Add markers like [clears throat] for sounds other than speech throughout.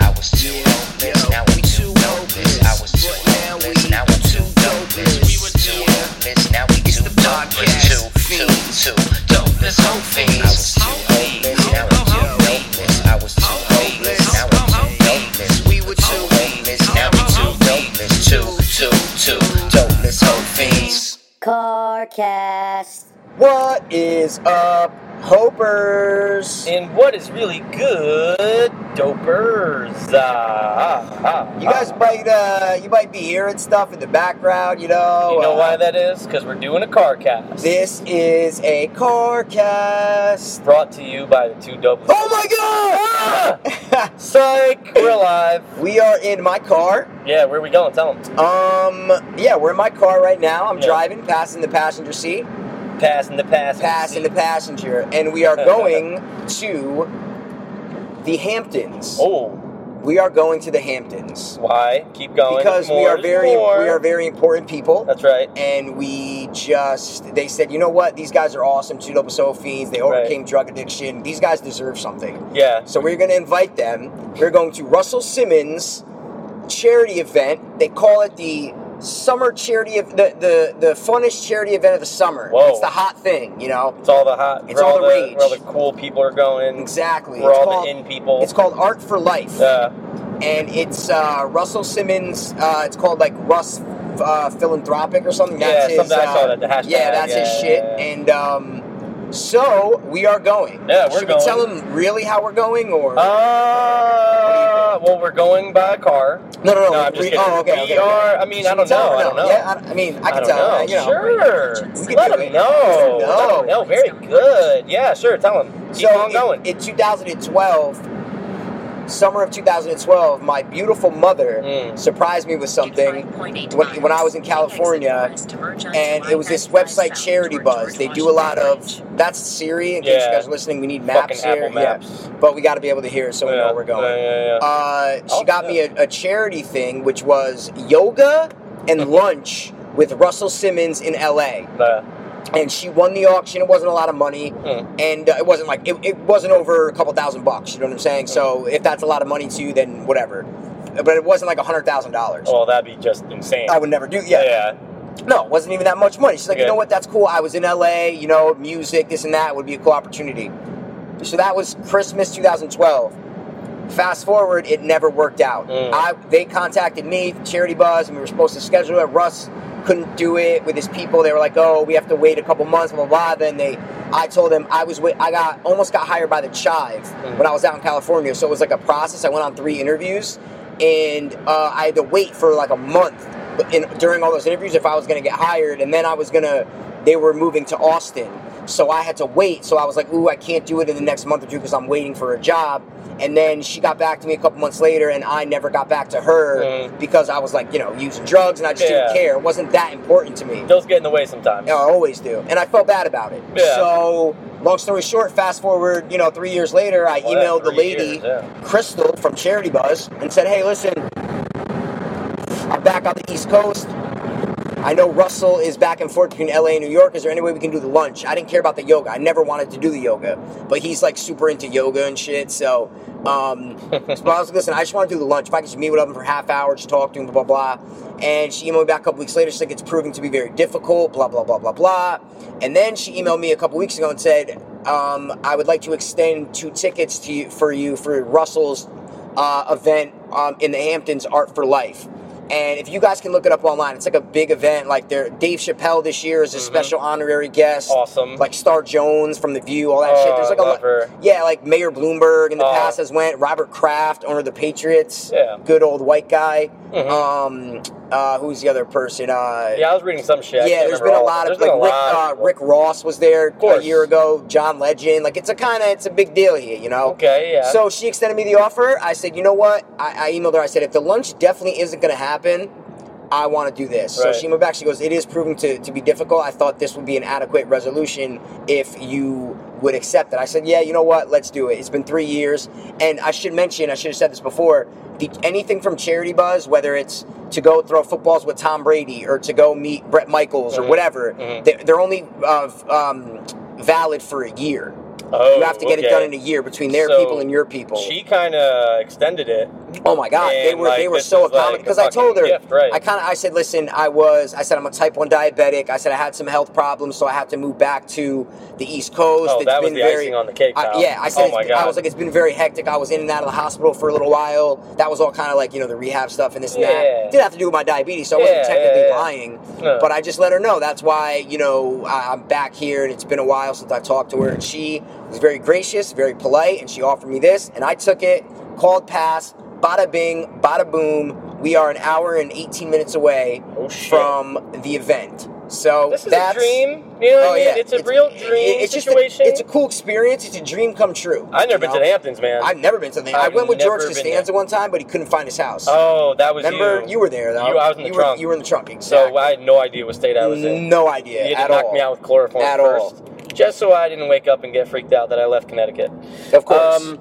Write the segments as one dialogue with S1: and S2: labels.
S1: was too hopeless. Now we too hopeless. I was too hopeless. Now I'm too dopeless. We were too hopeless. Now we too dopeless. Too, too, too dopeless. Hope fiends. I was too hopeless. Now I'm too dopeless. I was too hopeless. Now I'm too dopeless. We were too hopeless. Now we too dopeless. Too, too, too dopeless. Hope fiends.
S2: Corecast.
S3: What is up, Hopers?
S4: And what is really good, dopers? Ah,
S3: You guys might uh, you might be hearing stuff in the background, you know.
S4: you know
S3: uh,
S4: why that is? Because we're doing a car cast.
S3: This is a Corecast.
S4: brought to you by the two dopers.
S3: Oh my
S4: Ah!
S3: God!
S4: Psych, we're
S3: [laughs]
S4: alive.
S3: we are in my car.
S4: Yeah, where we going? Tell them.
S3: Um, yeah, we're in my car right now. I'm
S4: Yeah.
S3: driving, passing the passenger seat,
S4: Passing the pass.
S3: passing the passenger, and
S4: [laughs]
S3: we are going to the Hamptons.
S4: Oh,
S3: We are going to the Hamptons
S4: why? Keep going.
S3: because we
S4: Oh, More
S3: are
S4: is
S3: very
S4: more.
S3: we are very important people.
S4: That's right.
S3: and we just they said, you know what, these guys are awesome, two double soul fiends, they overcame drug addiction. These guys deserve something.
S4: Yeah.
S3: So we're gonna invite them. We're going to Russell Simmons charity event. They call it the summer charity of the, the the funnest charity event of the summer.
S4: Whoa.
S3: It's the hot thing, you know?
S4: It's all the hot.
S3: It's
S4: where
S3: all the rage.
S4: Where all the cool people are going.
S3: Exactly.
S4: Where
S3: it's
S4: all
S3: called,
S4: the in people.
S3: it's called Art for Life.
S4: uh,
S3: and it's uh, Russell Simmons. Uh, it's called like Russ uh, philanthropic or something.
S4: Yeah,
S3: That's his,
S4: something I
S3: uh,
S4: saw that, the hashtag,
S3: Yeah, that's his
S4: yeah,
S3: shit.
S4: yeah, yeah.
S3: And um, so we are going.
S4: Yeah, we're
S3: Should
S4: going.
S3: we tell him really how we're going or
S4: uh, well, we're going by car.
S3: no? No, no.
S4: No, I'm just
S3: we,
S4: kidding.
S3: oh, okay.
S4: We
S3: okay, okay.
S4: are. I mean,
S3: Should
S4: I
S3: we
S4: don't
S3: tell him
S4: know.
S3: or
S4: I don't know.
S3: no? Yeah, I, I mean, I can
S4: don't
S3: tell.
S4: know.
S3: him, you know.
S4: Sure.
S3: We can
S4: Let
S3: do
S4: him
S3: it.
S4: know.
S3: We can do it.
S4: Let him know. Very good. Yeah, sure. Tell him. Keep
S3: So
S4: on
S3: in-
S4: going.
S3: in 2012, summer of 2012, my beautiful mother
S4: Mm.
S3: surprised me with something.
S5: when, when I was in California,
S3: and it was this website charity buzz. They do a lot of that's Siri. In case
S4: Yeah.
S3: you guys are listening, we need maps
S4: Fucking Apple
S3: here.
S4: Maps.
S3: Yeah, but we got to be able to hear it so we know where we're going.
S4: Yeah, yeah, yeah.
S3: Uh, she
S4: Oh,
S3: got me a, a charity thing, which was yoga
S4: Uh-huh.
S3: and lunch with Russell Simmons in L.A.
S4: The-
S3: And she won the auction. It wasn't a lot of money,
S4: Mm.
S3: and uh, it wasn't like it, it wasn't over a couple thousand bucks. You know what I'm saying? So if that's a lot of money to you, then whatever. But it wasn't like a hundred thousand dollars.
S4: well, that'd be just insane.
S3: I would never do.
S4: yeah.
S3: Yeah, no, it wasn't even that much money. She's like, you
S4: Okay.
S3: know what? That's cool. I was in LA, you know, music, this and that would be a cool opportunity. So that was Christmas 2012. Fast forward, it never worked out.
S4: Mm.
S3: I they contacted me, Charity Buzz, and we were supposed to schedule it. Russ couldn't do it with his people. They were like, "Oh, we have to wait a couple months." Blah blah. blah. Then they, I told them I was wait, I got almost got hired by the Chive when I was out in California. So it was like a process. I went on three interviews, and uh, I had to wait for like a month but in, during all those interviews if I was going to get hired, and then I was gonna. They were moving to Austin. So I had to wait. So I was like, ooh, I can't do it in the next month or two because I'm waiting for a job. And then she got back to me a couple months later, and I never got back to her
S4: Mm.
S3: because I was like, you know, using drugs and I just didn't
S4: Yeah.
S3: care. It wasn't that important to me.
S4: Those get in the way sometimes.
S3: I always do. And I felt bad about it.
S4: Yeah.
S3: So, long story short, fast forward, you know, three years later, I
S4: Well,
S3: emailed the
S4: three
S3: lady.
S4: years, yeah.
S3: Crystal from Charity Buzz and said, "Hey, listen, I'm back on the East Coast. I know Russell is back and forth between LA and New York. Is there any way we can do the lunch? I didn't care about the yoga. I never wanted to do the yoga, but he's like super into yoga and shit. So, um, so I was like, listen, I just want to do the lunch. If I could just meet with him for a half hour, just talk to him, blah blah blah. And she emailed me back a couple weeks later. She's like, it's proving to be very difficult. Blah blah blah blah blah. And then she emailed me a couple weeks ago and said, um, I would like to extend two tickets to you, for you for Russell's uh, event um, in the Hamptons, Art for Life. And if you guys can look it up online, it's like a big event. Like there, Dave Chappelle this year is a special honorary guest.
S4: Mm-hmm. Awesome.
S3: Like Star Jones from The View, all that
S4: Oh,
S3: shit. There's
S4: I
S3: like a
S4: love
S3: lot.
S4: her.
S3: Yeah, like Mayor Bloomberg in the
S4: Oh.
S3: past has went. Robert Kraft, owner of the Patriots.
S4: Yeah.
S3: Good old white guy.
S4: Mhm.
S3: Um, uh, who's the other person? Uh,
S4: Yeah, I was reading some shit. I
S3: yeah,
S4: can't
S3: there's
S4: remember
S3: been a
S4: all
S3: lot
S4: of
S3: of
S4: it. There's
S3: like
S4: been a
S3: Rick,
S4: lot of
S3: uh,
S4: people.
S3: Rick Ross was there a
S4: course.
S3: year ago. John Legend, like it's a kind of it's a big deal here, you know.
S4: Okay, yeah.
S3: So she extended me the offer. I said, you know what? I, I emailed her. I said, if the lunch definitely isn't going to happen, I want to do this.
S4: Right.
S3: So she emailed back. She goes, it is proving to, to be difficult. I thought this would be an adequate resolution if you would accept it. I said, yeah, you know what? Let's do it. It's been three years. And I should mention, I should have said this before, the, anything from Charity Buzz, whether it's to go throw footballs with Tom Brady or to go meet
S4: Mm-hmm.
S3: Brett Michaels or whatever,
S4: Mhm.
S3: they're, they're only uh, v- um, valid for a year.
S4: Oh,
S3: you have to get it
S4: okay.
S3: done in a year between their
S4: So,
S3: people and your people.
S4: She kind of extended it.
S3: Oh my God, they
S4: And,
S3: were they
S4: like,
S3: were
S4: this
S3: so
S4: is, like,
S3: accommodating
S4: a
S3: because I
S4: fucking
S3: told her
S4: gift, right.
S3: I kind of I said, listen, I was I said I'm a type one diabetic. I said I had some health problems, so I have to move back to the East Coast.
S4: Oh,
S3: It's
S4: that was
S3: been
S4: the
S3: very,
S4: icing on the cake,
S3: I-
S4: pal.
S3: yeah, I said
S4: Oh
S3: it's-
S4: my God.
S3: I was like, it's been very hectic. I was in and out of the hospital for a little while. That was all kind of like you know the rehab stuff and this and
S4: Yeah.
S3: that. Did have to do with my diabetes, so I
S4: Yeah,
S3: wasn't
S4: yeah,
S3: technically
S4: yeah.
S3: lying.
S4: No.
S3: But I just let her know that's why you know I, I'm back here, and it's been a while since I talked to her. And she was very gracious, very polite, and she offered me this, and I took it. Called pass, bada bing, bada boom. We are an hour and 18 minutes away
S4: Oh shit.
S3: from the event. So
S4: this is
S3: that's
S4: a dream. You know what I
S3: oh,
S4: mean?
S3: yeah.
S4: It's a real dream
S3: it- it's just a-
S4: situation.
S3: it's a cool experience. It's a dream come true.
S4: I've never
S3: you
S4: been
S3: know?
S4: to the Hamptons, man.
S3: I've never been to the. i
S4: I've
S3: went with
S4: never
S3: George
S4: been
S3: Costanza
S4: there.
S3: one time, but he couldn't find his house.
S4: oh, that was
S3: Remember,
S4: you.
S3: you were there though.
S4: You- I was in the
S3: you
S4: trunk.
S3: Were, you were in the trunk. Exactly.
S4: So I had no idea what state I was in.
S3: no idea
S4: you had
S3: at
S4: to knock
S3: all.
S4: me out with chloroform
S3: At all.
S4: first, just so I didn't wake up and get freaked out that I left Connecticut. Um,
S3: Of course.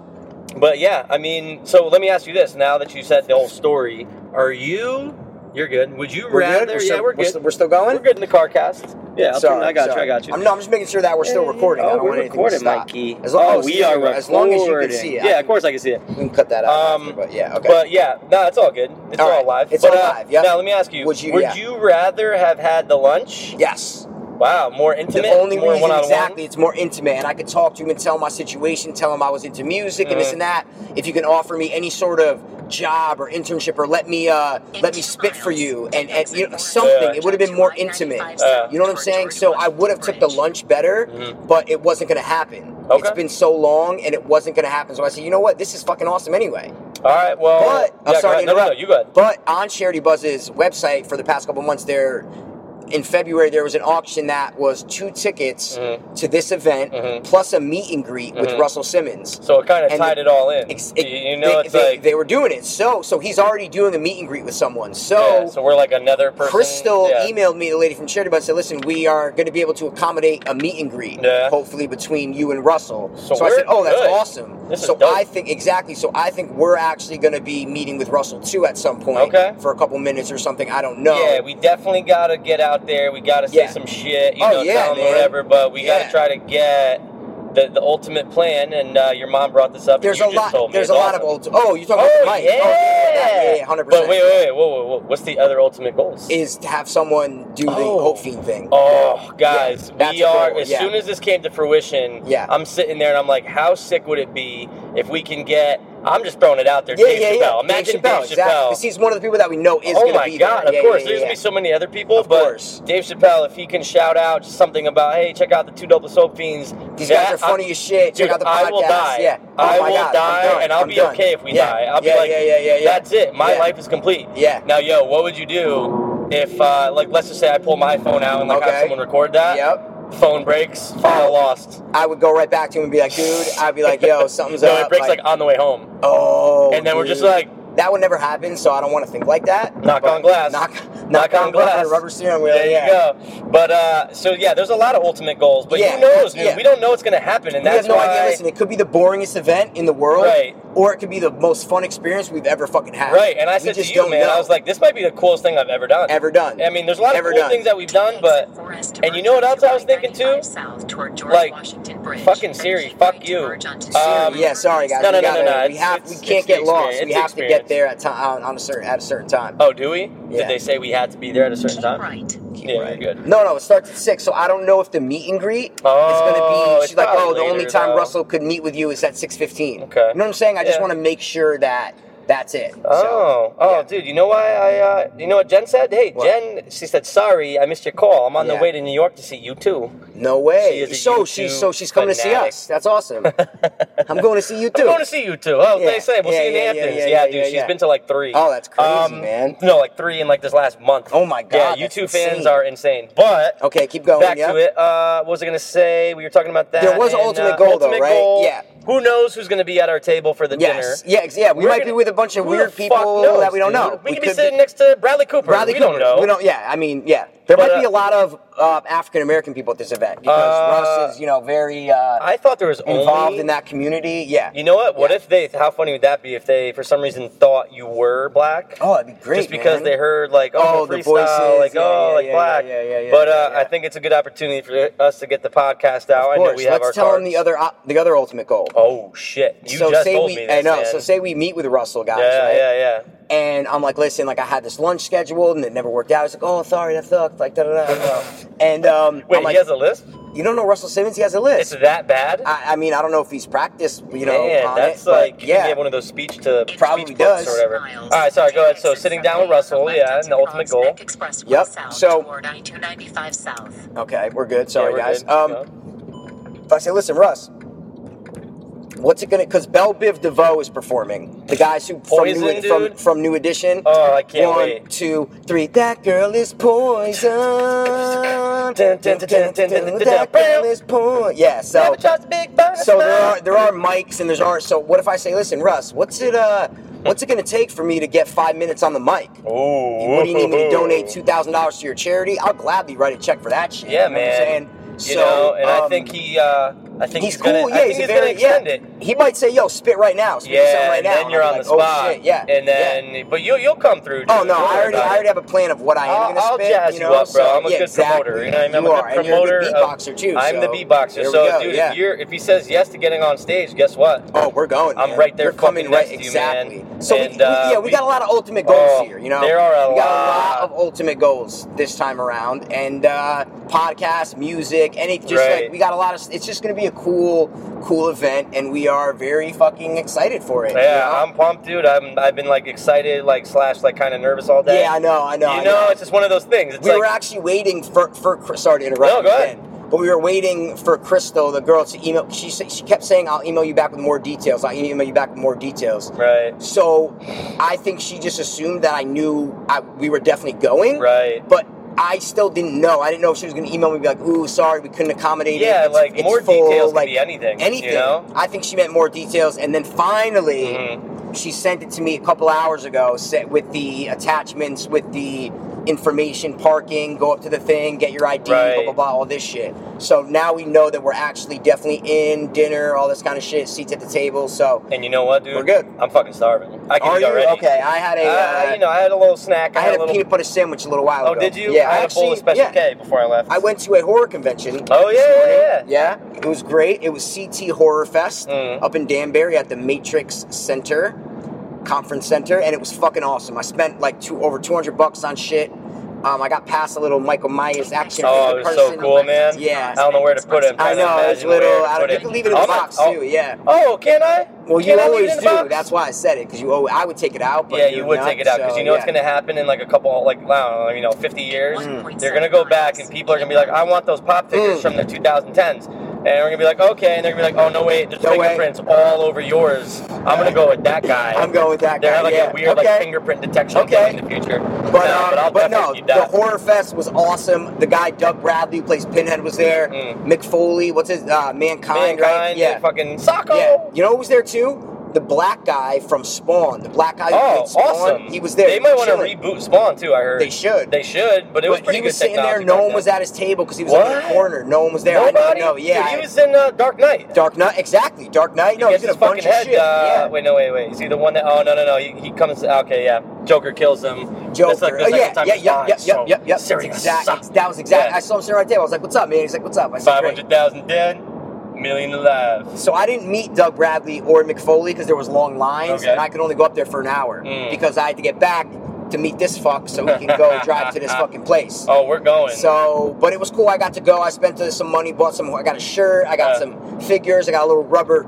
S4: but yeah, I mean, so let me ask you this: Now that you said the whole story, are you? You're good. Would you
S3: we're
S4: rather?
S3: good. We're
S4: yeah,
S3: still,
S4: we're good.
S3: st- we're still going.
S4: We're good in the car cast. Yeah, I'll turn-
S3: Sorry,
S4: I got
S3: sorry.
S4: you. I got you.
S3: I'm, no, I'm just making sure that we're still recording. I
S4: Oh,
S3: don't
S4: we're
S3: want anything
S4: recording,
S3: to stop.
S4: Mikey.
S3: As long
S4: oh,
S3: as
S4: we
S3: you-
S4: are recording.
S3: as long as you can see it. I
S4: Yeah,
S3: can-
S4: of course I can see it.
S3: we can cut that out.
S4: Um,
S3: after, but yeah, okay.
S4: But yeah, no, it's all good. It's
S3: All
S4: all,
S3: right.
S4: live.
S3: It's
S4: But,
S3: all
S4: uh,
S3: live, yeah.
S4: Now let me ask you:
S3: Would you- yeah.
S4: rather have had the lunch?
S3: yes,
S4: Wow, more
S3: the
S4: intimate.
S3: only
S4: more
S3: reason
S4: one-on-one?
S3: exactly it's more intimate, and I could talk to him and tell him my situation, tell him I was into music and this
S4: Mhm.
S3: and that. If you can offer me any sort of job or internship, or let me uh, let me spit for you and, and you know, something,
S4: Yeah.
S3: it would have been more intimate.
S4: Yeah.
S3: You know what I'm saying? So I would have took the lunch better,
S4: Mhm.
S3: but it wasn't going to happen.
S4: Okay.
S3: It's been so long, and it wasn't going to happen. So I said, you know what? This is fucking awesome anyway.
S4: All right. Well,
S3: But I'm
S4: yeah,
S3: sorry
S4: go ahead.
S3: to
S4: No, no, no,
S3: interrupt.
S4: you go ahead.
S3: But on Charity Buzz's website for the past couple months, there in February there was an auction that was two tickets
S4: Mhm.
S3: to this event
S4: Mhm.
S3: plus a meet and greet with
S4: Mhm.
S3: Russell Simmons.
S4: So it kind of
S3: And
S4: tied
S3: the-
S4: it all in.
S3: Ex-
S4: You- you know,
S3: they,
S4: it's
S3: they-
S4: like
S3: they were doing it. So so he's already doing a meet and greet with someone. So.
S4: yeah, so we're like another person.
S3: Crystal
S4: yeah.
S3: emailed me, the lady from Charity Buzz said, "Listen, we are going to be able to accommodate a meet and greet,
S4: Yeah.
S3: hopefully between you and Russell."
S4: So
S3: I said,
S4: we're
S3: "Oh, that's
S4: good.
S3: awesome."
S4: This is
S3: so
S4: dope.
S3: I think exactly. So I think we're actually going to be meeting with Russell too at some point
S4: Okay.
S3: for a couple minutes or something. I don't know.
S4: Yeah, we definitely gotta get out there. We gotta say
S3: Yeah.
S4: some shit. You
S3: Oh,
S4: know,
S3: yeah,
S4: tell 'em
S3: man.
S4: whatever. But we
S3: Yeah.
S4: gotta try to get the, the ultimate plan. And uh, your mom brought this up.
S3: there's
S4: and
S3: a
S4: you just
S3: lot.
S4: Told me.
S3: There's
S4: It's
S3: a lot of
S4: awesome.
S3: old. Oh, you talking
S4: Oh
S3: about Mike?
S4: yeah.
S3: yeah, yeah, hundred
S4: But
S3: percent.
S4: wait, wait, wait. Whoa, whoa, whoa. What's the other ultimate goals?
S3: Is to have someone do the
S4: Oh.
S3: hope fiend thing.
S4: Oh, guys,
S3: Yeah, that's
S4: we
S3: a
S4: are.
S3: goal,
S4: As
S3: yeah.
S4: soon as this came to fruition,
S3: Yeah.
S4: I'm sitting there and I'm like, how sick would it be if we can get? I'm just throwing it out there. Dave Chappelle. Imagine Dave Chappelle.
S3: Exactly. 'Cause He's one of the people that we know is
S4: oh
S3: going to
S4: my
S3: be
S4: god!
S3: there.
S4: Of
S3: Yeah,
S4: course,
S3: yeah,
S4: there's
S3: yeah.
S4: gonna be so many other people.
S3: Of
S4: but
S3: course.
S4: Dave Chappelle, if he can shout out just something about, hey, check out the two double soap fiends.
S3: These
S4: that-
S3: guys are funny
S4: I'm-
S3: as shit. Check
S4: Dude,
S3: out the podcast.
S4: I will die.
S3: Yeah. Oh
S4: I
S3: my
S4: will
S3: God, I'm
S4: die,
S3: done.
S4: and I'll
S3: I'm
S4: be
S3: done.
S4: okay if we
S3: Yeah.
S4: die. I'll
S3: yeah,
S4: be like,
S3: yeah, yeah, yeah, yeah.
S4: that's it. My
S3: Yeah.
S4: life is complete.
S3: Yeah.
S4: Now, yo, what would you do if, uh, like, let's just say I pull my phone out and like
S3: Okay.
S4: have someone record that?
S3: Yep.
S4: Phone breaks. Phone lost.
S3: I would go right back to him and be like, dude, I'd be like, yo, something's
S4: [laughs] No,
S3: up.
S4: it breaks like, on the way home.
S3: oh.
S4: and then we're just
S3: dude.
S4: like,
S3: that would never happen, so I don't want to think like that.
S4: Knock
S3: But
S4: on glass.
S3: Knock, knock, on glass. Rubber steering wheel.
S4: There
S3: yeah.
S4: you go. But uh, so yeah, there's a lot of ultimate goals, but
S3: Yeah,
S4: who knows, dude?
S3: yeah.
S4: We don't know what's gonna happen, and
S3: We
S4: that's
S3: have no
S4: why.
S3: idea. Listen, it could be the boringest event in the world,
S4: Right.
S3: or it could be the most fun experience we've ever fucking had.
S4: Right, and I
S3: We
S4: said to
S3: just
S4: you,
S3: don't
S4: man,
S3: know.
S4: I was like, this might be the coolest thing I've ever done.
S3: ever done.
S4: I mean, there's a lot
S3: Ever
S4: of cool
S3: done.
S4: things that we've done, but
S5: and you know what else I was thinking too? Like, fucking Siri, fuck you.
S4: Um,
S3: yeah, sorry guys.
S4: No, no,
S3: we
S4: no, no,
S3: gotta,
S4: no,
S3: We
S4: it's-
S3: have, we
S4: it's-
S3: can't
S4: it's the
S3: get lost. We
S4: experience,
S3: have
S4: it's
S3: to
S4: the
S3: get there at time on, on a certain at a certain time.
S4: oh, do we?
S3: Yeah.
S4: Did they say we had to be there at a certain time?
S5: Right.
S4: Yeah, right. good.
S3: No, no, it starts at six. So I don't know if the meet and greet is
S4: Oh,
S3: going to be.
S4: it's
S3: She's like, oh,
S4: probably
S3: the only
S4: later,
S3: time
S4: though.
S3: Russell could meet with you is at six fifteen.
S4: Okay.
S3: You know what I'm saying? I just
S4: Yeah.
S3: want to make sure that that's it. So,
S4: Oh, oh, dude! You know why I? Uh, you know what Jen said? Hey,
S3: What?
S4: Jen. She said, "Sorry, I missed your call. I'm on
S3: Yeah.
S4: the way to New York to see you too."
S3: no way.
S4: She is a
S3: so
S4: YouTube
S3: she's so she's coming to see
S4: fanatic.
S3: us. That's
S4: [laughs]
S3: awesome. I'm going to see you too.
S4: I'm going to see you too. Oh,
S3: Yeah.
S4: they say we'll
S3: Yeah,
S4: see you
S3: yeah, yeah,
S4: in the Hamptons.
S3: yeah,
S4: Yeah,
S3: yeah,
S4: dude,
S3: yeah,
S4: she's
S3: yeah.
S4: been to like three. Um,
S3: Oh, that's crazy, man.
S4: No, like three in like this last month.
S3: Oh my God,
S4: Yeah, you
S3: that's
S4: two fans
S3: insane.
S4: are insane. But
S3: okay, keep going.
S4: back
S3: yeah?
S4: to it. Uh, what was I gonna say? We were talking about that. uh,
S3: There was an ultimate goal, though, right? Yeah.
S4: Who knows who's gonna be at our table for the
S3: Yes.
S4: dinner?
S3: Yeah. ex- Yeah. We
S4: We're
S3: might
S4: gonna-
S3: be with a bunch of
S4: Who the
S3: weird
S4: fuck
S3: people
S4: knows,
S3: that we don't
S4: dude?
S3: know.
S4: We, could be
S3: could
S4: sitting next to Bradley Cooper.
S3: Bradley
S4: we
S3: Cooper.
S4: don't know.
S3: We don't. Yeah. I mean, yeah. There
S4: But,
S3: might be
S4: uh,
S3: a lot of uh, African American people at this event because
S4: Uh,
S3: Russ is, you know, very uh,
S4: I thought there was
S3: involved
S4: only-
S3: in that community. Yeah.
S4: You know what? What
S3: Yeah.
S4: if they? How funny would that be if they, for some reason, thought you were black?
S3: Oh, that'd be great.
S4: just because
S3: man.
S4: they heard like
S3: Oh,
S4: oh,
S3: the
S4: the
S3: voices,
S4: freestyle, like
S3: yeah,
S4: oh,
S3: yeah,
S4: like
S3: yeah,
S4: black.
S3: yeah, yeah, yeah,
S4: but
S3: yeah,
S4: uh,
S3: yeah.
S4: I think it's a good opportunity for us to get the podcast out.
S3: Of
S4: I
S3: course.
S4: know we have
S3: Let's
S4: our
S3: tell them
S4: cards.
S3: the other op- the other ultimate goal.
S4: Oh shit! You
S3: so
S4: just
S3: say
S4: told
S3: we,
S4: me.
S3: I
S4: This,
S3: know.
S4: Man.
S3: So say we meet with Russell, guys.
S4: yeah,
S3: right?
S4: yeah, yeah.
S3: And I'm like, listen, like I had this lunch scheduled and it never worked out. I was like, oh, sorry, that sucked. Like, da da da. And um,
S4: Wait,
S3: I'm like,
S4: he has a list.
S3: you don't know Russell Simmons? He has a
S4: It's
S3: list.
S4: that bad.
S3: I, I mean, I don't know if he's practiced, you know,
S4: Man,
S3: on
S4: that's
S3: it, but
S4: like you
S3: yeah.
S4: can get one of those speech to
S3: Probably
S4: speech books
S3: does.
S4: or whatever.
S5: Miles,
S4: All right, sorry. Go ahead. So
S5: exit
S4: sitting
S5: from
S4: down with
S5: Maple
S4: Russell,
S5: Left
S4: yeah,
S5: onto
S4: and the ultimate goal.
S5: Prospect Expressway
S3: Yep,
S5: South
S3: so-
S5: toward I-295 South.
S3: okay, we're good.
S4: Yeah,
S3: Sorry,
S4: we're
S3: guys.
S4: good.
S3: Um,
S4: Go.
S3: But I say, listen, Russ, what's it gonna? Because Bell Biv DeVoe is performing. The guys who
S4: Poison,
S3: from, New, from
S4: dude?
S3: from New Edition.
S4: Oh, I can't
S3: One,
S4: wait.
S3: two, three. That girl is
S4: [laughs]
S3: poison. that girl is poison. Yeah. So.
S4: Never trust a big burner
S3: So there
S4: smile.
S3: are there are mics and there's are so what if I say listen Russ what's it uh
S4: [laughs]
S3: what's it gonna take for me to get five minutes on the mic
S4: Ooh,
S3: what do you need me to donate two thousand dollars to your charity I'll gladly write a check for that shit
S4: Yeah,
S3: you know
S4: man.
S3: what I'm saying
S4: You know, and I
S3: um,
S4: think he, uh, I think
S3: he's,
S4: he's,
S3: cool.
S4: gonna,
S3: yeah,
S4: I think
S3: he's,
S4: he's,
S3: a very
S4: gonna extend
S3: yeah.
S4: it.
S3: He might say, "Yo, spit right now." Spit
S4: Yeah,
S3: something right
S4: and
S3: now.
S4: then you're
S3: I'll
S4: on
S3: be
S4: the
S3: like,
S4: spot.
S3: Oh shit, yeah.
S4: and then but you you'll come through.
S3: Yeah. Oh
S4: dude.
S3: no,
S4: Don't
S3: I
S4: worry
S3: already,
S4: about
S3: I
S4: it.
S3: already have a plan of what I am
S4: I'll,
S3: gonna
S4: I'll
S3: spit.
S4: jazz you,
S3: know,
S4: up, bro.
S3: so-
S4: I'm a
S3: yeah,
S4: good
S3: exactly.
S4: promoter. You know, I'm
S3: you
S4: a
S3: are,
S4: good
S3: and you're a
S4: promoter.
S3: good
S4: of-
S3: beatboxer too.
S4: I'm the
S3: so
S4: beatboxer.
S3: there we
S4: So,
S3: go,
S4: dude,
S3: yeah.
S4: if you're if he says yes to getting on stage, guess what?
S3: Oh, we're going.
S4: I'm
S3: man.
S4: right there
S3: You're coming
S4: fucking
S3: right
S4: next to you, man.
S3: exactly. So we,
S4: And,
S3: we-
S4: uh,
S3: yeah, we,
S4: we-
S3: got a lot of ultimate goals
S4: Oh,
S3: here. You know,
S4: there are a
S3: we got a lot
S4: lot.
S3: of ultimate goals this time around, and uh, podcast, music, any just like
S4: Right.
S3: we got a lot of. It's just gonna be a cool, cool event, and we are very fucking excited for it. you know?
S4: Yeah, I'm pumped, dude. I'm I've been like excited, like slash, like kind of nervous all day.
S3: Yeah, I know, I know. I
S4: you know, it's just one of those things. It's
S3: we
S4: like
S3: were actually waiting for for Chris- sorry to interrupt.
S4: No,
S3: you
S4: go ahead.
S3: again, But we were waiting for Crystal, the girl, to email. She sa- she kept saying, "I'll email you back with more details. I'll email you back with more details."
S4: right,
S3: So, I think she just assumed that I knew I, we were definitely going. [laughs]
S4: right.
S3: But I still didn't know. I didn't know if she was going to email me, be like, "Ooh, sorry, we couldn't accommodate it."
S4: Yeah,
S3: It's-
S4: like
S3: it's
S4: more
S3: full,
S4: details
S3: like
S4: can be anything.
S3: anything.
S4: you know.
S3: I think she meant more details, and then finally
S4: Mhm.
S3: she sent it to me a couple hours ago sa- with the attachments with the information parking go up to the thing get your id blah
S4: Right.
S3: blah blah all this shit so now we know that we're actually definitely in dinner all this kind of shit seats at the table so
S4: And you know what, dude?
S3: We're good.
S4: I'm fucking starving. I can
S3: are
S4: eat
S3: you
S4: already.
S3: okay i had a
S4: Uh,
S3: uh,
S4: you know, I had a little snack.
S3: i had a
S4: little.
S3: peanut butter sandwich a little while
S4: oh,
S3: ago
S4: did you?
S3: yeah
S4: I had
S3: actually,
S4: a bowl of special
S3: yeah.
S4: K before I left.
S3: I went to a horror convention.
S4: Oh,
S3: this
S4: yeah,
S3: morning.
S4: yeah,
S3: yeah. It was great. It was CT Horror Fest
S4: Mm.
S3: up in Danbury at the Matrix Center, Conference Center, and it was fucking awesome. I spent like two over two hundred bucks on shit. Um, I got past a little Michael Myers action
S4: Oh,
S3: figure
S4: it was so
S3: person.
S4: cool, man.
S3: Yeah.
S4: I don't know where to put it. I'm
S3: I
S4: trying to
S3: know it's
S4: imagine where
S3: little.
S4: to
S3: I
S4: put
S3: don't, you
S4: it.
S3: can leave it in the
S4: Oh, my-
S3: box
S4: oh,
S3: too. Yeah.
S4: Oh, can I?
S3: Well, you
S4: Can I leave it
S3: always
S4: in the
S3: do.
S4: box?
S3: That's why I said it because you. Always, I would take it out. But
S4: yeah, you
S3: you're
S4: would
S3: not,
S4: take it out because
S3: so,
S4: you know it's
S3: yeah.
S4: gonna happen in like a couple, like I don't know, you know, 50 years.
S5: Mm.
S4: They're gonna go back and people are gonna be like, I want those pop figures
S3: Mm.
S4: from the 2010s, and we're gonna be like, okay, and they're gonna be like, oh no wait, there's
S3: No way.
S4: fingerprints all over yours. I'm gonna go with that guy.
S3: I'm going with that
S4: They're
S3: guy.
S4: gonna have
S3: yeah.
S4: like a weird
S3: okay.
S4: like fingerprint detection
S3: Okay.
S4: thing in the future.
S3: But,
S4: No,
S3: um,
S4: I'll
S3: but no,
S4: definitely do
S3: the
S4: that.
S3: Horror Fest was awesome. The guy Doug Bradley who plays Pinhead was there.
S4: Mm.
S3: Mick Foley, what's his uh, Mankind,
S4: mankind,
S3: right?
S4: yeah, oh.
S3: Yeah,
S4: fucking Socko.
S3: yeah. You know who was there too? The black guy from Spawn. The black guy who
S4: Oh,
S3: played Spawn.
S4: awesome!
S3: He was there.
S4: They might want to
S3: chilling.
S4: reboot Spawn too. I heard
S3: They should.
S4: They should, but it was
S3: but
S4: pretty
S3: he was
S4: good
S3: sitting there.
S4: technology
S3: No
S4: back
S3: one was
S4: then.
S3: at his table because he was in
S4: What?
S3: the corner. No one was there. I
S4: Nobody.
S3: know. No, yeah.
S4: Dude, he was in uh, Dark Knight.
S3: Dark Knight. Exactly. Dark Knight. No,
S4: he
S3: he's
S4: gets
S3: in a
S4: his
S3: bunch
S4: fucking
S3: of
S4: head.
S3: shit.
S4: Uh,
S3: yeah.
S4: Wait, no, wait, wait. Is he the one that? Oh no, no, no. He, he comes. Okay, yeah. Joker kills him. That's like
S3: Joker.
S4: the
S3: Oh,
S4: second
S3: yeah,
S4: time
S3: yeah,
S4: he
S3: yeah,
S4: dies,
S3: yeah, yeah,
S4: so
S3: yeah, yeah.
S4: Serious.
S3: Exact, that was exact.
S4: Yeah.
S3: I saw him sitting right there. I was like, "What's up, man?" He's like, "What's up?" I said,
S4: Five
S3: "Great."
S4: hundred thousand dead, million alive.
S3: So I didn't meet Doug Bradley or McFoley because there was long lines,
S4: Okay.
S3: and I could only go up there for an hour
S4: Mm.
S3: because I had to get back to meet this fuck so we can go drive
S4: [laughs]
S3: to this fucking place.
S4: Oh, we're going.
S3: So, but it was cool. I got to go. I spent uh, some money, bought some. I got a shirt. I got
S4: Yeah.
S3: some figures. I got a little rubber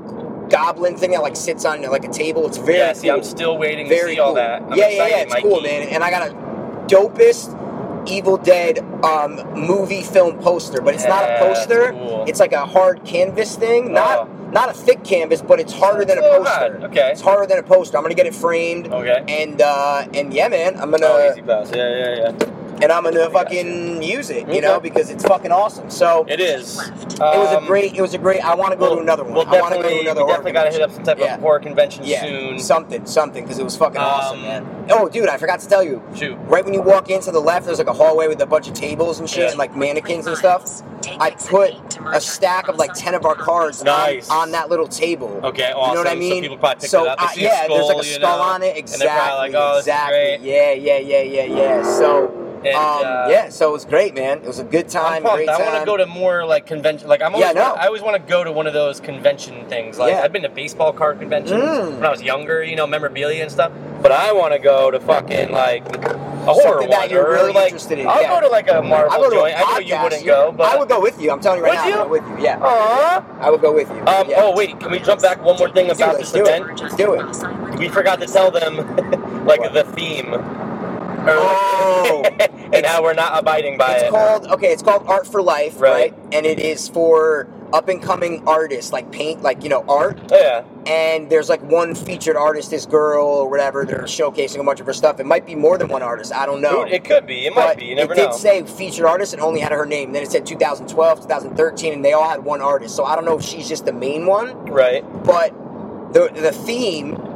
S3: goblin thing that like sits on like a table. It's very
S4: yeah. See,
S3: cool.
S4: I'm still waiting to
S3: very
S4: see
S3: cool.
S4: all that. I'm
S3: yeah,
S4: excited,
S3: yeah, yeah. It's
S4: Mikey.
S3: cool, man. And I got a dopest Evil Dead um, movie film poster, but it's not a
S4: Yeah,
S3: poster.
S4: that's cool.
S3: It's like a hard canvas thing,
S4: Oh.
S3: not not a thick canvas, but it's harder than a
S4: Oh,
S3: poster.
S4: God. Okay.
S3: It's harder than a poster. I'm gonna get it framed.
S4: Okay.
S3: And uh, and yeah, man, I'm gonna.
S4: Oh, easy pass. Yeah, yeah, yeah.
S3: and I'm gonna fucking use it, you know,
S4: Okay.
S3: because it's fucking awesome. So
S4: It is.
S5: Left.
S3: it was
S4: Um,
S3: a great. It was a great. I want to go
S4: we'll-
S3: to another one.
S4: We'll
S3: I want to
S4: definitely,
S3: go to another
S4: we
S3: horror
S4: definitely got to hit up some type
S3: Yeah.
S4: of horror convention
S3: yeah,
S4: soon.
S3: something, something, because it was fucking awesome,
S4: Um,
S3: man. Oh, dude, I forgot to tell you.
S4: Shoot.
S3: Right when you walk in to the left, there's like a hallway with a bunch of tables and shit,
S4: Yeah.
S3: and like mannequins and stuff. I put a stack of like ten of our cards on-
S4: Nice.
S3: on, that little table.
S4: Okay, awesome.
S3: You know what I
S4: So
S3: mean?
S4: people probably picked
S3: So,
S4: it up. They
S3: uh,
S4: see a
S3: yeah, there's like a
S4: skull, you
S3: skull
S4: know,
S3: on it.
S4: and they're probably
S3: Exactly.
S4: like, "Oh, this is great."
S3: exactly. Yeah, yeah, yeah, yeah, yeah. So,
S4: And,
S3: um,
S4: uh,
S3: yeah. So it was great, man. It was a good time.
S4: I'm pumped.
S3: great
S4: I
S3: time.
S4: want to go to more like convention. Like I'm always,
S3: Yeah, I know.
S4: wanna- I always want to go to one of those convention things. Like
S3: Yeah.
S4: I've been to baseball card conventions
S3: Mm.
S4: when I was younger, you know, memorabilia and stuff. But I want to go to fucking like a horror
S3: Something that
S4: one
S3: you're
S4: or
S3: really
S4: like
S3: interested in,
S4: I'll
S3: yeah.
S4: go to like a Marvel
S3: I go to a
S4: joint. I know you
S3: podcast.
S4: wouldn't go, but
S3: I would go with you. I'm telling you right
S4: Would
S3: now.
S4: you?
S3: I would go with you. Yeah,
S4: Aw.
S3: I would go with you.
S4: Um,
S3: yeah.
S4: Oh wait, can we jump back one more thing
S3: Let's do
S4: about
S3: it,
S4: this
S3: let's do it.
S4: event?
S3: Let's do it.
S4: We forgot to tell them [laughs] like
S3: What?
S4: the theme, or, [laughs]
S3: Oh.
S4: and how we're not abiding by
S3: It's
S4: it.
S3: called okay. It's called Art for Life,
S4: Right.
S3: right? And it is for up and coming artists, like paint, like you know, art.
S4: yeah.
S3: And there's like one featured artist, this girl or whatever. They're showcasing a bunch of her stuff. It might be more than one artist. I don't know.
S4: Dude, it could be. It might
S3: but
S4: be. You never
S3: it did
S4: know.
S3: say featured artist and only had her name. Then it said 2012, 2013, and they all had one artist. So I don't know if she's just the main one,
S4: right.
S3: but the the theme.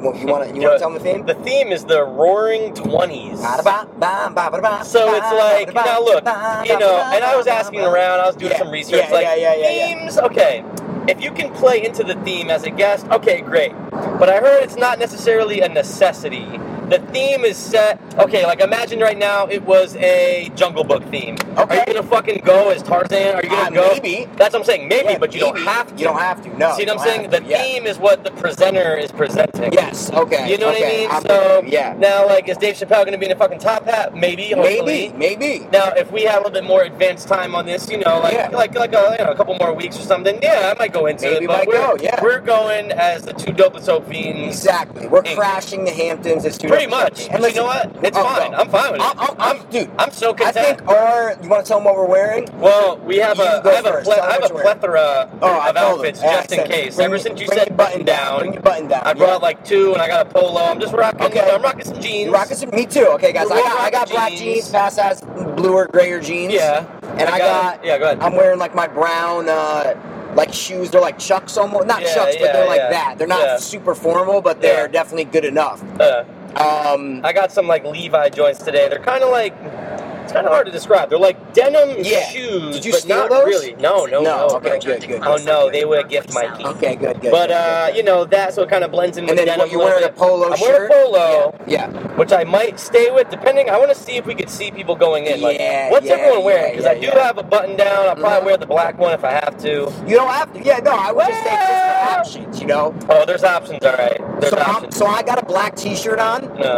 S3: Well, you want to you
S4: Yeah.
S3: want to tell me the theme?
S4: The theme is the Roaring Twenties. So
S3: So
S4: it's like now look, you know, and I was asking around. I was doing
S3: Yeah,
S4: some research.
S3: yeah,
S4: like
S3: yeah, yeah, yeah, yeah.
S4: themes, okay. If you can play into the theme as a guest, okay, great. But I heard it's not necessarily a necessity. The theme is set. Okay, like imagine right now it was a Jungle Book theme. Are
S3: Okay.
S4: you gonna fucking go as Tarzan? Are you gonna
S3: Uh,
S4: go?
S3: maybe.
S4: That's what I'm saying. Maybe,
S3: Yeah,
S4: but you don't
S3: maybe.
S4: have to.
S3: You don't have to. No.
S4: See
S3: you
S4: what I'm
S3: don't
S4: saying?
S3: have
S4: The
S3: to, yeah.
S4: theme is what the presenter is presenting.
S3: Yes. Okay.
S4: You know
S3: okay,
S4: what I mean?
S3: I'm
S4: so
S3: with you, yeah.
S4: now, like, is Dave Chappelle going to be in a fucking top hat? Maybe, hopefully.
S3: Maybe. Maybe.
S4: Now, if we had a little bit more advanced time on this, you know, like
S3: Yeah.
S4: like like a, you know, a couple more weeks or something, yeah, I might go into
S3: Maybe
S4: it. But
S3: might
S4: we're,
S3: go, yeah.
S4: we're going as the two dopest hope fiends.
S3: Exactly. We're
S4: Hey.
S3: crashing the Hamptons. It's too
S4: Pretty
S3: difficult.
S4: much.
S3: And
S4: But
S3: listen,
S4: you know what? It's
S3: I'll
S4: fine.
S3: go.
S4: I'm fine with it.
S3: I'll- I'll- I'll- dude.
S4: I'm so
S3: I
S4: content.
S3: think our. You want to tell them what we're wearing?
S4: well, we have
S3: You
S4: a
S3: go
S4: I have a,
S3: first.
S4: ple-
S3: Tell
S4: I have
S3: what
S4: a
S3: you're wearing.
S4: plethora
S3: Oh, I
S4: of
S3: told them.
S4: outfits
S3: Yeah, I
S4: just in
S3: said,
S4: case.
S3: bring
S4: Ever
S3: your-
S4: since you
S3: bring
S4: said
S3: your button down. Bring your button down.
S4: I brought
S3: Yeah.
S4: like two, and I got a polo. I'm just rocking.
S3: Okay.
S4: I'm rocking some jeans.
S3: Rocking some, me too. Okay, guys, I
S4: We're
S3: got, I got
S4: rocking
S3: black
S4: jeans.
S3: jeans, past ass blue or grayer jeans.
S4: Yeah.
S3: and I, got,
S4: yeah, go ahead.
S3: I'm wearing like my brown, uh, like shoes. They're like chucks almost, not
S4: Yeah,
S3: chucks, but
S4: yeah,
S3: they're like
S4: yeah.
S3: that. They're not
S4: Yeah.
S3: super formal, but they're
S4: Yeah.
S3: definitely good enough.
S4: Uh,
S3: Um,
S4: I got some like Levi joints today. They're kind of like it's kind of hard to describe. They're like denim
S3: Yeah.
S4: shoes,
S3: Did you
S4: but
S3: steal
S4: not
S3: those?
S4: really. No,
S3: No,
S4: no, no.
S3: okay,
S4: bro.
S3: good, good.
S4: Oh no, they would gift my key.
S3: okay, good, good.
S4: But
S3: good,
S4: uh,
S3: good,
S4: you know that, so it kind of blends in.
S3: good. and
S4: with
S3: then
S4: denim
S3: what, you
S4: a little
S3: wearing a
S4: bit.
S3: polo
S4: I'm
S3: shirt?
S4: wearing a polo,
S3: Yeah. yeah.
S4: which I might stay with, depending. I want to see if we could see people going in. Like,
S3: Yeah,
S4: what's
S3: yeah,
S4: everyone wearing?
S3: yeah,
S4: Because
S3: yeah,
S4: I do
S3: yeah.
S4: have a button down. I'll probably
S3: Mhm.
S4: wear the black one if I have to.
S3: You don't have to. Yeah, no, I would just say
S4: Well-
S3: just the options, you know?
S4: Oh, there's options. All right, there's
S3: So, I'm,
S4: options.
S3: so I got a black t shirt on,
S4: no,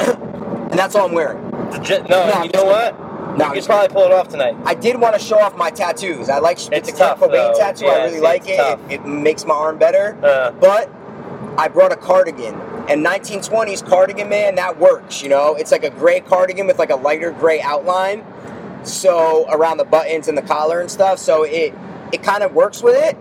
S3: and that's all I'm wearing.
S4: J- no,
S3: No, I'm
S4: you
S3: just
S4: know
S3: kidding.
S4: what?
S3: No,
S4: you
S3: I'm
S4: could
S3: just
S4: probably pull it off tonight.
S3: I did want to show off my tattoos. I like it's, a
S4: tough,
S3: Kurt Cobain
S4: though.
S3: tattoo.
S4: Yeah,
S3: I really
S4: it's-
S3: like
S4: it's
S3: it.
S4: tough.
S3: it. It makes my arm better.
S4: Uh.
S3: but I brought a cardigan. And 1920s cardigan, man, that works. You know, it's like a gray cardigan with like a lighter gray outline. So around the buttons and the collar and stuff. So it it kind of works with it,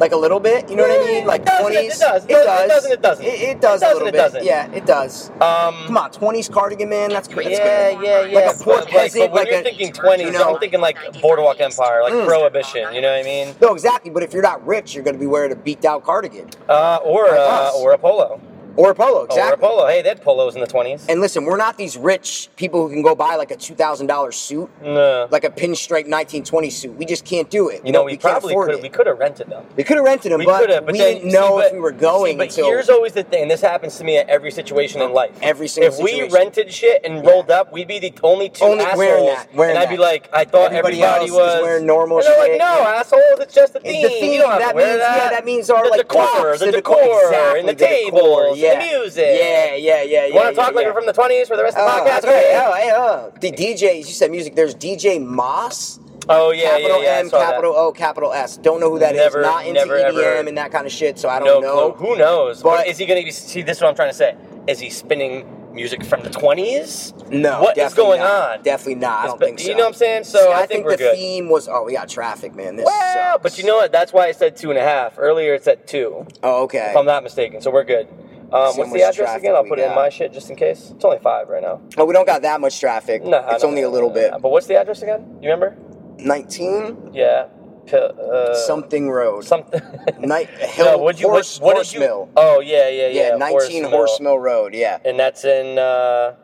S3: like a little bit. You know what I
S4: Yeah,
S3: mean?
S4: it
S3: Like
S4: does, it
S3: 20s.
S4: does, it does, it doesn't, it doesn't.
S3: It, it does
S4: It
S3: a
S4: doesn't,
S3: little
S4: it
S3: bit.
S4: doesn't.
S3: Yeah, it does.
S4: Um,
S3: Come on, 20s cardigan, man. That's great. That's
S4: yeah,
S3: good.
S5: good.
S4: yeah, yeah.
S3: Like a poor
S4: but, like,
S3: peasant,
S4: but when
S3: like
S4: you're
S3: a-
S4: thinking 20s,
S3: you know.
S4: I'm thinking like Boardwalk Empire, like
S5: Mm.
S4: Prohibition. You know what I mean?
S3: No, exactly. But if you're not rich, you're going to be wearing a beat down cardigan
S4: Uh, or
S3: Like
S4: uh,
S3: us.
S4: or a polo.
S3: or a polo.
S4: Or a
S3: Exactly.
S4: polo. Hey, they had polos in the 20s.
S3: And listen, we're not these rich people who can go buy like a two thousand dollar suit,
S4: no.
S3: like a pinstripe nineteen twenty suit. We just can't do it.
S4: Mm. uh, you know,
S3: don't-
S4: we,
S3: can't
S4: probably
S3: afford
S4: could.
S3: it.
S4: We could have rented them.
S3: We could have rented them,
S4: We
S3: but
S4: could have, but
S3: we
S4: then,
S3: didn't know
S4: see,
S3: if we were going
S4: See, but
S3: until.
S4: here's always the thing. This happens to me at every situation in life.
S3: Every single
S4: If we
S3: situation.
S4: rented shit and rolled up, we'd be the only two
S3: Only
S4: assholes.
S3: wearing that, wearing
S4: and I'd be
S3: that.
S4: like, I thought
S3: Everybody
S4: everybody,
S3: else is
S4: was
S3: wearing normal
S4: and they're
S3: shit.
S4: Like, no, assholes, it's just the
S3: It's
S4: theme.
S3: the
S4: You
S3: theme,
S4: don't have
S3: that
S4: to wear
S3: means-
S4: that.
S3: yeah, that means our,
S4: the
S3: like,
S4: decor,
S3: props,
S4: the,
S3: the
S4: decor,
S3: decor, exactly,
S4: and the,
S3: the decor,
S4: tables,
S3: yeah.
S4: the music.
S3: yeah, yeah, yeah.
S4: You want
S3: yeah,
S4: to talk
S3: yeah,
S4: like
S3: yeah.
S4: we're from the 20s for the rest of the
S3: Oh,
S4: podcast?
S3: that's right. Oh, hey, oh. The DJs, you said music. There's DJ Moss,
S4: Oh, yeah,
S3: capital
S4: yeah, yeah. I
S3: M,
S4: saw that.
S3: capital O, capital S. Don't know who that is.
S4: Never-
S3: Not into
S4: never,
S3: EDM
S4: ever.
S3: and that kind of shit, so I
S4: no
S3: don't know.
S4: clue. Who knows?
S3: But-
S4: But is he going to be? See, this is what I'm trying to say. Is he spinning music from the 20s?
S3: No,
S4: What is
S3: definitely
S4: going
S3: not.
S4: on?
S3: Definitely not. I
S4: It's-
S3: don't think
S4: but
S3: so.
S4: you know what I'm saying? So I think
S3: think,
S4: we're
S3: the
S4: good.
S3: theme was oh we got traffic, man. This
S4: Well,
S3: sucks.
S4: but you know what? That's why I said two and a half. Earlier it said two,
S3: Oh okay.
S4: if I'm not mistaken. So we're good. Um,
S3: So
S4: what's
S3: much
S4: the address
S3: traffic
S4: again? I'll
S3: we
S4: put it in
S3: got.
S4: my shit just in case. It's only five right now.
S3: Oh, we don't got that much traffic.
S4: No, I
S3: it's
S4: don't-
S3: only a little bit.
S4: But what's the address again? You remember?
S3: 19
S4: Yeah. P- uh,
S3: something road.
S4: Something. [laughs]
S3: Night Hill
S4: what'd you-
S3: Horse,
S4: what did
S3: Horse
S4: you-
S3: Mill.
S4: Oh yeah, yeah, yeah.
S3: yeah, 19
S4: Mill.
S3: Horse Mill Road. Yeah.
S4: And that's in uh,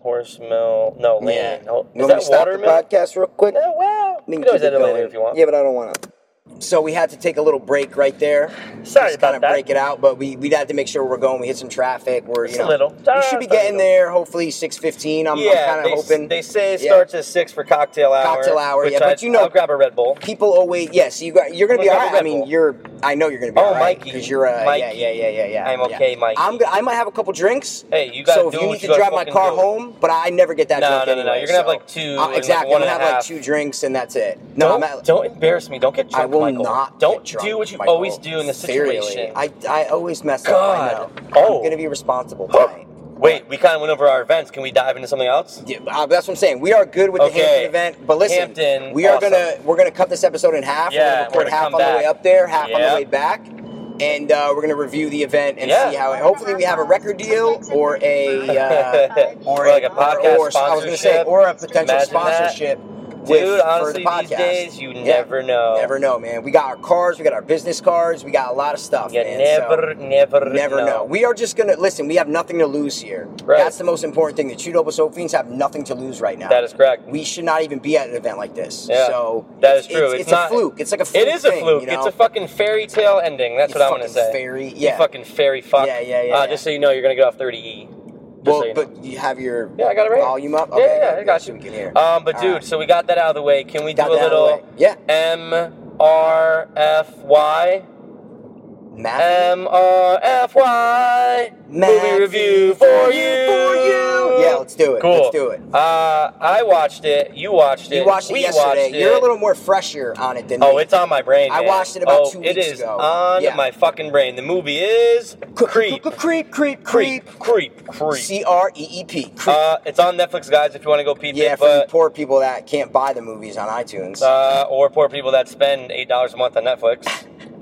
S4: Horse Mill. No, Lane.
S3: Yeah.
S4: Oh,
S3: You want
S4: is
S3: me to
S4: that
S3: stop the
S4: Watermill?
S3: podcast real quick?
S4: No, well, you
S3: Then
S4: can always
S3: keep it
S4: edit it later
S3: going.
S4: if you want.
S3: Yeah, but I don't want to. So we had to take a little break right there.
S4: Sorry
S3: Just
S4: about
S3: kind of
S4: that.
S3: break it out, but we we'd have to make sure we're going. We hit some traffic. We're
S4: Just
S3: you
S4: a
S3: know
S4: little.
S3: we should be
S4: Just a
S3: getting
S4: little.
S3: there. Hopefully six fifteen. I'm,
S4: yeah,
S3: I'm kind
S4: they,
S3: of
S4: s-
S3: hoping
S4: they say it
S3: Yeah.
S4: starts at six for cocktail hour.
S3: Cocktail hour,
S4: which
S3: yeah, but
S4: I-
S3: you know-
S4: I'll grab a Red Bull.
S3: people always yeah. So you got you're gonna
S4: I'm
S3: be all
S4: gonna
S3: right.
S4: grab a
S3: I
S4: Red
S3: mean
S4: Bull.
S3: you're I know you're gonna be
S4: Oh,
S3: all right
S4: Mikey.
S3: because you're uh,
S4: Mikey.
S3: yeah yeah yeah yeah yeah.
S4: I'm
S3: yeah.
S4: okay, Mikey.
S3: I'm go- I might have a couple drinks.
S4: Hey, you gotta
S3: so if
S4: do
S3: you
S4: what
S3: need
S4: you
S3: to
S4: gotta
S3: drive my
S4: fucking
S3: car
S4: do.
S3: home, but I never get that
S4: No,
S3: drink
S4: no, no, no.
S3: anyway.
S4: You're gonna have,
S3: so-
S4: like, two and,
S3: Uh,
S4: like,
S3: exactly.
S4: one
S3: I'm gonna have
S4: and a
S3: like
S4: half.
S3: two drinks and that's it. No,
S4: don't,
S3: I'm at,
S4: don't embarrass me. Don't get
S3: I
S4: drunk,
S3: will
S4: Michael.
S3: not.
S4: Don't
S3: get drunk,
S4: do what you
S3: Michael.
S4: always do in this
S3: Seriously.
S4: situation.
S3: I, I always mess up.
S4: God.
S3: I know.
S4: Oh.
S3: I'm gonna be responsible tonight.
S4: Wait, we kind of went over our events. Can we dive into something else?
S3: Yeah, uh, that's what I'm saying. We are good with
S4: Okay.
S3: the Hampton event, but listen,
S4: Hampton,
S3: we are
S4: awesome.
S3: gonna we're gonna cut this episode in half.
S4: Yeah,
S3: we're
S4: we're
S3: gonna record
S4: gonna
S3: half on
S4: come
S3: the
S4: back.
S3: way up there, half on the
S4: Yeah.
S3: way back, and uh, we're gonna review the event and
S4: Yeah.
S3: see how. It, hopefully, we have a record deal or a uh,
S4: [laughs] Or like a podcast
S3: or, I was gonna say
S4: sponsorship.
S3: or a potential
S4: Imagine that.
S3: sponsorship. with-
S4: Dude, honestly,
S3: for the podcast.
S4: these days you
S3: Yeah.
S4: never know.
S3: Never know, man. We got our cars, we got our business cards, we got a lot of stuff.
S4: You
S3: man, so-
S4: never, never,
S3: Never know. We are just gonna listen. We have nothing to lose here.
S4: Right.
S3: That's the most important thing. The Chudobus Soap Fiends have nothing to lose right now.
S4: That is correct.
S3: We should not even be at an event like this.
S4: Yeah.
S3: So
S4: That is
S3: it's-
S4: true.
S3: It's,
S4: It's
S3: it's
S4: not-
S3: a fluke. It's like a fluke.
S4: It is a
S3: thing,
S4: fluke.
S3: you know?
S4: It's a fucking fairy tale ending. That's
S3: You
S4: what I'm gonna
S3: fucking
S4: say.
S3: Fairy.
S4: You
S3: Yeah.
S4: fucking fairy fuck.
S3: Yeah, yeah, yeah,
S4: Uh,
S3: yeah.
S4: Just so you know, you're gonna get off 30e. Just
S3: well,
S4: so you know.
S3: but you have your
S4: Yeah, I got it right. here.
S3: volume up.
S4: Yeah,
S3: Okay,
S4: yeah,
S3: good,
S4: yeah, I got
S3: so
S4: you.
S3: we can hear.
S4: Um, but
S3: All
S4: dude,
S3: right.
S4: so we got that out of the way. Can we
S3: Got
S4: do a
S3: that out of the
S4: little
S3: way. Yeah.
S4: M R F Y
S3: Matthew.
S4: M R F Y movie
S3: Matthew
S4: review for you.
S3: for you. Yeah, let's do it.
S4: Cool.
S3: Let's do it.
S4: Uh, I watched it. You watched it.
S3: You watched it
S4: we
S3: yesterday.
S4: Watched
S3: You're
S4: it.
S3: a little more fresher on it than
S4: Oh,
S3: me.
S4: it's on my brain.
S3: I
S4: man.
S3: watched it about
S4: oh,
S3: two
S4: It
S3: weeks
S4: is
S3: ago.
S4: on
S3: Yeah.
S4: my fucking brain. The movie is Creep.
S3: Creep, creep,
S4: Creep. Creep. Creep.
S3: C R E E P. Creep.
S4: Uh, it's on Netflix, guys. If you want to go peep
S3: Yeah,
S4: it,
S3: for you
S4: but
S3: poor people that can't buy the movies on iTunes.
S4: uh, or poor people that spend eight dollars a month
S3: [laughs]
S4: on Netflix.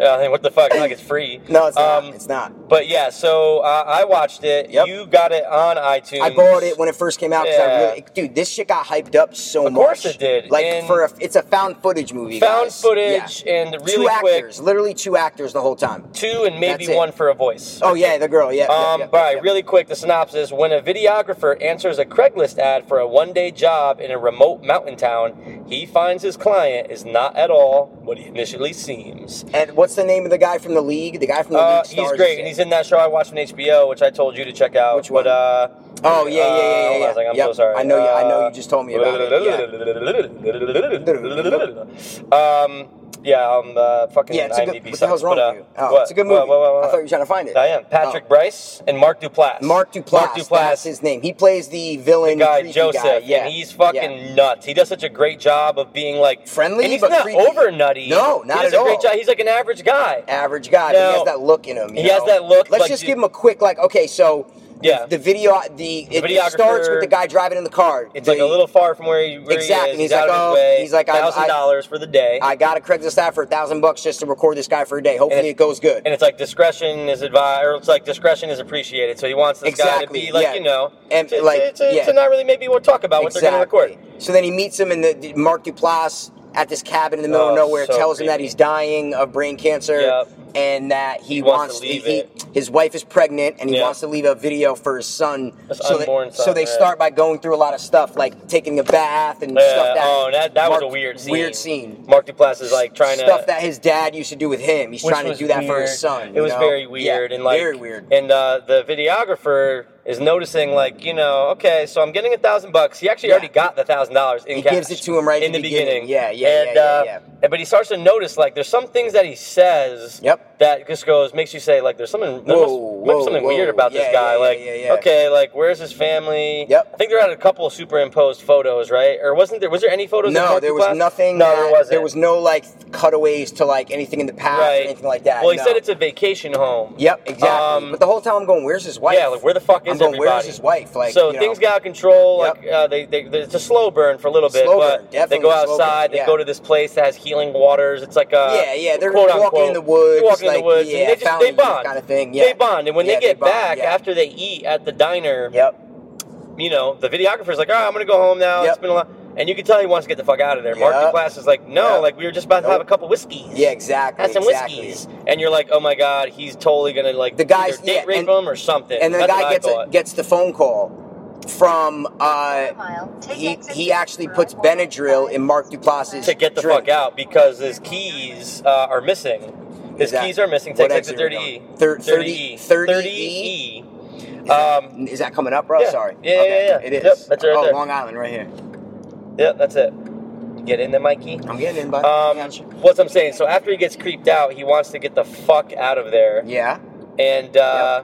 S4: yeah, I mean, what the fuck? It's Like it's free.
S3: no, it's not.
S4: Um,
S3: it's not.
S4: But yeah, so uh, I watched it.
S3: Yep.
S4: You got it on iTunes.
S3: I bought it when it first came out because I
S4: Yeah.
S3: really, dude, this shit got hyped up so
S4: Of
S3: much.
S4: course it did,
S3: Like
S4: and-
S3: for a, it's a found footage movie.
S4: found
S3: guys.
S4: footage
S3: Yeah.
S4: and really
S3: two
S4: quick,
S3: actors, literally two actors the whole time.
S4: two and maybe
S3: That's it.
S4: one for a voice.
S3: Oh yeah, the girl. Yeah.
S4: Um,
S3: yeah, yeah,
S4: but all right,
S3: yeah.
S4: really quick, the synopsis. When a videographer answers a Craigslist ad for a one day job in a remote mountain town, he finds his client is not at all what he initially seems.
S3: And what's the name of the guy from the league? The guy from the
S4: Uh,
S3: league. Stars
S4: he's
S3: is
S4: great, and he's in that show I watched on HBO, which I told you to check out.
S3: Which one?
S4: But, uh,
S3: Oh yeah, yeah,
S4: uh,
S3: yeah, yeah.
S4: hold on a
S3: yeah.
S4: second, I'm
S3: Yep.
S4: so sorry.
S3: I know. You, I know.
S4: Uh,
S3: You just told me about it. Yeah.
S4: [laughs] um, yeah, I'm uh, fucking
S3: Yeah, it's a
S4: IMDb
S3: good. What the
S4: sucks,
S3: hell's wrong
S4: but, uh,
S3: with you? Oh,
S4: what?
S3: it's a good movie.
S4: What, what, what, what?
S3: I thought you were trying to find it.
S4: I am Patrick
S3: Oh.
S4: Bryce and Mark Duplass.
S3: Mark Duplass.
S4: Mark Duplass
S3: That's his name. He plays the villain
S4: guy
S3: creepy
S4: Joseph,
S3: guy. Yeah,
S4: and he's fucking
S3: yeah.
S4: nuts. He does such a great job of being like
S3: Friendly,
S4: and he's
S3: but
S4: not
S3: creepy.
S4: over nutty.
S3: No,
S4: He
S3: not
S4: does
S3: at
S4: a great
S3: all.
S4: job. He's like an average guy.
S3: average guy. but he
S4: No.
S3: has that look in him. you
S4: He has
S3: know?
S4: that look,
S3: Let's
S4: like,
S3: just
S4: you-
S3: give him a quick like. Okay, so
S4: Yeah.
S3: the video, the, it, it starts
S4: videographer-
S3: with the guy driving in the car.
S4: It's
S3: The-
S4: like a little far from where he, where
S3: Exactly,
S4: He is.
S3: and he's like,
S4: out
S3: oh,
S4: of his way.
S3: he's like, I- I-
S4: thousand dollars for the day,
S3: I got a Craigslist ad for a thousand bucks just to record this guy for a day. Hopefully,
S4: And
S3: it,
S4: it-
S3: goes good.
S4: and it's like discretion is advised, or it's like discretion is appreciated. So he wants this guy to
S3: Exactly,
S4: be like,
S3: yeah.
S4: you know,
S3: And,
S4: to,
S3: like,
S4: to, to-
S3: yeah.
S4: to not really maybe we'll talk about what they're going to record.
S3: So then he meets him in the, the- Mark Duplass at this cabin in the middle
S4: Oh,
S3: of nowhere.
S4: so
S3: tells him that
S4: creepy.
S3: he's dying of brain cancer
S4: Yep.
S3: and that he,
S4: He
S3: wants,
S4: wants to leave
S3: he-
S4: it.
S3: his wife is pregnant and he
S4: Yeah.
S3: wants to leave a video for his son.
S4: His
S3: they,
S4: unborn son,
S3: so they
S4: right.
S3: start by going through a lot of stuff like taking a bath and
S4: Yeah,
S3: stuff that.
S4: oh, that, that was
S3: Mark-
S4: a weird scene.
S3: Weird scene.
S4: Mark Duplass is like trying to
S3: stuff that his dad used to do with him. He's
S4: which
S3: trying to
S4: was
S3: do that for his
S4: weird.
S3: son.
S4: It
S3: you
S4: was
S3: know?
S4: very
S3: Yeah,
S4: weird and like
S3: very weird.
S4: And uh, the videographer is noticing like you know okay, so I'm getting a thousand bucks. He actually
S3: Yeah.
S4: already got the thousand dollars in
S3: He
S4: cash
S3: gives it to him right at
S4: in
S3: the
S4: the
S3: beginning.
S4: beginning.
S3: Yeah, yeah,
S4: and,
S3: yeah, yeah,
S4: uh,
S3: yeah.
S4: and- but he starts to notice like there's some things that he says
S3: Yep.
S4: that just goes makes you say like there's something there
S3: Whoa,
S4: must, must be something
S3: whoa,
S4: weird about
S3: yeah,
S4: this guy
S3: yeah,
S4: like
S3: yeah, yeah, yeah.
S4: okay like where's his family
S3: Yep.
S4: I think there had a couple of superimposed photos right or wasn't there was there any photos of
S3: No,
S4: Mark
S3: there was
S4: Duplass?
S3: nothing.
S4: no
S3: that-
S4: there wasn't
S3: There was no like cutaways to like anything in the past or anything like that.
S4: well, he
S3: no.
S4: said it's a vacation home.
S3: Yep, exactly.
S4: Um,
S3: but the whole time I'm going, "Where's his wife?"
S4: Yeah, like where the fuck is is
S3: I'm going,
S4: everybody.
S3: where's his wife? Like,
S4: so
S3: you know,
S4: things got out of control.
S3: Yep.
S4: Like uh, they, they, it's a slow burn for a little bit,
S3: Slow burn,
S4: but they
S3: definitely
S4: go
S3: a slow burn,
S4: outside. They
S3: yeah.
S4: go to this place that has healing waters. It's like a
S3: yeah, yeah, they're
S4: uh, quote
S3: walking
S4: unquote,
S3: in the woods,
S4: They're walking
S3: like,
S4: in the woods.
S3: yeah,
S4: and they just they
S3: fountain
S4: bond
S3: kind of thing. Yeah,
S4: They bond, and when
S3: Yeah,
S4: they get
S3: bond,
S4: back
S3: yeah.
S4: after they eat at the diner,
S3: Yep.
S4: you know, the videographer's like, all right, I'm gonna go home now.
S3: Yep.
S4: It's been a lot. And you can tell he wants to get the fuck out of there.
S3: Yep.
S4: Mark Duplass is like, no,
S3: Yep.
S4: like we were just about to have a
S3: Nope.
S4: couple whiskeys.
S3: Yeah, exactly.
S4: Have some
S3: exactly.
S4: whiskeys. And you're like, oh my god, he's totally gonna like
S3: The guy's-
S4: either date
S3: yeah,
S4: rape
S3: and-
S4: him or something.
S3: And then the
S4: That's what
S3: guy
S4: I
S3: gets a,
S4: thought.
S3: gets the phone call from uh, he he actually puts Benadryl in Mark Duplass's
S4: to get the
S3: drink.
S4: fuck out because his keys uh, are missing. His
S3: Exactly.
S4: keys are missing.
S3: What
S4: Take E. exit
S3: exit are we on?
S4: 30E.
S3: Thir- E,
S4: 30E.
S3: 30E?
S4: E. 30E.
S3: Is that-
S4: Um,
S3: is that coming up, bro?
S4: yeah.
S3: Sorry.
S4: Yeah, yeah,
S3: Okay,
S4: yeah, yeah.
S3: It is.
S4: Yep, that's right
S3: oh,
S4: there.
S3: Long Island, right here.
S4: yeah, that's it. Get in there, Mikey.
S3: I'm getting in, bud.
S4: Um,
S3: Gotcha.
S4: what's I'm saying? So after he gets creeped out, he wants to get the fuck out of there.
S3: yeah.
S4: And uh,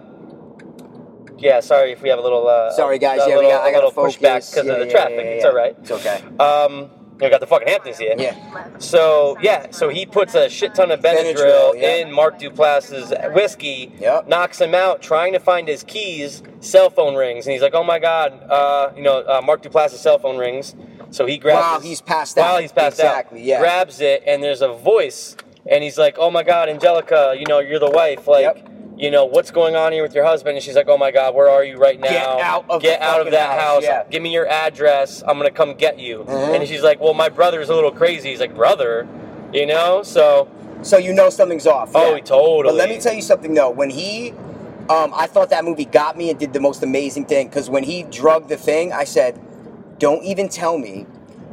S4: yeah, sorry if we have a little. Uh,
S3: Sorry, guys.
S4: A
S3: Yeah,
S4: little,
S3: we got. I
S4: a
S3: got
S4: little
S3: to focus
S4: pushback because
S3: Yeah,
S4: of the
S3: yeah,
S4: traffic.
S3: yeah, yeah,
S4: It's
S3: yeah.
S4: all right.
S3: It's okay.
S4: Um, we got the fucking Hamptons here.
S3: Yeah.
S4: So yeah, so he puts a shit ton of Benadryl,
S3: Benadryl, yeah.
S4: in Mark Duplass's whiskey,
S3: Yep.
S4: knocks him out, trying to find his keys. Cell phone rings, and he's like, "Oh my god!" Uh, you know, uh, Mark Duplass's cell phone rings, so he grabs.
S3: While
S4: his-
S3: he's passed
S4: While
S3: out.
S4: he's passed
S3: Exactly,
S4: out,
S3: yeah.
S4: grabs it, and there's a voice, and he's like, "Oh my god, Angelica, you know, you're the wife, like."
S3: Yep.
S4: You know what's going on here with your husband, and she's like, "Oh my God, where are you right now?
S3: Get out of
S4: Get
S3: the
S4: out of
S3: fucking
S4: that
S3: house,
S4: house!
S3: yeah.
S4: Give me your address. I'm gonna come get you."
S3: Mhm.
S4: And she's like, "Well, my brother's a little crazy." He's like, "Brother," you know. So,
S3: So you know something's off.
S4: oh,
S3: yeah.
S4: totally.
S3: But let me tell you something though. When he, um, I thought that movie got me and did the most amazing thing because when he drugged the thing, I said, "Don't even tell me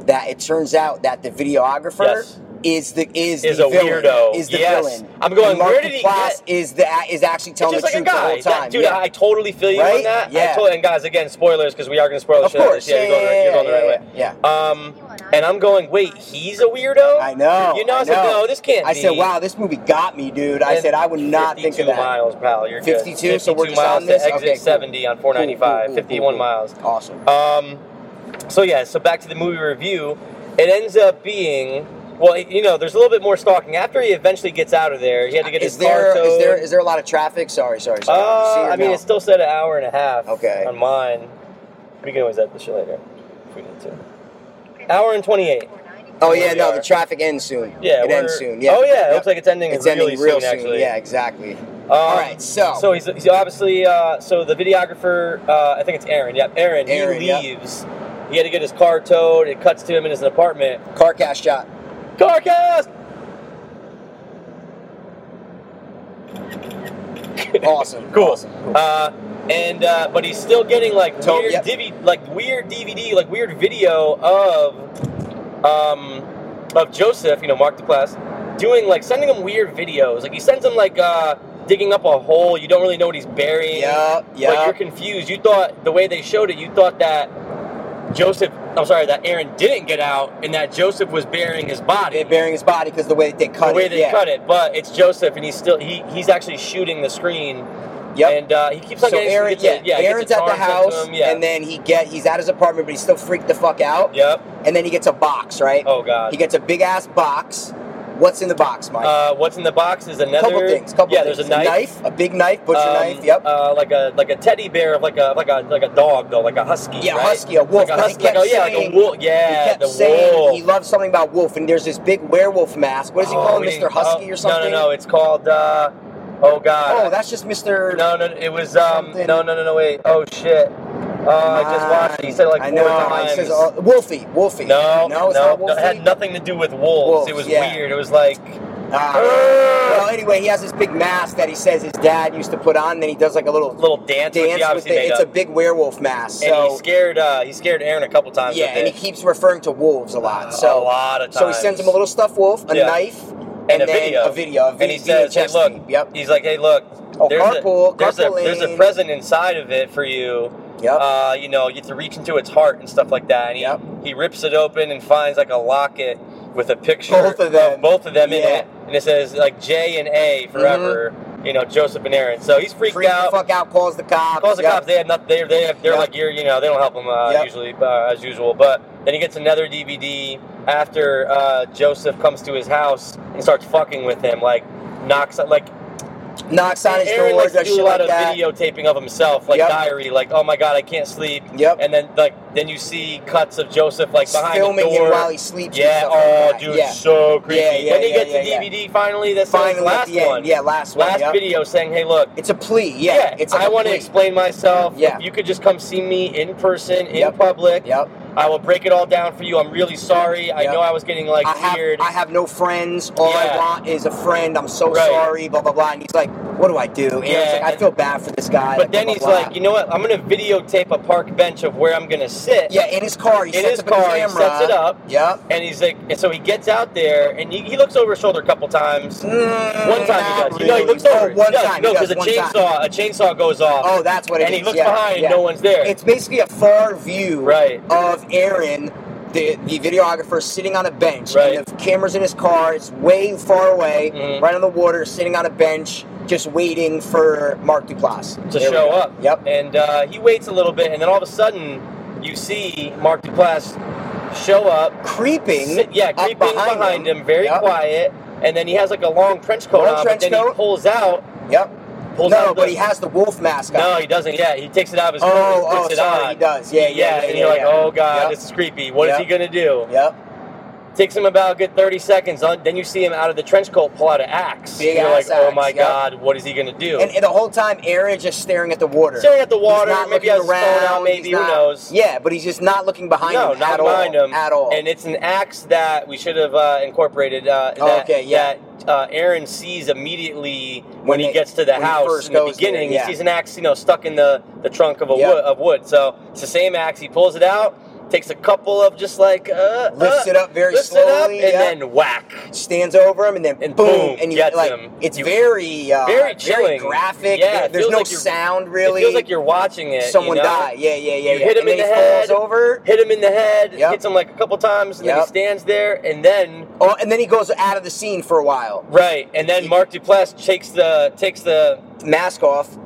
S3: that it turns out that the videographer."
S4: Yes.
S3: Is the is,
S4: Is
S3: the
S4: a
S3: villain,
S4: weirdo.
S3: Is the
S4: Yes.
S3: villain?
S4: I'm going,
S3: And Mark
S4: where did he
S3: Duplass
S4: get-
S3: is the is actually
S4: It's
S3: telling
S4: just
S3: the
S4: like
S3: truth
S4: a
S3: the
S4: guy,
S3: whole time,
S4: That- dude.
S3: yeah.
S4: I totally feel you on
S3: Right?
S4: that. I
S3: Yeah.
S4: totally, and guys, again, spoilers because we are gonna spoil the
S3: of
S4: shit out
S3: course,
S4: this. Yeah,
S3: yeah,
S4: you're going,
S3: yeah,
S4: the- you're going the right
S3: yeah, yeah,
S4: way.
S3: yeah.
S4: Um, and I'm going. Wait, he's a weirdo.
S3: I know.
S4: You know, I,
S3: I
S4: was like,
S3: know.
S4: no, this can't.
S3: I
S4: be.
S3: said, "Wow, this movie got me, dude." I
S4: And
S3: said, "I would not think of
S4: 52
S3: that."
S4: miles, pal. You're good.
S3: 52, so we're
S4: 52
S3: just
S4: miles
S3: on this?
S4: to exit
S3: Okay, cool.
S4: 70 on
S3: Cool,
S4: 495,
S3: cool, cool,
S4: 51
S3: cool.
S4: miles.
S3: Awesome.
S4: Um, so yeah, so back to the movie review. It ends up being well, you know, there's a little bit more stalking after he eventually gets out of there. He had to get
S3: Is
S4: his car
S3: there
S4: towed.
S3: is there is there a lot of traffic? Sorry, sorry, sorry. You see
S4: Uh,
S3: or
S4: I mean,
S3: no?
S4: it still said an hour and a half.
S3: Okay.
S4: On mine, we can always edit the shit later if we need to. Hour and 28.
S3: Oh yeah, no,
S4: are.
S3: the traffic ends soon.
S4: uh, Yeah,
S3: it ends
S4: we're-
S3: soon. Yeah.
S4: Oh yeah, it
S3: Yep.
S4: looks like it's ending
S3: it's
S4: really
S3: ending real
S4: soon, actually.
S3: Yeah, exactly.
S4: Um,
S3: All right, so,
S4: So he's, he's obviously uh, so the videographer. Uh, I think it's Aaron. Yep, Aaron.
S3: Aaron,
S4: he
S3: yep.
S4: leaves. He had to get his car towed. It cuts to him in his apartment.
S3: car cash
S4: [laughs]
S3: shot.
S4: Car cast.
S3: Awesome.
S4: Cool.
S3: Awesome. cool.
S4: Uh, and uh, but he's still getting like
S3: Towed,
S4: weird
S3: yep.
S4: divi- like weird DVD, like weird video of um of Joseph. You know, Mark Duplass doing like sending him weird videos. Like he sends him like uh, digging up a hole. You don't really know what he's burying.
S3: Yeah, yeah.
S4: Like you're confused. You thought the way they showed it, you thought that Joseph, I'm sorry, that Aaron didn't get out and that Joseph was burying his body.
S3: They're burying his body because the way that they cut
S4: the way
S3: it.
S4: they
S3: yeah.
S4: cut it, but it's Joseph and he's still he he's actually shooting the screen.
S3: Yep.
S4: And uh, he keeps on
S3: so
S4: getting
S3: Aaron,
S4: gets
S3: yeah,
S4: the- yeah, he gets
S3: Aaron's
S4: the
S3: at the
S4: tar sent to
S3: house,
S4: him, yeah.
S3: and then he get he's at his apartment, but he's still freaked the fuck out.
S4: Yep.
S3: And then he gets a box, right?
S4: Oh god.
S3: He gets a big ass box. What's in the box, Mike?
S4: uh, what's in the box is
S3: a
S4: another
S3: couple things. Couple
S4: yeah,
S3: things.
S4: there's a knife.
S3: a big knife, butcher
S4: um,
S3: knife. Yep.
S4: Uh, like a like a teddy bear of like a like a like a dog though, like a husky.
S3: Yeah,
S4: right?
S3: husky, a wolf,
S4: Like a
S3: but he
S4: husky, like
S3: kept
S4: a, yeah, like a
S3: saying-
S4: wolf.
S3: he
S4: Yeah,
S3: kept
S4: the
S3: saying
S4: wolf.
S3: he loves something about wolf, and there's this big werewolf mask. What is he
S4: Oh,
S3: called,
S4: we
S3: Mr.
S4: didn't-
S3: Husky
S4: oh,
S3: or something?
S4: No, no, no. It's called. Uh, oh God.
S3: Oh, that's just Mr.
S4: No, no. It was. Um.
S3: Something.
S4: No, no, no, no. Wait. Oh shit. Uh, I just watched it. He said it like
S3: I
S4: four
S3: know.
S4: times.
S3: He says, uh, Wolfie, Wolfie. no,
S4: no, no,
S3: it's not
S4: no,
S3: Wolfie.
S4: It had nothing to do with wolves.
S3: Wolves,
S4: it was
S3: yeah.
S4: weird. It was like.
S3: Ah. well, anyway, he has this big mask that he says his dad used to put on. And then he does like a little,
S4: Little dance, which he
S3: dance with
S4: obviously
S3: it.
S4: made
S3: It's
S4: up.
S3: a big werewolf mask.
S4: and
S3: So
S4: he scared. Uh, he scared Aaron a couple times.
S3: yeah,
S4: with
S3: and he
S4: it.
S3: keeps referring to wolves a lot.
S4: a
S3: So
S4: lot of times.
S3: so he sends him a little stuffed wolf, a
S4: Yeah.
S3: knife, and,
S4: and, a
S3: then
S4: video.
S3: a video, a v-
S4: and he says, "Hey,
S3: VHS
S4: look."
S3: tape. Yep.
S4: He's like, "Hey, look.
S3: Oh,
S4: there's a
S3: carpool,
S4: there's a
S3: carpool
S4: there's a
S3: lane.
S4: present inside of it for you.
S3: Yep.
S4: Uh, you know, you have to reach into its heart and stuff like that." And he,
S3: Yep.
S4: he rips it open and finds like a locket with a picture
S3: Both of them.
S4: both of them in
S3: Yeah.
S4: it, and it says like J and A forever. You know, Joseph and Aaron. So he's freaked
S3: Freaks
S4: out.
S3: the fuck out, calls the cops.
S4: Calls the
S3: yep.
S4: cops. They have nothing. They they have, they're
S3: Yep.
S4: like you're. You know, they don't help him uh,
S3: Yep.
S4: usually uh, as usual. But then he gets another DVD after uh, Joseph comes to his house and starts fucking with him. Like knocks like
S3: knocks on his
S4: Aaron
S3: doors
S4: likes to
S3: or
S4: do
S3: shit
S4: a lot
S3: like
S4: of
S3: that.
S4: videotaping of himself, like
S3: Yep.
S4: diary, like oh my god, I can't sleep.
S3: Yep.
S4: And then like then you see cuts of Joseph like behind
S3: filming
S4: the door.
S3: him while he sleeps. and
S4: yeah.
S3: stuff
S4: Oh,
S3: like that.
S4: dude,
S3: Yeah.
S4: so creepy.
S3: Yeah, yeah,
S4: then he
S3: yeah,
S4: gets
S3: yeah,
S4: the
S3: yeah.
S4: DVD finally. That's
S3: Finally,
S4: finally
S3: at
S4: last
S3: the end.
S4: one.
S3: Yeah, last one.
S4: Last
S3: yep.
S4: video saying, hey, look.
S3: It's a plea. Yeah, it's like
S4: I
S3: a
S4: want to
S3: plea.
S4: explain myself.
S3: Yeah.
S4: If you could just come see me in person, in
S3: Yep.
S4: public.
S3: Yep.
S4: I will break it all down for you. I'm really sorry. I
S3: Yep.
S4: know I was getting like
S3: I have,
S4: weird.
S3: I have no friends. All I
S4: Yeah.
S3: want is a friend. I'm so
S4: Right.
S3: sorry. Blah blah blah. And he's like, "What do I do?" And
S4: Yeah,
S3: yeah, like, "I
S4: and-
S3: feel bad for this guy."
S4: but then he's like, you know what? I'm gonna videotape a park bench of where I'm gonna sit.
S3: "Yeah, in his car. He
S4: in
S3: sets
S4: his
S3: up a
S4: car, he
S3: camera.
S4: sets it up.
S3: Yep.
S4: And he's like, and so he gets out there, and he, he looks over his shoulder a couple times.
S3: Mm,
S4: One time he
S3: not
S4: does. You know, he
S3: really.
S4: looks over.
S3: Oh, one
S4: he does.
S3: time.
S4: No,
S3: He
S4: because
S3: does
S4: a
S3: one time.
S4: chainsaw, a chainsaw goes off.
S3: Oh, that's what it is.
S4: and he looks
S3: yeah,
S4: behind, and
S3: yeah.
S4: no one's there.
S3: It's basically a far view
S4: Right.
S3: of Aaron, the, the videographer, sitting on a bench.
S4: Right.
S3: And the camera's in his car. It's way far away,
S4: Mhm.
S3: right on the water, sitting on a bench, just waiting for Mark Duplass
S4: to
S3: There we
S4: show
S3: go.
S4: up.
S3: Yep.
S4: And uh, he waits a little bit, and then all of a sudden, you see Mark Duplass show up.
S3: Creeping.
S4: sit- yeah,
S3: up
S4: creeping behind, him, very
S3: Yep.
S4: quiet. And then he has like a long trench coat
S3: Long
S4: on,
S3: trench
S4: but then he
S3: coat.
S4: pulls out.
S3: Yep.
S4: Pulls
S3: no,
S4: out
S3: but
S4: the-
S3: he has the wolf mask on.
S4: No, he doesn't. Yeah, he takes it out of his coat and
S3: oh, oh,
S4: puts it
S3: sorry,
S4: on.
S3: he does. Yeah, yeah, yeah.
S4: and you're like,
S3: yeah.
S4: oh god,
S3: Yep.
S4: this is creepy. What is
S3: Yep.
S4: he gonna do?
S3: Yep.
S4: Takes him about a good 30 seconds. On, then you see him out of the trench coat pull out an axe.
S3: Big
S4: and you're
S3: ass
S4: like, oh
S3: axe,
S4: my
S3: yep.
S4: god, what is he gonna do?
S3: And, and the whole time, Aaron just staring at the water.
S4: Staring at the
S3: He's
S4: water,
S3: not
S4: maybe
S3: looking
S4: has his phone out,
S3: around,
S4: maybe
S3: he's
S4: who
S3: not-
S4: knows?
S3: Yeah, but he's just not looking behind
S4: no,
S3: him
S4: not
S3: at
S4: behind
S3: all.
S4: him
S3: At all.
S4: And it's an axe that we should have uh, incorporated. Uh, that,
S3: Okay, yeah.
S4: That uh, Aaron sees immediately when,
S3: When
S4: he
S3: it-
S4: gets to the
S3: when he
S4: house
S3: first
S4: in the
S3: goes there,
S4: beginning.
S3: yeah.
S4: He sees an axe, you know, stuck in the, the trunk of a
S3: Yeah.
S4: wood, of wood. So it's the same axe. He pulls it out, takes a couple of just like uh,
S3: Lifts
S4: uh,
S3: it up very
S4: lifts
S3: slowly,
S4: it up,
S3: yeah.
S4: and then whack.
S3: stands over him and then
S4: And
S3: boom,
S4: boom,
S3: and you
S4: gets
S3: like
S4: him.
S3: it's
S4: You-
S3: very uh,
S4: Very chilling.
S3: graphic.
S4: Yeah, it
S3: there's
S4: feels
S3: no
S4: like you're-
S3: sound really.
S4: It feels like you're watching it.
S3: someone
S4: you know?
S3: died. Yeah, yeah, yeah.
S4: You
S3: yeah.
S4: hit
S3: and
S4: him in
S3: then
S4: the
S3: he
S4: head.
S3: falls over.
S4: Hit him in the head,
S3: Yep.
S4: hits him like a couple times, and then
S3: Yep.
S4: he stands there, and then
S3: Oh, and then he goes out of the scene for a while.
S4: right, and then Mark Duplass takes the takes the
S3: Mask off,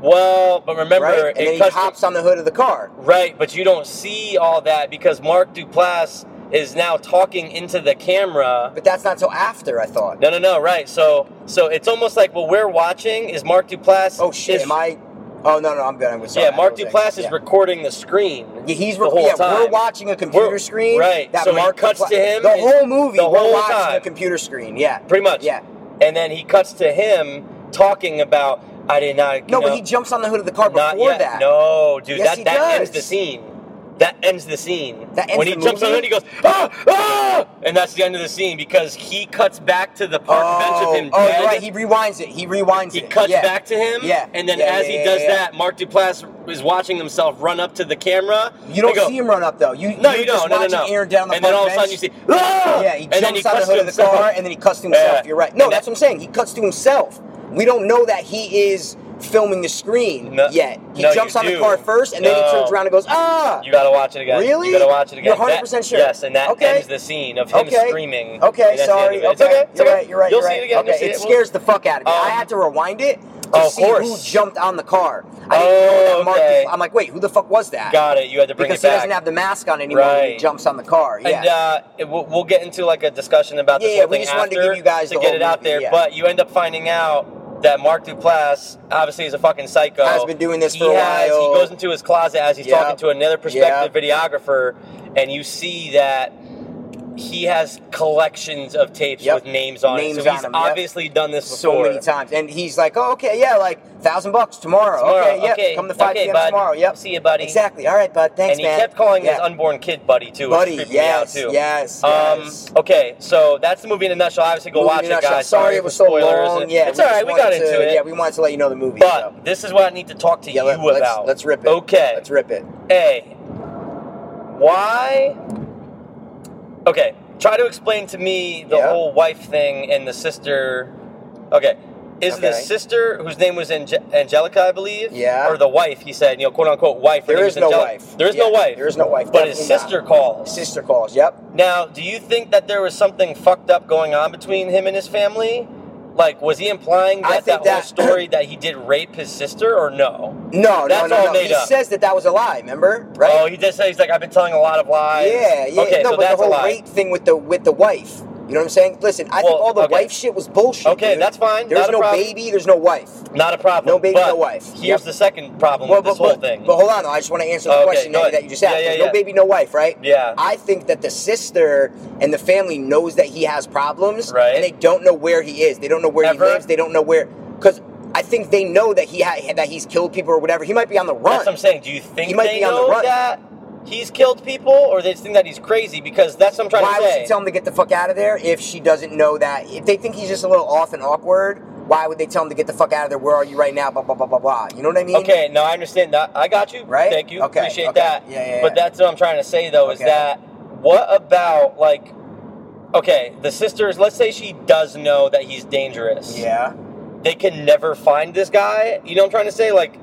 S4: Well, but remember,
S3: right? And
S4: it
S3: then he
S4: cuts to-
S3: hops on the hood of the car.
S4: right, but you don't see all that because Mark Duplass is now talking into the camera.
S3: But that's not till after I thought.
S4: No, no, no, right. So, so it's almost like what we're watching is Mark Duplass.
S3: Oh shit!
S4: is-
S3: Am I? Oh no, no, I'm good. I'm sorry.
S4: yeah, Mark
S3: I was-
S4: Duplass is
S3: yeah.
S4: recording the screen.
S3: Yeah, he's
S4: the
S3: re-
S4: whole
S3: yeah,
S4: time.
S3: we're watching a computer
S4: We're-
S3: screen.
S4: right,
S3: That
S4: so he
S3: Mark
S4: cuts
S3: Dupla-
S4: to him
S3: The
S4: and-
S3: whole movie,
S4: the
S3: we're
S4: whole
S3: watching a
S4: time.
S3: computer screen. Yeah,
S4: pretty much.
S3: Yeah.
S4: and then he cuts to him talking about I did not. you
S3: No,
S4: know,
S3: but he jumps on the hood of the car
S4: Not
S3: before
S4: yet.
S3: that.
S4: No, dude,
S3: Yes,
S4: that
S3: he
S4: that
S3: does.
S4: ends the scene. That ends the scene.
S3: That ends
S4: when he
S3: the
S4: jumps on
S3: movie?
S4: it, he goes ah ah, and that's the end of the scene because he cuts back to the park bench of him
S3: oh,
S4: dead.
S3: you're right. He rewinds it. He rewinds
S4: He
S3: it.
S4: cuts
S3: Yeah.
S4: back to him,
S3: Yeah.
S4: and then
S3: Yeah,
S4: as
S3: yeah,
S4: he
S3: yeah,
S4: does
S3: yeah.
S4: that, Mark Duplass is watching himself run up to the camera.
S3: You don't
S4: They go,
S3: see him run up though. You
S4: No,
S3: you're
S4: you
S3: Just
S4: don't. No, no,
S3: watching
S4: no.
S3: Aaron down on the
S4: and then all
S3: park
S4: of a sudden you
S3: bench.
S4: see, ah!
S3: Yeah, he
S4: and then he
S3: jumps on the hood
S4: cuts to
S3: of the
S4: himself.
S3: car and then he cuts to himself.
S4: Yeah.
S3: You're right. No,
S4: And
S3: that's what I'm saying. He cuts to himself. We don't know that he is filming the screen
S4: No-
S3: yet. He
S4: no,
S3: jumps
S4: you
S3: on the
S4: do.
S3: car first and then he
S4: No.
S3: turns around and goes, ah!
S4: You gotta watch it again.
S3: Really?
S4: You gotta watch it again.
S3: You're 100%
S4: That-
S3: sure?
S4: Yes, and that
S3: Okay.
S4: ends the scene of him
S3: Okay.
S4: screaming.
S3: Okay,
S4: and that's the end
S3: sorry.
S4: of it.
S3: Okay.
S4: It's okay. It's
S3: you're
S4: okay.
S3: right. You're right.
S4: You'll
S3: you're
S4: see
S3: right.
S4: it again.
S3: Okay.
S4: You'll see
S3: it
S4: it. We'll-
S3: scares the fuck out of me. I
S4: Um,
S3: had to rewind it to
S4: Oh, of
S3: see who
S4: course.
S3: jumped on the car. I didn't
S4: Oh,
S3: know that Mark.
S4: okay.
S3: I'm like, wait, who the fuck was that?
S4: Got it. You had to bring
S3: because
S4: it
S3: he
S4: back.
S3: doesn't have the mask on anymore when he
S4: Right.
S3: jumps on the car. Yeah.
S4: And uh, it- we'll, we'll get into like a discussion about this
S3: Yeah,
S4: whole
S3: yeah, we
S4: thing
S3: just wanted to
S4: after
S3: give you guys
S4: to
S3: the
S4: get
S3: whole
S4: it out
S3: movie,
S4: there.
S3: yeah.
S4: But you end up finding out that Mark Duplass obviously is a fucking psycho.
S3: Has been doing this
S4: he
S3: for a
S4: has-
S3: while.
S4: He goes into his closet as he's
S3: Yep.
S4: talking to another prospective videographer, and you see that he has collections of tapes
S3: Yep.
S4: with names on
S3: Names
S4: it. So
S3: on
S4: he's
S3: them, yep.
S4: obviously done this
S3: so
S4: before.
S3: many times, and he's like, "Oh, okay, yeah, like thousand bucks tomorrow.
S4: Tomorrow,
S3: Okay, yeah,
S4: okay,
S3: come to five
S4: okay,
S3: p.m.
S4: bud.
S3: tomorrow. Yep,
S4: See you, buddy.
S3: Exactly. All right, bud. Thanks,
S4: and he
S3: man.
S4: kept calling
S3: yeah.
S4: his unborn kid buddy too. which
S3: buddy.
S4: creeped me out,
S3: Yes,
S4: too.
S3: yes,
S4: Um,
S3: yes.
S4: okay, so that's the movie in a nutshell. Obviously, go
S3: Movie
S4: watch
S3: in a
S4: it,
S3: nutshell.
S4: guys.
S3: Sorry, it
S4: for
S3: was so long.
S4: and-
S3: Yeah,
S4: it's all right.
S3: just
S4: We got
S3: wanted
S4: into
S3: to-
S4: it.
S3: Yeah, we wanted to let you know the movie. so.
S4: but this is what I need to talk to
S3: yeah,
S4: you
S3: let, us
S4: about.
S3: let's rip it.
S4: Okay.
S3: let's rip it.
S4: A. Why? Okay. Try to explain to me the
S3: Yeah.
S4: whole wife thing and the sister. Okay. Is the
S3: Okay.
S4: sister whose name was Ange- Angelica, I believe?
S3: Yeah.
S4: Or the wife? He said, you know, quote unquote wife. her
S3: There
S4: name
S3: is
S4: was
S3: no
S4: Angelica.
S3: wife.
S4: There is no
S3: Yeah,
S4: wife.
S3: there is no wife,
S4: But his
S3: definitely not.
S4: sister calls.
S3: Sister calls. Yep.
S4: Now, do you think that there was something fucked up going on between him and his family? Like, was he implying
S3: I
S4: that that,
S3: think
S4: whole
S3: that- [clears throat]
S4: story that he did rape his sister, or no? Oh,
S3: No, no,
S4: That's
S3: no,
S4: all
S3: no.
S4: made
S3: he
S4: up.
S3: says that that was a lie. Remember, right?
S4: Oh, he just said he's like, I've been telling a lot of lies.
S3: yeah, yeah.
S4: Okay,
S3: no,
S4: so
S3: but
S4: that's
S3: the whole
S4: a lie.
S3: rape thing with the with the wife. You know what I'm saying? Listen, I
S4: Well,
S3: think all the
S4: okay.
S3: wife shit was bullshit.
S4: Okay,
S3: dude.
S4: that's fine.
S3: There's
S4: Not a
S3: no
S4: problem.
S3: baby. There's no wife.
S4: Not a problem.
S3: No baby,
S4: but
S3: no wife.
S4: Here's
S3: Yep.
S4: the second problem
S3: Well,
S4: with this
S3: but,
S4: whole
S3: but,
S4: thing.
S3: but hold on, though. I just want to answer the
S4: Okay,
S3: question
S4: go
S3: that,
S4: ahead.
S3: that you just asked.
S4: Yeah, yeah,
S3: There's
S4: yeah.
S3: No baby, no wife, right?
S4: Yeah.
S3: I think that the sister and the family knows that he has problems,
S4: Right.
S3: And they don't know where he is. They don't know where
S4: Ever?
S3: he lives. They don't know where because I think they know that he ha- that he's killed people or whatever. He might be on the run.
S4: That's what I'm saying. Do you think
S3: He might
S4: they
S3: be on the
S4: know
S3: run.
S4: that he's killed people, or they just think that he's crazy? Because that's what I'm trying
S3: why
S4: to
S3: would
S4: say.
S3: she tell him to get the fuck out of there if she doesn't know that? If they think he's just a little off and awkward, why would they tell him to get the fuck out of there? Where are you right now? Blah blah blah blah blah. You know what I mean?
S4: Okay, no, I understand that. I got you.
S3: Right?
S4: Thank you.
S3: Okay,
S4: Appreciate
S3: okay.
S4: that.
S3: Yeah, yeah,
S4: But
S3: yeah.
S4: that's what I'm trying to say though is
S3: Okay.
S4: that what about like okay, the sisters, let's say she does know that he's dangerous.
S3: Yeah.
S4: They can never find this guy. You know what I'm trying to say? Like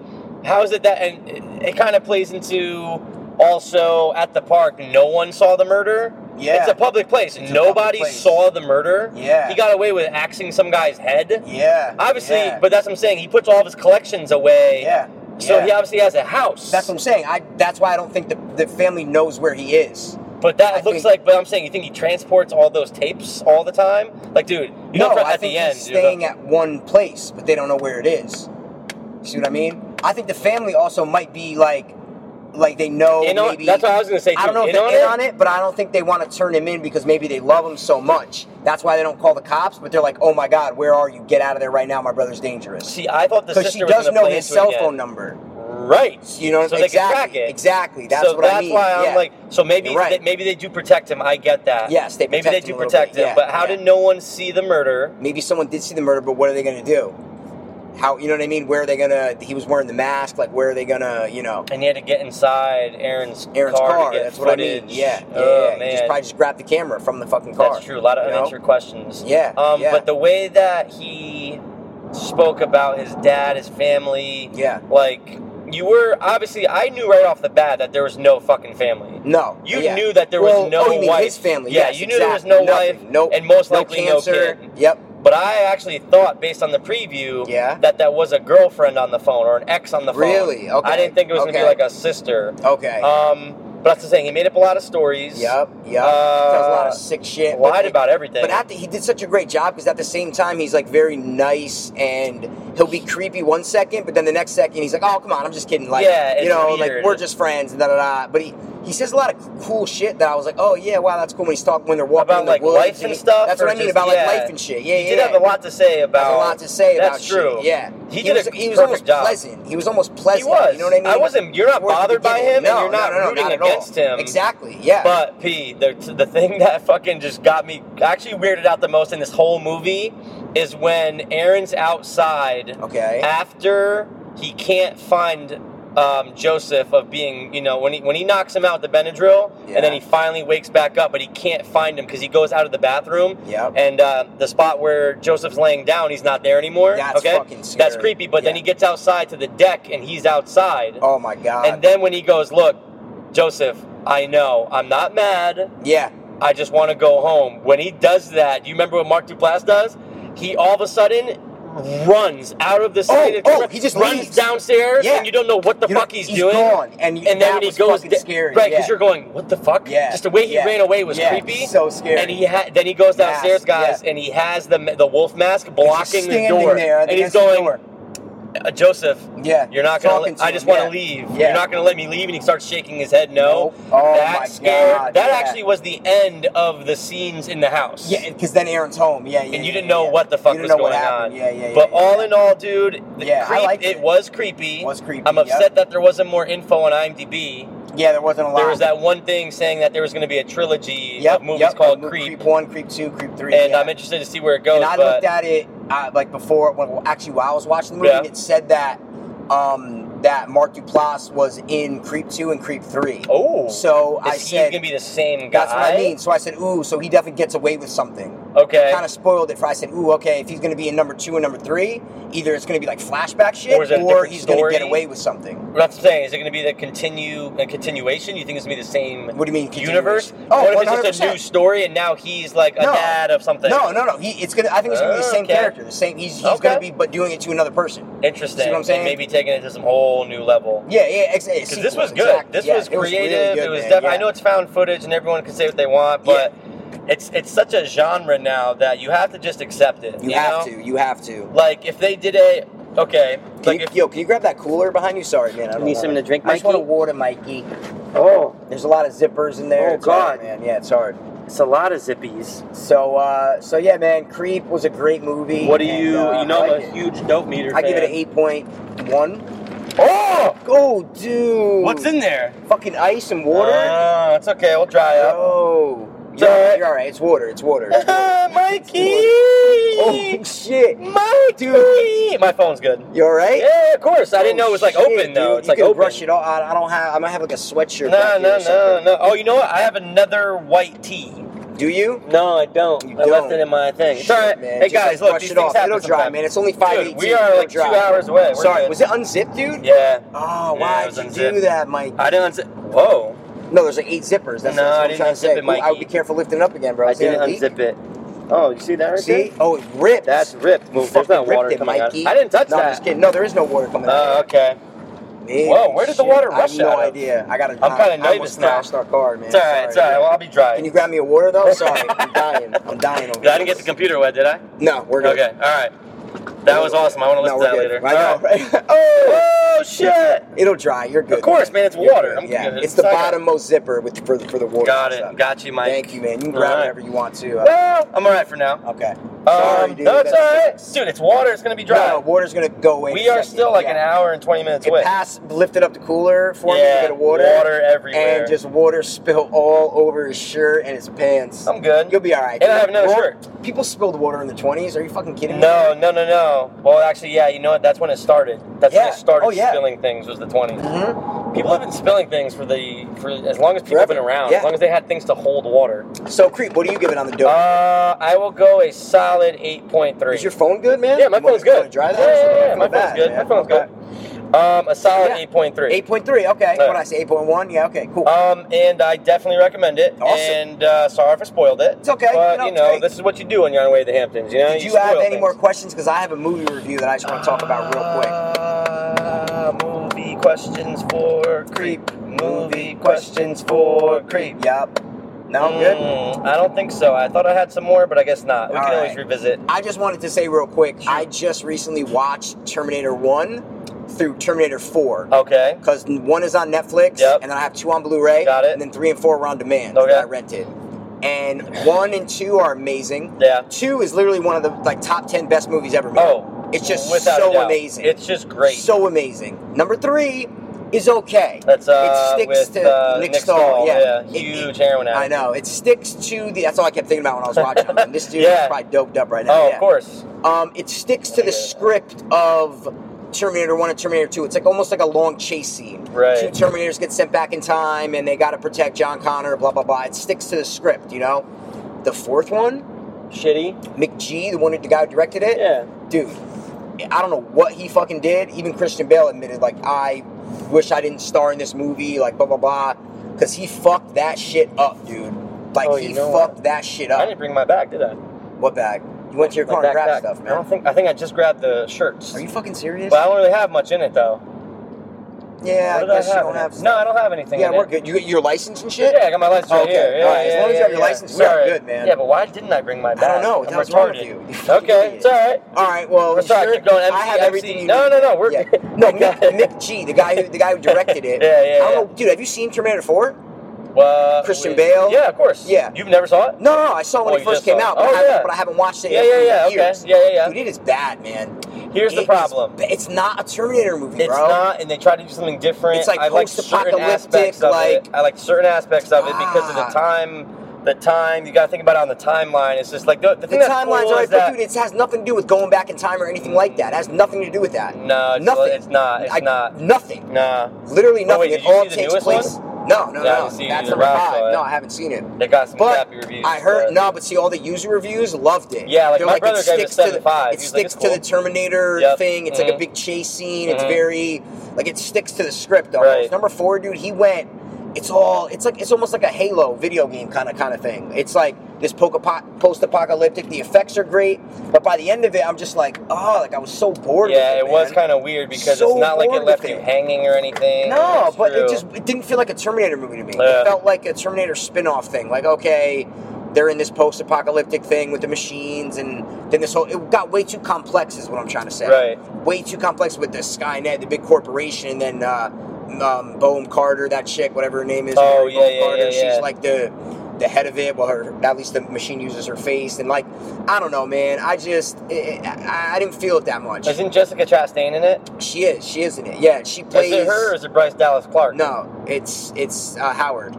S4: how is it that and it, it kind of plays into also at the park no one saw the murder?
S3: Yeah.
S4: It's a public place.
S3: a
S4: Nobody
S3: public place.
S4: saw the murder.
S3: Yeah.
S4: He got away with axing some guy's head.
S3: Yeah.
S4: Obviously,
S3: yeah.
S4: but that's what I'm saying. He puts all of his collections away.
S3: yeah.
S4: So
S3: yeah.
S4: he obviously has a house.
S3: That's what I'm saying. I that's why I don't think the, the family knows where he is.
S4: but that
S3: I
S4: looks
S3: think-
S4: like. But I'm saying you think he transports all those tapes all the time? Like, dude, you know,
S3: no,
S4: at
S3: I
S4: the
S3: think
S4: end,
S3: he's
S4: dude,
S3: staying at one place, but they don't know where it is. You see what I mean? I think the family also might be like, like they know
S4: In on-
S3: maybe.
S4: that's what I was gonna say,
S3: I don't
S4: too.
S3: know if
S4: In
S3: they're
S4: on
S3: in
S4: it?
S3: on it, but I don't think they want to turn him in because maybe they love him so much. That's why they don't call the cops. But they're like, "Oh my God, where are you? Get out of there right now! My brother's dangerous."
S4: see, I thought the
S3: Because
S4: sister
S3: she
S4: was
S3: does
S4: gonna
S3: know
S4: play
S3: his
S4: into it
S3: cell
S4: again.
S3: phone number.
S4: right?
S3: You know what I'm
S4: so
S3: saying?
S4: they
S3: exactly.
S4: can track it.
S3: Exactly. That's
S4: so
S3: what I
S4: that's
S3: mean.
S4: why I'm
S3: Yeah.
S4: like, so maybe
S3: You're right.
S4: they- maybe they do protect him. I get that.
S3: Yes, they
S4: maybe they
S3: protect
S4: do
S3: him a little
S4: protect
S3: bit.
S4: him.
S3: Yeah,
S4: But how
S3: yeah.
S4: did no one see the murder?
S3: maybe someone did see the murder, but what are they going to do? How you know what I mean? Where are they gonna? He was wearing the mask. Like where are they gonna? You know,
S4: And he had to get inside Aaron's,
S3: Aaron's
S4: car.
S3: car.
S4: to get
S3: that's what
S4: footage.
S3: I mean. Yeah, yeah.
S4: Oh,
S3: yeah.
S4: man.
S3: He just probably just grabbed the camera from the fucking car.
S4: That's true. A lot of
S3: you know?
S4: unanswered questions.
S3: Yeah,
S4: Um,
S3: yeah.
S4: But the way that he spoke about his dad, his family,
S3: Yeah.
S4: like you were obviously, I knew right off the bat that there was no fucking family.
S3: No,
S4: You
S3: yeah.
S4: knew that there was
S3: Well,
S4: no
S3: oh, you mean
S4: wife.
S3: His family.
S4: Yeah,
S3: yes,
S4: you knew there was
S3: exactly.
S4: no
S3: Nothing.
S4: wife
S3: Nope.
S4: and most
S3: no
S4: likely no
S3: cancer.
S4: kid.
S3: Yep.
S4: But I actually thought, based on the preview,
S3: Yeah.
S4: that that was a girlfriend on the phone or an ex on the phone.
S3: Really? Okay.
S4: I didn't think it was gonna
S3: Okay.
S4: be like a sister.
S3: Okay.
S4: Um, but that's the thing. He made up a lot of stories.
S3: yep. Yep.
S4: uh,
S3: Tells a lot of sick shit.
S4: Lied
S3: but-
S4: about everything.
S3: But at the, he did such a great job because at the same time he's like very nice and he'll be creepy one second, but then the next second he's like, "Oh come on, I'm just kidding." Like
S4: Yeah, it's
S3: you know,
S4: weird.
S3: like we're just friends and da da da. But he he says a lot of cool shit that I was like, "Oh yeah, wow, that's cool." When he's talking when they're walking
S4: about
S3: in the
S4: like
S3: woods
S4: life and
S3: he-
S4: stuff.
S3: That's
S4: or
S3: what I mean
S4: just-
S3: about like
S4: yeah.
S3: life and shit. Yeah,
S4: he
S3: yeah.
S4: did
S3: yeah.
S4: have a lot to say about.
S3: Has a lot to say about
S4: That's true.
S3: shit. Yeah,
S4: he, did
S3: was,
S4: a
S3: he was
S4: perfect
S3: almost
S4: job.
S3: pleasant. He was almost pleasant.
S4: He was.
S3: You know what I mean?
S4: I wasn't- you're not
S3: Towards the
S4: bothered by
S3: beginning.
S4: him, and
S3: no,
S4: you're not
S3: no, no, no,
S4: rooting
S3: not at
S4: against
S3: all.
S4: him.
S3: Exactly. Yeah.
S4: But P, the the thing [laughs] that fucking just got me actually weirded out the most in this whole movie is when Aaron's outside
S3: okay.
S4: after he can't find. Um, Joseph of being, you know, when he when he knocks him out with the Benadryl,
S3: Yeah.
S4: and then he finally wakes back up, but he can't find him because he goes out of the bathroom,
S3: Yep.
S4: and uh, the spot where Joseph's laying down, he's not there anymore.
S3: That's
S4: okay,
S3: fucking scary.
S4: that's creepy. But then
S3: Yeah.
S4: he gets outside to the deck, and he's outside.
S3: oh my god.
S4: And then when he goes, look, Joseph, I know, I'm not mad.
S3: yeah.
S4: I just want to go home. When he does that, you remember what Mark Duplass does? He all of a sudden runs out of the city.
S3: oh, he just
S4: runs
S3: leaves.
S4: downstairs,
S3: Yeah.
S4: and you don't know what the
S3: You know,
S4: fuck he's,
S3: he's
S4: doing.
S3: gone, and you-
S4: and then
S3: that
S4: when he
S3: was
S4: goes,
S3: fucking
S4: da-
S3: scary,
S4: right? Because
S3: yeah.
S4: you're going, what the fuck?
S3: Yeah,
S4: Just the way he
S3: yeah,
S4: ran away was
S3: yeah,
S4: creepy.
S3: so scary.
S4: And he had then he goes
S3: Mask,
S4: downstairs, guys,
S3: yeah.
S4: and he has the the wolf mask
S3: He's
S4: blocking
S3: just
S4: the
S3: standing
S4: door,
S3: there
S4: and he's
S3: against the
S4: going,
S3: door.
S4: uh, Joseph,
S3: Yeah,
S4: you're not gonna.
S3: talking
S4: let-
S3: to
S4: I
S3: him,
S4: just want to
S3: yeah.
S4: leave.
S3: Yeah.
S4: You're not gonna let me leave, and he starts shaking his head. No,
S3: Nope. Oh
S4: that
S3: my
S4: scared.
S3: God,
S4: that
S3: yeah.
S4: actually was the end of the scenes in the house.
S3: Yeah, because then Aaron's home. Yeah, yeah.
S4: and you
S3: yeah,
S4: didn't
S3: yeah,
S4: know
S3: yeah.
S4: what the fuck
S3: you
S4: was
S3: didn't know
S4: going
S3: what happened.
S4: on.
S3: Yeah, yeah.
S4: but
S3: yeah,
S4: all
S3: yeah.
S4: in all, dude, the
S3: Yeah, I
S4: creep,
S3: liked
S4: it.
S3: it.
S4: was creepy.
S3: Was creepy,
S4: I'm
S3: yeah.
S4: upset that there wasn't more info on IMDb.
S3: yeah, there wasn't a lot.
S4: There was that one thing saying that there was going to be a trilogy
S3: yep,
S4: of movies
S3: yep,
S4: called
S3: Mo-
S4: Creep,
S3: one, creep two, creep three.
S4: and
S3: yeah.
S4: I'm interested to see where it goes.
S3: and I
S4: but
S3: looked at it uh, like before, when, well, actually while I was watching the movie,
S4: Yeah.
S3: and it said that um, that Mark Duplass was in Creep Two and Creep Three.
S4: oh,
S3: so
S4: is
S3: I
S4: he
S3: said
S4: going to be the same guy?
S3: that's what I mean. So I said, ooh, so he definitely gets away with something.
S4: Okay,
S3: Kind of spoiled it for I said, ooh, okay, if he's going to be in number two and number three, either it's going to be like flashback shit,
S4: Or is it a different
S3: he's going to get
S4: story?
S3: away with something.
S4: What I'm saying is, it going to be the continue a continuation? You think it's going to be the same
S3: What do you mean?
S4: universe?
S3: continuation?
S4: Oh,
S3: Oh,
S4: what if
S3: 100%.
S4: it's just a new story and now he's like a
S3: No.
S4: dad of something?
S3: No, no, no. He, it's gonna. I think it's gonna be the same
S4: Okay.
S3: character. The same. He's, he's
S4: Okay.
S3: gonna be, but doing it to another person.
S4: Interesting.
S3: See what I'm saying?
S4: And maybe taking it to some whole new level.
S3: Yeah, yeah. Ex- ex-
S4: Because this
S3: sequel,
S4: was good.
S3: exactly.
S4: This
S3: Yeah,
S4: was
S3: it really
S4: creative. It was,
S3: good, man,
S4: def-
S3: yeah.
S4: I know it's found footage and everyone can say what they want, but it's it's such a genre now that you have to just accept it.
S3: You,
S4: You,
S3: have
S4: know?
S3: to. You have to.
S4: Like if they did a okay,
S3: Can
S4: like
S3: you,
S4: if
S3: yo, can you grab that cooler behind you? Sorry, man. I don't
S6: need
S3: want
S6: something
S3: it.
S6: to drink,
S3: I just want to
S6: Mikey?
S3: water, Mikey.
S6: Oh,
S3: There's a lot of zippers in there.
S6: Oh,
S3: It's hard,
S6: God.
S3: man. Yeah, it's hard.
S6: it's a lot of zippies.
S3: So, uh, so yeah, man. Creep was a great movie.
S4: what do
S3: and,
S4: you
S3: uh,
S4: you know
S3: I
S4: I'm
S3: like
S4: a
S3: it.
S4: huge dope meter.
S3: I give it
S4: fan.
S3: an eight point one.
S4: Oh,
S3: Oh, dude.
S4: what's in there?
S3: Fucking ice and water.
S4: Ah, it's okay. We'll dry up.
S3: Oh,
S4: It's
S3: you're,
S4: alright.
S3: you're all right. It's water. It's
S4: [laughs]
S3: water.
S4: Ah, Mikey.
S3: oh shit.
S4: Mikey. My phone's good.
S3: You all right?
S4: Yeah, of course. I didn't know it was like
S3: Oh, shit,
S4: open though.
S3: dude.
S4: It's
S3: you
S4: like
S3: can
S4: open.
S3: brush it off. I I don't have. I might have like a sweatshirt.
S4: No,
S3: back here or
S4: no, no,
S3: something.
S4: no. Oh, you know what? I have another white tee.
S3: Do you?
S6: No, I don't.
S3: You
S6: I left it
S3: don't.
S6: in my thing.
S4: It's all right.
S3: Shit, man.
S4: Hey
S3: Just, like,
S4: guys, look,
S3: brush
S4: these
S3: it
S4: things
S3: off.
S4: happen
S3: It'll dry,
S4: sometime.
S3: man. It's only five
S4: Dude,
S3: eighteen.
S4: we are like two hours away. We're
S3: Sorry,
S4: good.
S3: was it unzipped, dude?
S4: Yeah.
S3: Oh,
S4: Yeah,
S3: why
S4: it was
S3: would you do
S4: unzipped.
S3: that, Mike?
S4: I didn't. unzip- Whoa.
S3: No, there's like eight zippers. That's,
S4: No,
S3: that's what
S4: I
S3: I'm
S4: didn't
S3: trying to say.
S4: unzip it,
S3: Ooh, I would
S4: Mikey.
S3: be careful lifting up again, bro.
S6: I
S3: Is there
S6: didn't
S3: a leak?
S6: unzip it. Oh, you see that right
S3: See?
S6: there?
S3: Oh, it ripped.
S6: That's ripped. Well, there's
S3: Fucking
S6: not water
S3: ripped it,
S6: coming out.
S3: Mikey.
S4: I didn't touch
S3: no, I'm
S4: that.
S3: just kidding. No, there is no water coming
S4: Oh,
S3: out.
S4: okay.
S3: Man,
S4: Whoa, where did the
S3: shit.
S4: water
S3: I have
S4: rush
S3: no
S4: out of?
S3: idea. I got to
S4: I'm kinda nervous
S3: almost
S4: now.
S3: crashed our car, man.
S4: It's all right. It's all right. Well, I'll be dry.
S3: Can you grab me a water though?
S4: [laughs]
S3: Sorry, I'm dying. I'm dying over
S4: I
S3: here.
S4: didn't get the computer wet, did I?
S3: No, we're good.
S4: Okay. All right. That was awesome. I want to listen
S3: No,
S4: to
S3: we're good.
S4: that later.
S3: Right
S4: All
S3: now,
S4: right.
S3: right- [laughs] Oh,
S4: Oh shit!
S3: it'll dry. You're good.
S4: Of course, man. It's
S3: You're
S4: water.
S3: good.
S4: I'm
S3: yeah,
S4: good.
S3: it's the
S4: Sucker.
S3: bottommost zipper with for, for the water.
S4: Got
S3: and stuff.
S4: it. Got you, Mike.
S3: Thank you, man. You can grab
S4: Alright.
S3: whatever you want to. Uh,
S4: Well, I'm all right for now.
S3: okay.
S4: Um, No, it's
S3: That's-
S4: all right, dude. It's water. It's gonna be dry.
S3: No, water's gonna go away.
S4: we are still like an hour and 20 minutes away.
S3: It passed, lifted up the cooler for me to
S4: yeah,
S3: get water,
S4: everywhere.
S3: and just water spilled all over his shirt and his pants.
S4: I'm good.
S3: You'll be all right.
S4: And I have another
S3: Wa-
S4: shirt.
S3: People spilled water in the 20s. Are you fucking kidding
S4: no,
S3: me?
S4: no, no, no. Well, actually, yeah. You know what? That's when it started. That's
S3: Yeah.
S4: when it started
S3: Oh, yeah.
S4: spilling things. Was the 20s.
S3: Mhm.
S4: People have been spilling things for the for as long as people have been
S3: Forever.
S4: around.
S3: Yeah.
S4: As long as they had things to hold water.
S3: So creep. What do you give it on the dope?
S4: Uh, I will go a solid 8.3.
S3: Is your phone good, man?
S4: yeah, my
S3: You wanna-
S4: phone's
S3: you wanna
S4: good.
S3: Dry that.
S4: Yeah, yeah, yeah,
S3: I feel
S4: My phone's
S3: bad,
S4: good.
S3: man.
S4: My phone's good. Um, a solid
S3: Yeah.
S4: 8.3.
S3: 8.3, okay.
S4: Yeah.
S3: What did I say, 8.1? Yeah, okay, cool.
S4: Um, and I definitely recommend it.
S3: Awesome.
S4: And uh, sorry if I spoiled it.
S3: It's okay.
S4: But
S3: No,
S4: you
S3: it's
S4: know,
S3: okay.
S4: this is what you do when you're on your way to the Hamptons. You know,
S3: Did
S4: you,
S3: you have
S4: spoil
S3: any
S4: things.
S3: more questions? Because I have a movie review that I just want to talk about real quick.
S4: Uh, movie questions for creep. Movie questions for creep.
S3: Yup. No, I'm good.
S4: Mm, I don't think so. I thought I had some more, but I guess not. We
S3: All
S4: can
S3: right.
S4: always revisit.
S3: I just wanted to say real quick, I just recently watched Terminator 1 through Terminator 4.
S4: Okay.
S3: Because one is on Netflix,
S4: Oh. Yep.
S3: and then I have two on Blu-ray,
S4: Got it.
S3: and then three and four are on demand
S4: Okay.
S3: that I rented. And one and two are amazing.
S4: Yeah.
S3: Two is literally one of the like top ten best movies ever made.
S4: Oh,
S3: it's just
S4: without a
S3: so
S4: doubt.
S3: amazing.
S4: It's just great.
S3: So amazing. Number three is okay.
S4: That's uh,
S3: it sticks
S4: with,
S3: to
S4: uh,
S3: Nick Stahl. Yeah, It- It,
S4: huge heroin addict.
S3: I know. It sticks to the. That's all I kept thinking about when I was watching. it. this dude
S4: [laughs] Yeah.
S3: is probably doped up right now.
S4: Oh,
S3: yeah.
S4: of course.
S3: Um, it sticks to the
S4: Yeah.
S3: script of Terminator One and Terminator Two. It's like almost like a long chase scene.
S4: Right.
S3: Two Terminators get sent back in time, and they got to protect John Connor. Blah blah blah. It sticks to the script. You know. The fourth one,
S6: Shitty.
S3: McGee, the one who, the guy who directed it
S6: Yeah.
S3: dude, I don't know what he fucking did. Even Christian Bale admitted, like, I wish I didn't star in this movie, like, blah, blah, blah. Because he fucked that shit up, dude. Like,
S6: Oh,
S3: he
S6: you know
S3: fucked that shit
S4: I
S3: up.
S4: didn't bring my bag, did I?
S3: What bag? You went to your
S4: My
S3: car and
S4: backpack.
S3: grabbed stuff,
S4: I don't
S3: man.
S4: think. I think I just grabbed the shirts.
S3: Are you fucking serious?
S4: But I don't really have much in it though.
S3: yeah, I
S4: What did
S3: guess
S4: I
S3: you
S4: have
S3: don't
S4: in it?
S3: have
S4: No, I don't have anything.
S3: Yeah,
S4: in
S3: we're
S4: it.
S3: good. You got your license and shit?
S4: Yeah, I got my license right
S3: Okay,
S4: here. Yeah,
S3: all right, as
S4: yeah,
S3: long as you
S4: yeah,
S3: have your
S4: yeah.
S3: license, we're
S4: Sorry.
S3: good, man.
S4: Yeah, but why didn't I bring my bag?
S3: I don't know. What the
S4: I'm
S3: hell's wrong with
S4: retarded.
S3: you? [laughs] You fucking
S4: Okay,
S3: idiot.
S4: it's all right.
S3: All right, well,
S4: We're sorry,
S3: sure,
S4: keep going.
S3: I
S4: MC,
S3: have everything
S4: MC.
S3: you
S4: No,
S3: need.
S4: no, no, we're-
S3: yeah.
S4: [laughs]
S3: No,
S4: I
S3: Mick,
S4: got it.
S3: Mick G, the guy who the guy who directed it.
S4: [laughs] Yeah, yeah,
S3: I don't
S4: yeah.
S3: know, dude. Have you seen Terminator Four?
S4: Well,
S3: Christian
S4: we-
S3: Bale?
S4: Yeah, of course.
S3: Yeah.
S4: You've never saw it?
S3: No, no, no, I saw it when
S4: Oh,
S3: it
S4: you
S3: first
S4: just
S3: came
S4: saw it.
S3: out, but,
S4: oh,
S3: I haven't,
S4: yeah.
S3: but I haven't watched it.
S4: Yeah,
S3: in
S4: yeah, yeah. Okay.
S3: years.
S4: Yeah, yeah, yeah.
S3: Dude, it is bad, man.
S4: Here's
S3: It
S4: the
S3: is
S4: problem.
S3: ba- it's not a Terminator movie,
S4: It's
S3: bro.
S4: not, and they try to do something different.
S3: It's like
S4: I like certain
S3: post-apocalyptic,
S4: aspects of
S3: like-
S4: it. I like certain aspects of it because of
S3: Ah.
S4: the time. The time you gotta think about it on the timeline. It's just like the, the
S3: The
S4: thing that's
S3: timeline's
S4: cool
S3: alright,
S4: is
S3: but
S4: that
S3: dude, it has nothing to do with going back in time or anything like that. It has nothing to do with that.
S4: no, it's,
S3: nothing.
S4: it's not. It's
S3: I-
S4: not.
S3: Nothing.
S4: Nah,
S3: Literally
S4: Oh,
S3: nothing.
S4: wait, did
S3: it
S4: you
S3: all
S4: see the
S3: takes
S4: newest
S3: place. No, no,
S4: Yeah, I
S3: no.
S4: haven't seen
S3: That's
S4: the
S3: number
S4: Rock,
S3: five.
S4: but-
S3: No, I haven't seen it.
S4: they got some
S3: But
S4: crappy reviews.
S3: I heard
S4: but-
S3: no, but see, all the user reviews loved it.
S4: Yeah, like,
S3: They're
S4: my
S3: it
S4: brother gave it a
S3: sticks to the-
S4: 7.5.
S3: It
S4: He was like,
S3: sticks
S4: "It's
S3: to the
S4: cool."
S3: Terminator
S4: Yep.
S3: thing. It's like a
S4: Mhm.
S3: big chase scene. It's
S4: Mhm.
S3: very like it sticks to the script. Almost.
S4: Right.
S3: Number four, dude, he went. It's all. It's like it's almost like a Halo video game kind of kind of thing. It's like this post apocalyptic. The effects are great, but by the end of it, I'm just like, oh, like I was so bored.
S4: Yeah,
S3: with it,
S4: it was
S3: man.
S4: kind of weird because
S3: So
S4: it's not like
S3: bored
S4: it left
S3: with
S4: you
S3: it.
S4: hanging or anything.
S3: No,
S4: It's
S3: but it
S4: true.
S3: just it didn't feel like a Terminator movie to me.
S4: Yeah.
S3: It felt like a Terminator spin-off thing. Like, okay, they're in this post-apocalyptic thing with the machines, and then this whole it got way too complex, is what I'm trying to say.
S4: Right.
S3: Way too complex with the Skynet, the big corporation, and then uh, um, Boehm Carter, that chick, whatever her name is.
S4: Oh,
S3: Mary
S4: yeah,
S3: Boehm
S4: yeah, yeah, yeah.
S3: She's like the the head of it. Well, her at least the machine uses her face, and like I don't know, man. I just i I, I didn't feel it that much.
S4: Isn't Jessica Chastain in it?
S3: She is. She is in it. Yeah, she
S4: Is
S3: plays.
S4: it her or is it Bryce Dallas Clark?
S3: No, it's it's uh, Howard.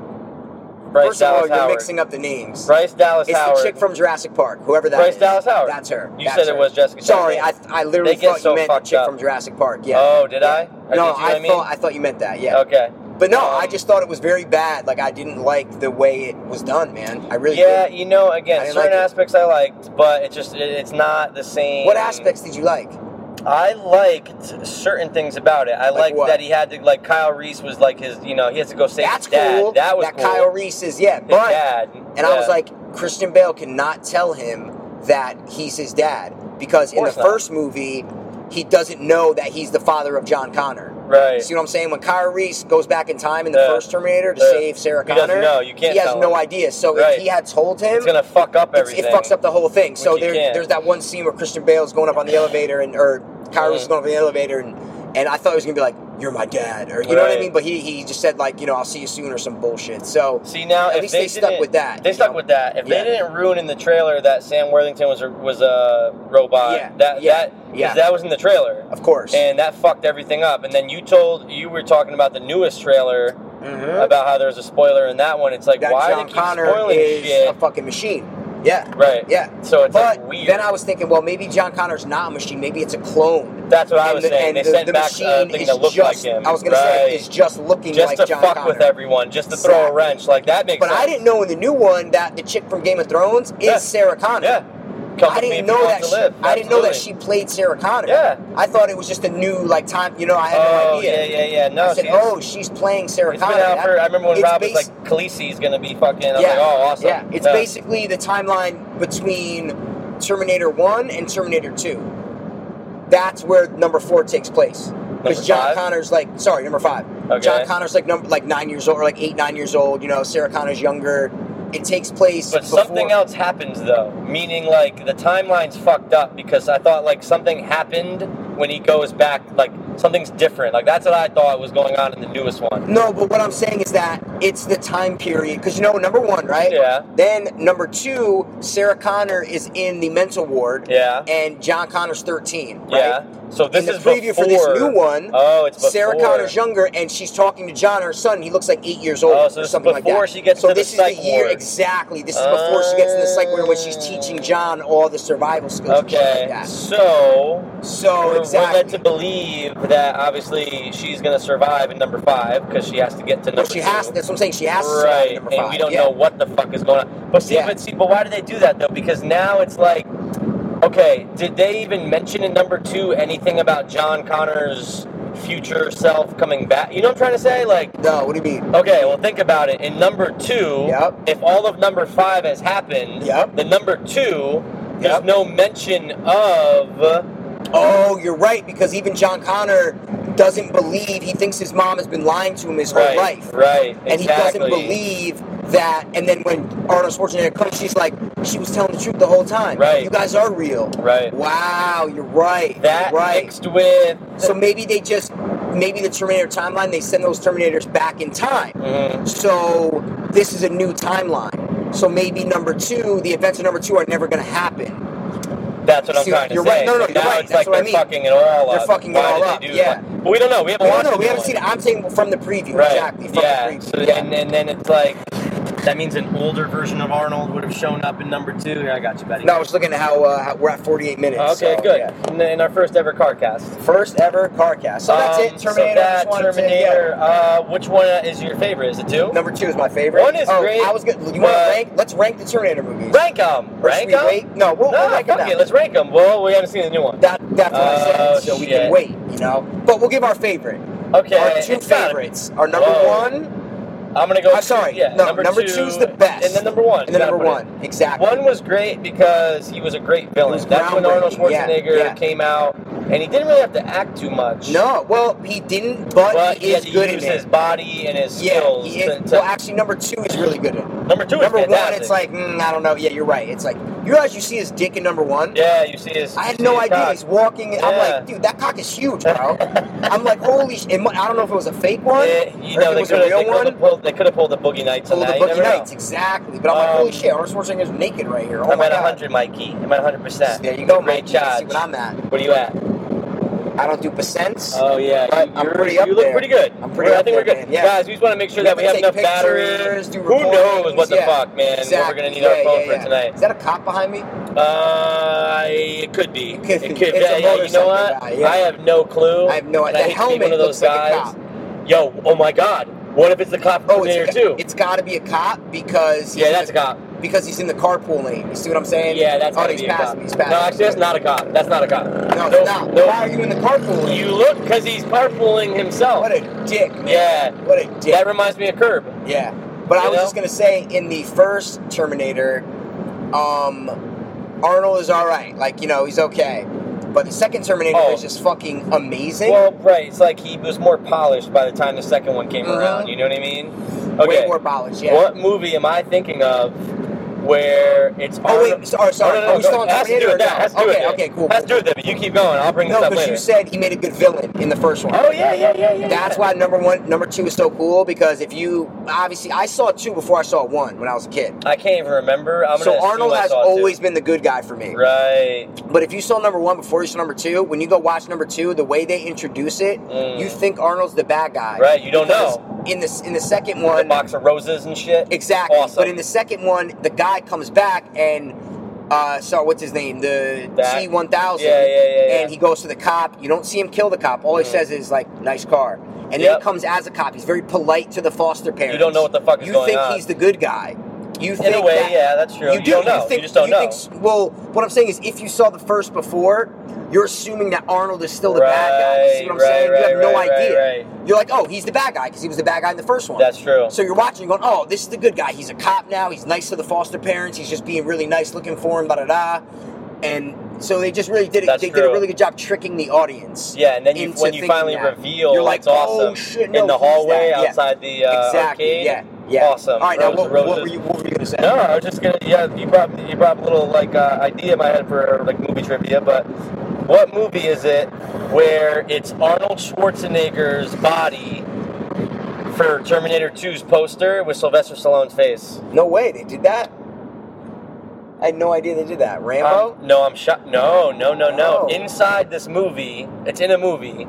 S4: Bryce
S3: First
S4: Dallas
S3: of all, you're
S4: Howard.
S3: mixing up the names.
S4: Bryce Dallas
S3: It's
S4: Howard.
S3: the chick from Jurassic Park, whoever that is.
S4: Bryce Dallas Howard.
S3: That's her.
S4: You
S3: That's
S4: said it
S3: her.
S4: was Jessica
S3: Sorry,
S4: Chastain.
S3: I, I literally
S4: They get
S3: thought
S4: so
S3: you meant the
S4: fucked
S3: chick
S4: up.
S3: from Jurassic Park. Yeah.
S4: Oh, did I? Or
S3: No,
S4: did you,
S3: I,
S4: mean?
S3: thought I thought you meant that. Yeah.
S4: Okay.
S3: But no,
S4: Um,
S3: I just thought it was very bad. Like I didn't like the way it was done, man. I really
S4: yeah,
S3: did.
S4: you know,
S3: I
S4: again,
S3: didn't
S4: certain
S3: like it.
S4: aspects I liked, but it's just it, it's not the same.
S3: What aspects did you like?
S4: I liked certain things about it. I
S3: Like
S4: liked
S3: what?
S4: that he had to like Kyle Reese was like his, you know, he has to go save
S3: That's
S4: his dad.
S3: cool.
S4: That was cool.
S3: Kyle Reese is yeah,
S4: His
S3: but
S4: dad.
S3: and I was like, Christian Bale cannot tell him that he's his dad because in the
S4: course not.
S3: first movie he doesn't know that he's the father of John Connor.
S4: right.
S3: See what I'm saying? When Kyle Reese goes back in time in the
S4: Yeah.
S3: first Terminator to
S4: Yeah.
S3: save Sarah
S4: He doesn't
S3: Connor,
S4: know. You can't
S3: He has
S4: tell
S3: no
S4: him.
S3: idea. So
S4: Right.
S3: if he had told him,
S4: It's gonna fuck up
S3: it's-
S4: everything.
S3: it fucks up the whole thing. So
S4: Which he
S3: there,
S4: can't.
S3: there's that one scene where Christian Bale's going up on the elevator, and or Kyle Reese is
S4: Mhm.
S3: going up on the elevator, and and I thought he was gonna be like, "You're my dad," or you know what I
S4: Right.
S3: mean? But he he just said like, you know, I'll see you soon or some bullshit. So
S4: See now,
S3: At
S4: if
S3: least
S4: they,
S3: they stuck
S4: didn't-
S3: with that,
S4: They
S3: you
S4: stuck
S3: know?
S4: with that. If
S3: Yeah.
S4: they didn't ruin in the trailer that Sam Worthington was a, was a robot,
S3: Yeah,
S4: that
S3: yeah,
S4: that 'cause
S3: yeah.
S4: that was in the trailer,
S3: of course,
S4: and that fucked everything up. And then you told you were talking about the newest trailer
S3: Mhm.
S4: about how there's a spoiler in that one. It's like
S3: that
S4: Mm-hmm. why
S3: John
S4: they keep
S3: Connor
S4: spoiling
S3: is
S4: shit?
S3: a fucking machine. Yeah,
S4: right.
S3: yeah.
S4: So it's
S3: but
S4: like weird.
S3: then I was thinking, well, maybe John Connor's not a machine. Maybe it's a clone.
S4: That's what I
S3: And
S4: was
S3: the-
S4: saying.
S3: and
S4: They
S3: the-
S4: sent
S3: the
S4: back uh, a
S3: machine
S4: thing
S3: is
S4: that looked
S3: just-
S4: like him.
S3: I was gonna
S4: right.
S3: say it's just looking
S4: just
S3: like
S4: to
S3: John
S4: fuck
S3: Connor.
S4: with everyone, just to throw a
S3: Exactly.
S4: wrench. Like that makes
S3: But
S4: sense.
S3: I didn't know in the new one that the chick from Game of Thrones is
S4: Yeah.
S3: Sarah Connor.
S4: Yeah. Come
S3: I
S4: with me if
S3: didn't
S4: you
S3: know
S4: want
S3: that.
S4: to
S3: She,
S4: live.
S3: I didn't know that
S4: Absolutely.
S3: she played Sarah Connor.
S4: Yeah.
S3: I thought it was just a new like time. You know, I had no
S4: Oh
S3: idea.
S4: yeah, yeah, yeah. No,
S3: I said,
S4: she's-
S3: oh, she's playing Sarah
S4: It's
S3: Connor.
S4: been out
S3: That-
S4: for. I remember when
S3: it's
S4: Rob was
S3: basi-
S4: like, "Khaleesi's gonna be fucking." I was
S3: yeah,
S4: like, "Oh, awesome."
S3: yeah. It's basically the timeline between Terminator One and Terminator Two. That's where number four takes place.
S4: Number
S3: Because John
S4: five?
S3: Connor's like, sorry, number five.
S4: Okay.
S3: John Connor's like number like nine years old or like eight, nine years old. You know, Sarah Connor's younger. It takes place.
S4: But
S3: before-
S4: something else happens though, meaning like the timeline's fucked up because I thought like something happened when he goes back, like something's different. Like that's what I thought was going on in the newest one.
S3: No, but what I'm saying is that it's the time period because you know number one, right?
S4: Yeah.
S3: Then number two, Sarah Connor is in the mental ward,
S4: Yeah.
S3: and John Connor's 13, right?
S4: Yeah. So this
S3: And the
S4: is
S3: preview
S4: before.
S3: for this new one,
S4: Oh, it's before.
S3: Sarah Connor's younger, and she's talking to John, her son. He looks like eight years old,
S4: Oh, so
S3: or
S4: this is
S3: something like that.
S4: before she gets
S3: so
S4: to the
S3: this is
S4: psych
S3: the year
S4: ward. Ah.
S3: exactly. This is before she gets to the psych ward when she's teaching John all the survival skills. and shit
S4: Okay.
S3: like that.
S4: So
S3: So
S4: we're, we're led
S3: exactly.
S4: to believe that obviously she's gonna survive in number five because she has to get to number.
S3: But she has.
S4: two.
S3: That's what I'm saying. She has to survive
S4: right,
S3: number
S4: and
S3: five.
S4: we don't
S3: yeah.
S4: know what the fuck is going on. But see,
S3: Yeah.
S4: but see, but why do they do that though? Because now it's like, okay, did they even mention in number two anything about John Connor's future self coming back? You know what I'm trying to say? Like,
S3: No. What do you mean?
S4: okay, well, think about it. In number two,
S3: Yep.
S4: if all of number five has happened,
S3: Yep.
S4: then number two, there's
S3: Yep.
S4: no mention of.
S3: Oh, you're right, because even John Connor doesn't believe, he thinks his mom has been lying to him his
S4: Right,
S3: whole life.
S4: right,
S3: And
S4: exactly.
S3: he doesn't believe that. And then when Arnold Schwarzenegger comes, she's like, she was telling the truth the whole time.
S4: Right.
S3: You guys are real.
S4: Right.
S3: Wow, you're right.
S4: That
S3: you're right.
S4: mixed with.
S3: So maybe they just, maybe the Terminator timeline, they send those Terminators back in time.
S4: Mm-hmm.
S3: So this is a new timeline. So maybe number two, the events of number two are never going to happen.
S4: That's what I'm
S3: See,
S4: trying to
S3: you're
S4: say.
S3: right. No, no,
S4: So
S3: you're
S4: now
S3: right.
S4: It's
S3: That's
S4: like
S3: what I
S4: they're
S3: mean.
S4: fucking it all
S3: They're
S4: up.
S3: fucking it
S4: Why
S3: all
S4: did they
S3: up,
S4: do
S3: yeah.
S4: that? But we don't know. We haven't
S3: No,
S4: watched
S3: no, we
S4: it
S3: haven't
S4: yet.
S3: seen it. I'm saying from the preview.
S4: Oh, Right.
S3: Exactly. From the
S4: yeah.
S3: preview.
S4: So And, and then it's like that means an older version of Arnold would have shown up in number two. Here, I got you, buddy.
S3: No, I was looking at how, uh, how we're at 48 minutes.
S4: Okay,
S3: so,
S4: good.
S3: yeah.
S4: In, in our first ever car cast.
S3: First ever car cast. So that's it. Terminator. I just wanted to-
S4: Um, Terminator. uh, which one is your favorite? Is it two?
S3: yeah. Number two is my favorite.
S4: One is
S3: oh,
S4: great,
S3: I was good. You want
S4: but-
S3: to rank? Let's rank the Terminator movies.
S4: Rank them.
S3: Or should
S4: Rank
S3: we
S4: them.
S3: wait? No, we'll,
S4: No,
S3: we'll rank
S4: fuck
S3: them
S4: it.
S3: now.
S4: Let's rank them. Well, we haven't seen the new one.
S3: That, that's what I
S4: Oh,
S3: said. So we
S4: shit.
S3: can wait. You know, but we'll give our favorite.
S4: Okay.
S3: Our two
S4: it's Oh, gotta be-
S3: favorites. Our number
S4: Whoa.
S3: one.
S4: I'm gonna go.
S3: I'm sorry.
S4: Yeah,
S3: no,
S4: number,
S3: number
S4: two,
S3: two's the best.
S4: and then number one.
S3: And then
S4: Gotta
S3: number
S4: put it.
S3: one. Exactly.
S4: One was great because he was a great
S3: It
S4: villain.
S3: was
S4: That's when Arnold
S3: groundbreaking, yeah,
S4: Schwarzenegger
S3: yeah.
S4: came out and he didn't really have to act too much.
S3: No, well, he didn't, but,
S4: but
S3: he
S4: he had
S3: is
S4: to
S3: good
S4: use
S3: in
S4: his
S3: it.
S4: body and his
S3: Yeah,
S4: skills.
S3: he is,
S4: to- to-
S3: well, actually, number two is really good in it.
S4: number two, is
S3: Number one,
S4: fantastic.
S3: it's like, mm, I don't know. Yeah, you're right. It's like, you realize you see his dick in number one?
S4: yeah, you see his.
S3: I
S4: you
S3: had
S4: see
S3: no
S4: his
S3: idea.
S4: cock.
S3: He's walking. I'm
S4: Yeah.
S3: like, dude, that cock is huge,
S4: [laughs]
S3: bro. I'm like, holy sh It, mu- I don't know if it was a fake one
S4: Yeah, you
S3: or if
S4: know,
S3: it
S4: they
S3: was a
S4: could have
S3: real
S4: they
S3: one.
S4: could've pulled, they could have pulled the boogie nights.
S3: Pull
S4: on
S3: the
S4: that.
S3: Boogie
S4: you never know.
S3: Nights, exactly. But I'm like,
S4: Um,
S3: holy shit, Arnold Schwarzenegger's naked right here. Oh
S4: I'm
S3: my
S4: at
S3: god.
S4: 100, Mikey. I'm at 100. percent
S3: There you go,
S4: Great
S3: mate. You can See
S4: charge.
S3: what I'm at.
S4: What are you at?
S3: I don't do percents.
S4: Oh yeah,
S3: But
S4: you-
S3: I'm
S4: you're-
S3: pretty up
S4: You look
S3: there.
S4: pretty good.
S3: I'm pretty
S4: I
S3: up
S4: think
S3: there,
S4: we're good,
S3: man, yeah.
S4: guys. We just want to make sure
S3: You have
S4: that we
S3: to
S4: have
S3: take
S4: enough
S3: pictures,
S4: batteries.
S3: do
S4: Who
S3: recordings,
S4: knows what the
S3: yeah.
S4: fuck, man? What we're
S3: Exactly.
S4: gonna need
S3: yeah,
S4: our phone
S3: yeah, yeah.
S4: for tonight?
S3: Is that a cop behind me?
S4: Uh, it could be.
S3: It could be. It's
S4: Yeah,
S3: a
S4: yeah, you know
S3: motorcycle
S4: what?
S3: guy, yeah.
S4: I have no clue.
S3: I have no
S4: and
S3: idea. The
S4: hate to be
S3: helmet looks like a cop.
S4: Yo, oh my god! What if it's the cop
S3: Oh,
S4: from there
S3: it's,
S4: too?
S3: it's got to be a cop because he's
S4: yeah,
S3: in
S4: that's a
S3: the-
S4: cop.
S3: because he's in the carpool lane. You see what I'm saying?
S4: Yeah, that's
S3: oh,
S4: gotta
S3: he's
S4: be a
S3: passing
S4: cop.
S3: me. He's passing
S4: No,
S3: me.
S4: actually, that's not a cop. That's not a cop.
S3: No,
S4: Nope,
S3: it's not.
S4: nope.
S3: Why are you in the carpool lane?
S4: You look because he's carpooling himself.
S3: What a dick, man.
S4: Yeah.
S3: What a dick.
S4: That reminds me of Curb.
S3: yeah. But I
S4: You
S3: was
S4: know?
S3: just gonna say, in the first Terminator, um, Arnold is all right. Like you know, he's okay. But the second Terminator
S4: Oh.
S3: is just fucking amazing.
S4: Well, right. It's like he was more polished by the time the second one came
S3: Mhm.
S4: around. You know what I mean? Okay.
S3: Way more polished. Yeah.
S4: What movie am I thinking of where it's
S3: Oh
S4: Arnold-
S3: wait, sorry, sorry.
S4: No, no, no,
S3: Are we still on
S4: it has to do
S3: Terminator?
S4: with that.
S3: or
S4: It has to
S3: no?
S4: do with
S3: okay,
S4: that.
S3: okay, cool.
S4: It has to do with that. But you keep going. I'll bring this
S3: No,
S4: up
S3: because
S4: later.
S3: you said he made a good villain in the first one.
S4: oh yeah, yeah, yeah, yeah.
S3: That's
S4: yeah.
S3: why number one, number two is so cool because if you obviously, I saw two before I saw one when I was a kid.
S4: I can't even remember. I'm
S3: so
S4: gonna assume
S3: Arnold
S4: I
S3: has
S4: saw it, too.
S3: always been the good guy for me.
S4: right.
S3: But if you saw number one before you saw number two, when you go watch number two, the way they introduce it,
S4: Mm.
S3: you think Arnold's the bad guy.
S4: Right, you don't
S3: Because
S4: know.
S3: In the in the second
S4: The
S3: one,
S4: box of roses and shit.
S3: exactly.
S4: Awesome.
S3: But in the second one, the guy comes back and uh, so what's his name? The
S4: That-
S3: T one thousand.
S4: Yeah, yeah, yeah, yeah.
S3: And he goes to the cop. You don't see him kill the cop. All he says is like, "Nice car." And then
S4: Yep.
S3: he comes as a cop. He's very polite to the foster parents.
S4: You don't know what the fuck is
S3: You
S4: going
S3: think
S4: on.
S3: he's the good guy. You
S4: in
S3: think
S4: a way,
S3: that-
S4: yeah, that's true.
S3: you, do.
S4: not know.
S3: You, think,
S4: just don't
S3: you
S4: know.
S3: think- well, what I'm saying is, if you saw the first before, you're assuming that Arnold is still the bad guy. You see what I'm
S4: Right,
S3: saying?
S4: right,
S3: you have no
S4: right, right,
S3: idea.
S4: right.
S3: You're like, oh, he's the bad guy because he was the bad guy in the first one.
S4: That's true.
S3: So you're watching, you're going, oh, this is the good guy. He's a cop now. He's nice to the foster parents. He's just being really nice, looking for him, da da da. And so they just really did it.
S4: That's
S3: They did a
S4: true.
S3: really good job tricking the audience.
S4: Yeah, and then you,
S3: into
S4: when you
S3: thinking
S4: finally
S3: that.
S4: reveal,
S3: you're like,
S4: it's awesome.
S3: oh shit, no,
S4: in the
S3: he's that.
S4: hallway
S3: Yeah.
S4: outside the uh,
S3: exactly.
S4: arcade.
S3: Yeah, yeah.
S4: Awesome.
S3: All right,
S4: Roses,
S3: now what, what
S4: roses.
S3: were you what were you gonna say?
S4: No, I was just gonna. Yeah, you brought you brought a little like uh, idea in my head for like movie trivia, but what movie is it where it's Arnold Schwarzenegger's body for Terminator 2's poster with Sylvester Stallone's face?
S3: No way, they did that. I had no idea they did that. Rambo.
S4: Um, no, I'm shot. No, no, no,
S3: Oh.
S4: no. Inside this movie, it's in a movie, and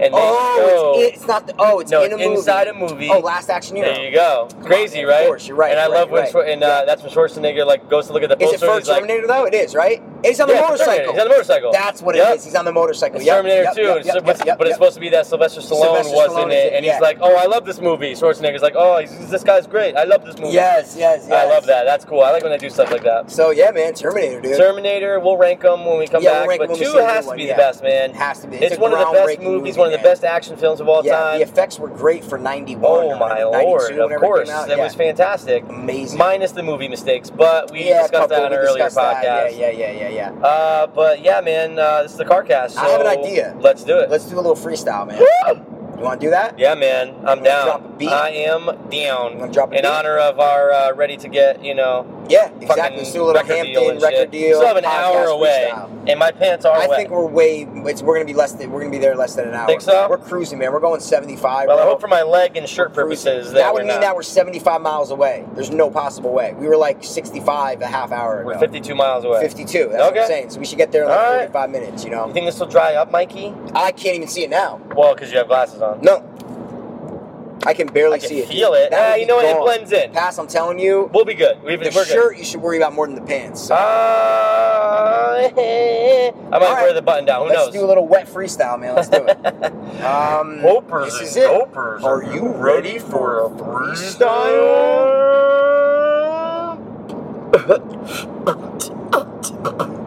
S4: they
S3: oh,
S4: show-
S3: it's, in, it's not. The, oh, it's
S4: no,
S3: in a
S4: it's
S3: movie.
S4: inside a movie.
S3: Oh, Last Action Hero.
S4: There you go. Crazy,
S3: man, of
S4: right?
S3: course, you're right,
S4: And I
S3: you're
S4: love
S3: right,
S4: when
S3: you're
S4: Schwar-
S3: right.
S4: and uh, that's when Schwarzenegger like goes to look at the
S3: Is
S4: poster.
S3: it for
S4: and he's like,
S3: Terminator though? It is, right? It's on the
S4: Yeah, it's Terminator.
S3: motorcycle.
S4: He's on the motorcycle.
S3: That's what it is.
S4: Yep.
S3: He's on the motorcycle.
S4: It's
S3: Yep,
S4: Terminator
S3: yep,
S4: 2,
S3: yep,
S4: it's-
S3: yep,
S4: but,
S3: yep, yep,
S4: but it's supposed to be that Sylvester Stallone
S3: Sylvester
S4: was
S3: Stallone
S4: in
S3: is
S4: it,
S3: it,
S4: and
S3: yeah.
S4: he's like, "Oh, I love this movie." Schwarzenegger's like, "Oh, he's, this guy's great. I love this movie."
S3: Yes, yes, yes.
S4: I love that. That's cool. I like when they do stuff like that.
S3: So yeah, man, Terminator, dude.
S4: Terminator, we'll rank them when we come
S3: Yeah, we'll
S4: back,
S3: rank 'em
S4: but
S3: when we
S4: two
S3: see the
S4: has
S3: new
S4: to
S3: one,
S4: be the
S3: yeah.
S4: best, man.
S3: Has to be.
S4: It's,
S3: a
S4: one of the best
S3: groundbreaking
S4: movies,
S3: movie,
S4: one of the
S3: man.
S4: best action films of all
S3: yeah,
S4: time.
S3: the effects were great for '91.
S4: Oh my lord! Of course,
S3: that
S4: that was fantastic.
S3: amazing.
S4: Minus the movie mistakes, but we
S3: yeah, a
S4: discussed that
S3: couple,
S4: on
S3: we
S4: an earlier
S3: discussed that.
S4: podcast.
S3: Yeah, yeah, yeah, yeah, yeah.
S4: Uh, but yeah, man, uh, this is the CarCast. So
S3: I have an idea.
S4: Let's do it.
S3: Let's do a little freestyle, man. You want to do that?
S4: yeah, man, I'm
S3: wanna
S4: down.
S3: drop a beat?
S4: I am
S3: You
S4: down.
S3: wanna drop a
S4: in
S3: beat?
S4: honor of our uh, ready to get, you know,
S3: Yeah,
S4: fucking
S3: exactly. Let's do a little
S4: record deal
S3: Hampton
S4: and
S3: record
S4: shit.
S3: deal.
S4: Still have an hour
S3: podcast
S4: away,
S3: freestyle.
S4: and my pants are
S3: I
S4: wet.
S3: think we're way. It's, we're gonna be less than. We're gonna be there less than an hour.
S4: Think so?
S3: We're cruising, man. We're going seventy-five.
S4: well, I
S3: bro.
S4: hope for my leg and shirt
S3: Cruising.
S4: purposes that,
S3: that would
S4: we're
S3: mean
S4: not.
S3: that we're seventy-five miles away. There's no possible way. We were like sixty-five a half hour ago.
S4: we're 52 miles away.
S3: Fifty-two. That's what
S4: Okay.
S3: I'm saying. So we should get there in like
S4: All right.
S3: thirty-five minutes. You
S4: You
S3: know,
S4: think this will dry up, Mikey?
S3: I can't even see it now.
S4: Well, because you have glasses on.
S3: No, I can barely
S4: I can
S3: see it.
S4: feel it.
S3: That
S4: Ah,
S3: would
S4: you
S3: be
S4: know what? It
S3: gone.
S4: blends in.
S3: Pass. I'm telling you,
S4: We'll be good. We've,
S3: the
S4: we're good.
S3: shirt you should worry about more than the pants.
S4: Uh, Ah, [laughs] I might
S3: All right.
S4: wear the button down. Who
S3: Let's
S4: knows?
S3: do a little wet freestyle, man. Let's do [laughs] it. um,
S4: Hopers
S3: this is
S4: and
S3: it.
S4: dopers,
S3: Are you ready for a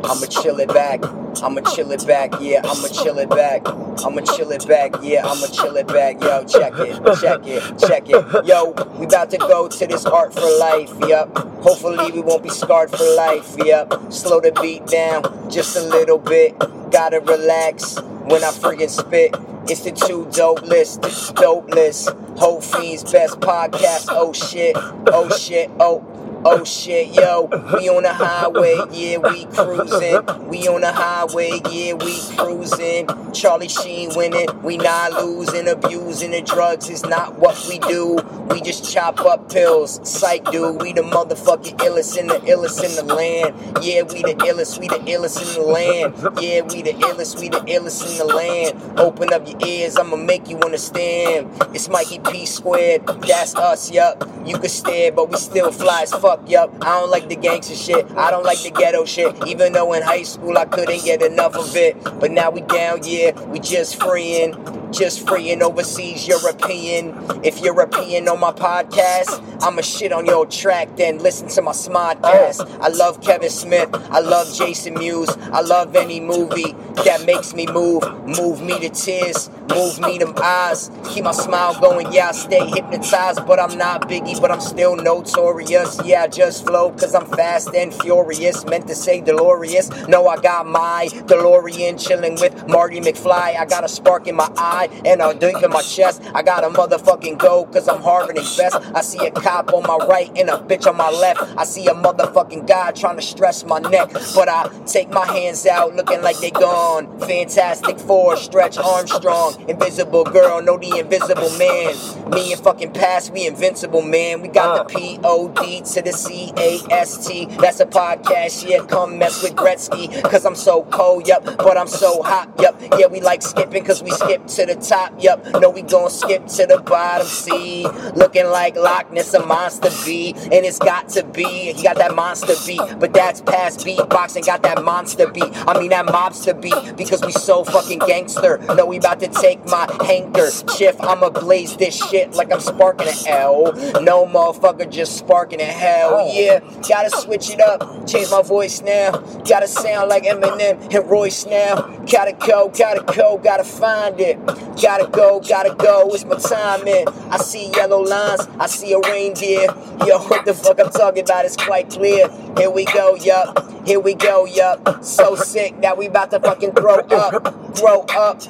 S3: I'ma chill it back. I'ma chill it back. Yeah, I'ma chill it back. I'ma chill it back. Yeah, I'ma chill it back. Yo, check it, check it, check it. Yo, we about to go to this art for life. Yup. Hopefully we won't be scarred for life. Yup. Slow the beat down just a little bit. gotta relax when I freaking spit. It's the two dope list, this is dope list. Whole Fiends best podcast. Oh shit, oh shit, oh. Oh shit, yo, we on the highway, yeah, we cruising. We on the highway, yeah, we cruising. Charlie Sheen winning, we not losing. Abusing the drugs is not what we do. We just chop up pills, psych, dude. We the motherfucking illest in the illest in the land. Yeah, we the illest, we the illest in the land. Yeah, we the illest, we the illest in the land. Open up your ears, I'ma make you understand. It's Mikey P squared, that's us, yup. You can stare, but we still fly as fuck, yup. I don't like the gangster shit, I don't like the ghetto shit. Even though in high school I couldn't get enough of it. But now we down, yeah, we just freeing. Just freeing overseas European. If European on my podcast, I'ma shit on your track, then listen to my smodcast. I love Kevin Smith. I love Jason Mewes. I love any movie that makes me move. Move me to tears. Move me to eyes. Keep my smile going. Yeah, I stay hypnotized, but I'm not Biggie, but I'm still notorious. Yeah, I just flow, cause I'm fast and furious. Meant to say DeLorean. No, I got my DeLorean chilling with Marty McFly. I got a spark in my eye and a drink in my chest. I got a motherfucking go, cause I'm harboring best. I see a cop on my right and a bitch on my left. I see a motherfucking guy trying to stress my neck, but I take my hands out looking like they gone. Fantastic Four, Stretch Armstrong, Invisible Girl, no the Invisible Man. Me and fucking past, we invincible man. We got the P O D to the C A S T. That's a podcast. Yeah, come mess with Gretzky, cause I'm so cold. Yup, but I'm so hot. Yup, yeah, we like skipping, cause we skip to the top. Yup, no, we gon' skip to the bottom. See, looking like Loch Ness, a monster B, and it's got to be. He got that monster beat, but that's past beatboxing. Got that monster beat. I mean that mobster beat, because we so fucking gangster. No, we about to take my hanker. Shift, I'ma blaze this shit like I'm sparking an L. No motherfucker, just sparking in hell. Yeah, gotta switch it up. Change my voice now. Gotta sound like Eminem and Royce now. Gotta go, gotta go, gotta find it. Gotta go, gotta go. It's my time, man. I see yellow lines. I see a reindeer. Yo, what the fuck I'm talking about is quite clear. Here we go, yup. Here we go, yup. So sick that we about to fucking throw up, throw up.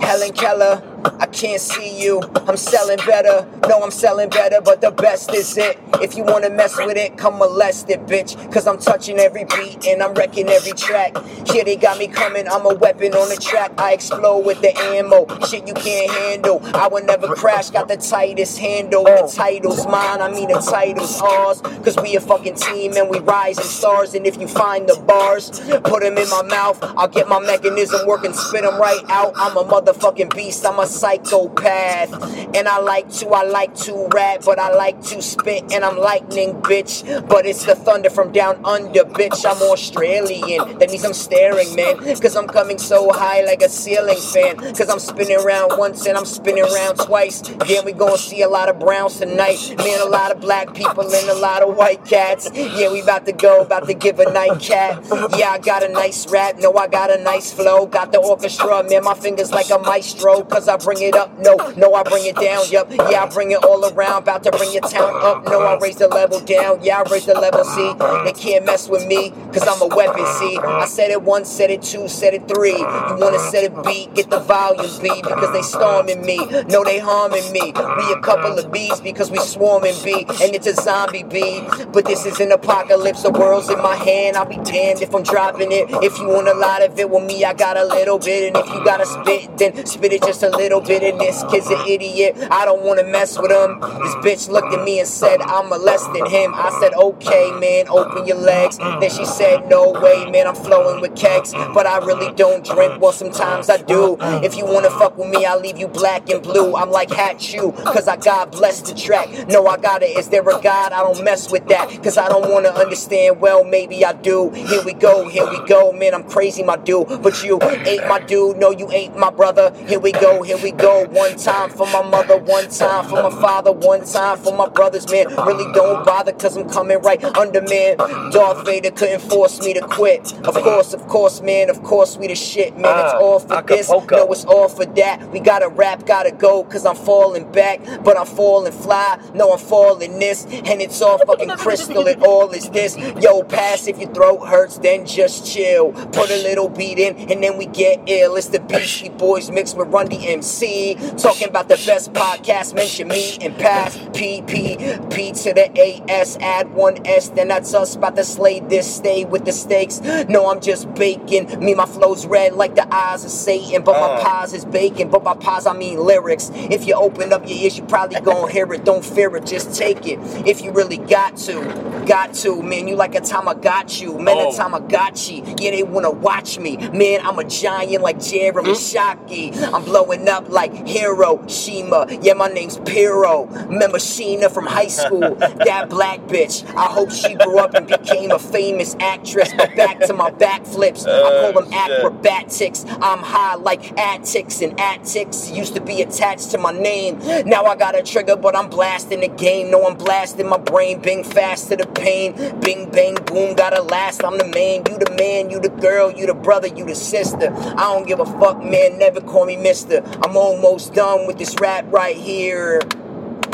S3: Helen Keller, I can't see you. I'm selling better. No, I'm selling better, but the best is it. If you wanna mess with it, come molest it, bitch. Cause I'm touching every beat and I'm wrecking every track. Yeah, they got me coming. I'm a weapon on the track. I explode with the ammo. Shit you can't handle. I will never crash. Got the tightest handle. The title's mine. I mean the title's ours. Cause we a fucking team and we rising stars. And if you find the bars, put them in my mouth. I'll get my mechanism working, spit them right out. I'm a motherfucking beast. I'm a psychopath. And I like to, I like to rap, but I like to spit. And I'm lightning, bitch. But it's the thunder from down under, bitch. I'm Australian. That means I'm staring, man. Cause I'm coming so high like a ceiling fan. Cause I'm spinning around once and I'm spinning around twice. Yeah, we gonna see a lot of browns tonight. Man, a lot of black people and a lot of white cats. Yeah, we about to go, about to give a night cat. Yeah, I got a nice rap. No, I got a nice flow. Got the orchestra, man. My fingers like a maestro. Cause I bring it up. No, no, I bring it down. Yup. Yeah, I bring it all around. About to bring your town up. No, I raise the level down. Yeah, I raise the level C. They can't mess with me. Cause I'm a weapon, see. I said it once, said it two, said it three. You wanna set it beat, get the volume beat. Because they storming me. No, they harming me. We a couple of bees because we swarming bee. And it's a zombie bee. But this is an apocalypse. The world's in my hand. I'll be damned if I'm dropping it. If you want a lot of it with me, I got a little bit. And if you gotta spit, then spit it just a little bit. And this kid's an idiot. I don't wanna mess with him. This bitch looked at me and said, I'm molesting him. I said, okay, man, open your legs. Then she said, no way, man, I'm flowing with kegs. But I really don't drink. Well, sometimes I do. If you wanna fuck with me, I'll leave you black and blue. I'm like hat you, cause I God bless the track. No, I got it. Is there a God? I don't mess with that. Cause I don't wanna understand. Well, maybe I do. Here we go, here we go, man. I'm crazy, my dude. But you ain't my dude. No, you ain't my brother. Here we go, here
S7: we go. One time for my mother, one time for my father, one time for my brothers, man. Really don't bother, cause I'm coming right under, man. Darth Vader couldn't force me to quit. Of course, of course, man. Of course, we the shit, man. It's
S4: Ah,
S7: all for this.
S4: Acapulco.
S7: No, it's all for that. We gotta rap, gotta go, cause I'm falling back. But I'm falling fly. No, I'm falling this. And it's all fucking crystal. It all is this. Yo, pass if your throat hurts, then just chill. Put a little beat in, and then we get ill. It's the Beastie Boys mixed with Run DMC. Talking about the best podcast. Mention me and pass. PP, P to the AS. Add one S, then that's us. About to slay this. Stay with the stakes. No, I'm just baking. Me, my flow's red like the eyes of Satan. But my
S4: Uh.
S7: pies is bacon. But by pies, I mean lyrics. If you open up your ears, you
S4: [laughs]
S7: probably gonna hear it. Don't fear it, just take it. If you really got to, got to, man. You like a Tamagotchi, man.
S4: Oh.
S7: A Tamagotchi. Yeah, they wanna watch me, man. I'm a giant like Jeremy
S4: Hmm?
S7: Shockey. I'm blowing up like Hiroshima. Yeah, my name's Piro. Remember Sheena from
S4: [laughs]
S7: high school? that black bitch. I hope she grew up and became a famous actress. But back to my backflips. I call them
S4: Oh, shit.
S7: acrobats acrobatics. I'm high like attics, and attics used to be attached to my name. Now I got a trigger, but I'm blasting the game. No, I'm blasting my brain. Bing fast to the pain. Bing bang boom, gotta last. I'm the man, you the man, you the girl, you the brother, you the sister. I don't give a fuck, man. Never call me mister. I'm almost done with this rap right here.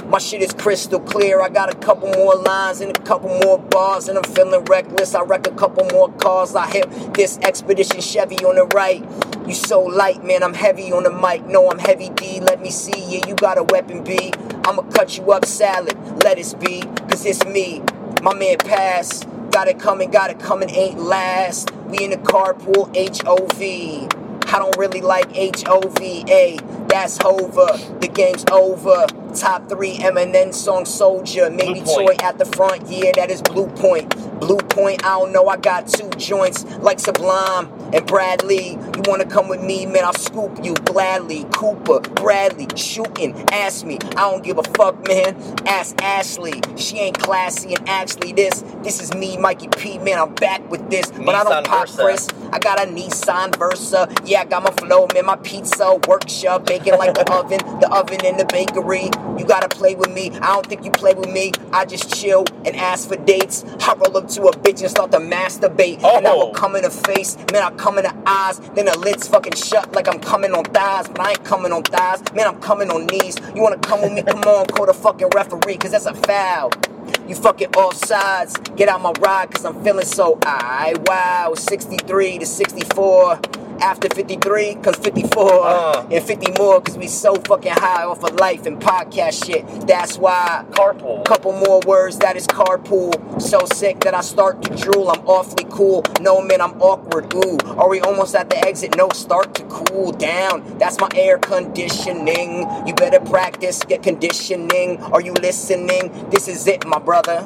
S7: My shit is crystal clear. I got a couple more lines and a couple more bars, and I'm feeling reckless. I wreck a couple more cars. I hit this expedition Chevy on the right. You so light, man. I'm heavy on the mic. No, I'm heavy D. Let me see. Yeah, you got a weapon B. I'ma cut you up salad. Let it be. Cause it's me. My man pass. Got it coming, got it coming, ain't last. We in the carpool, HOV. I don't really like H O V A. That's Hova. The game's over. Top three Eminem song Soldier. Maybe
S4: Blue Point.
S7: Toy at the front. Yeah, that is Blue Point. Blue Point, I don't know. I got two joints like Sublime and Bradley. You wanna come with me, man? I'll scoop you gladly. Cooper, Bradley, shooting. Ask me. I don't give a fuck, man. Ask Ashley. She ain't classy and actually this. This is me, Mikey P. Man, I'm back with this. But I
S4: Nissan
S7: don't pop
S4: Versa.
S7: Chris. I got a Nissan Versa. Yeah, I got my flow, man. My pizza workshop baking like the oven, the oven in the bakery. You gotta play with me. I don't think you play with me. I just chill and ask for dates. I roll up to a bitch and start to masturbate. And I
S4: Oh.
S7: will come in the face, man. I come in the eyes. Then the lids fucking shut like I'm coming on thighs. But I ain't coming on thighs, man. I'm coming on knees. You wanna come with me? Come on, call the fucking referee, cause that's a foul. You fucking off sides. Get out my ride, cause I'm feeling so I wow. 63 to 64. After 53, cause 54.
S4: Uh.
S7: And 50 more, cause we so fucking high off of life and podcast shit. That's why.
S4: Carpool.
S7: Couple more words that is carpool. So sick that I start to drool. I'm awfully cool. No man, I'm awkward. Ooh, are we almost at the exit? No, start to cool down. That's my air conditioning. You better practice your conditioning. Are you listening? This is it, my brother.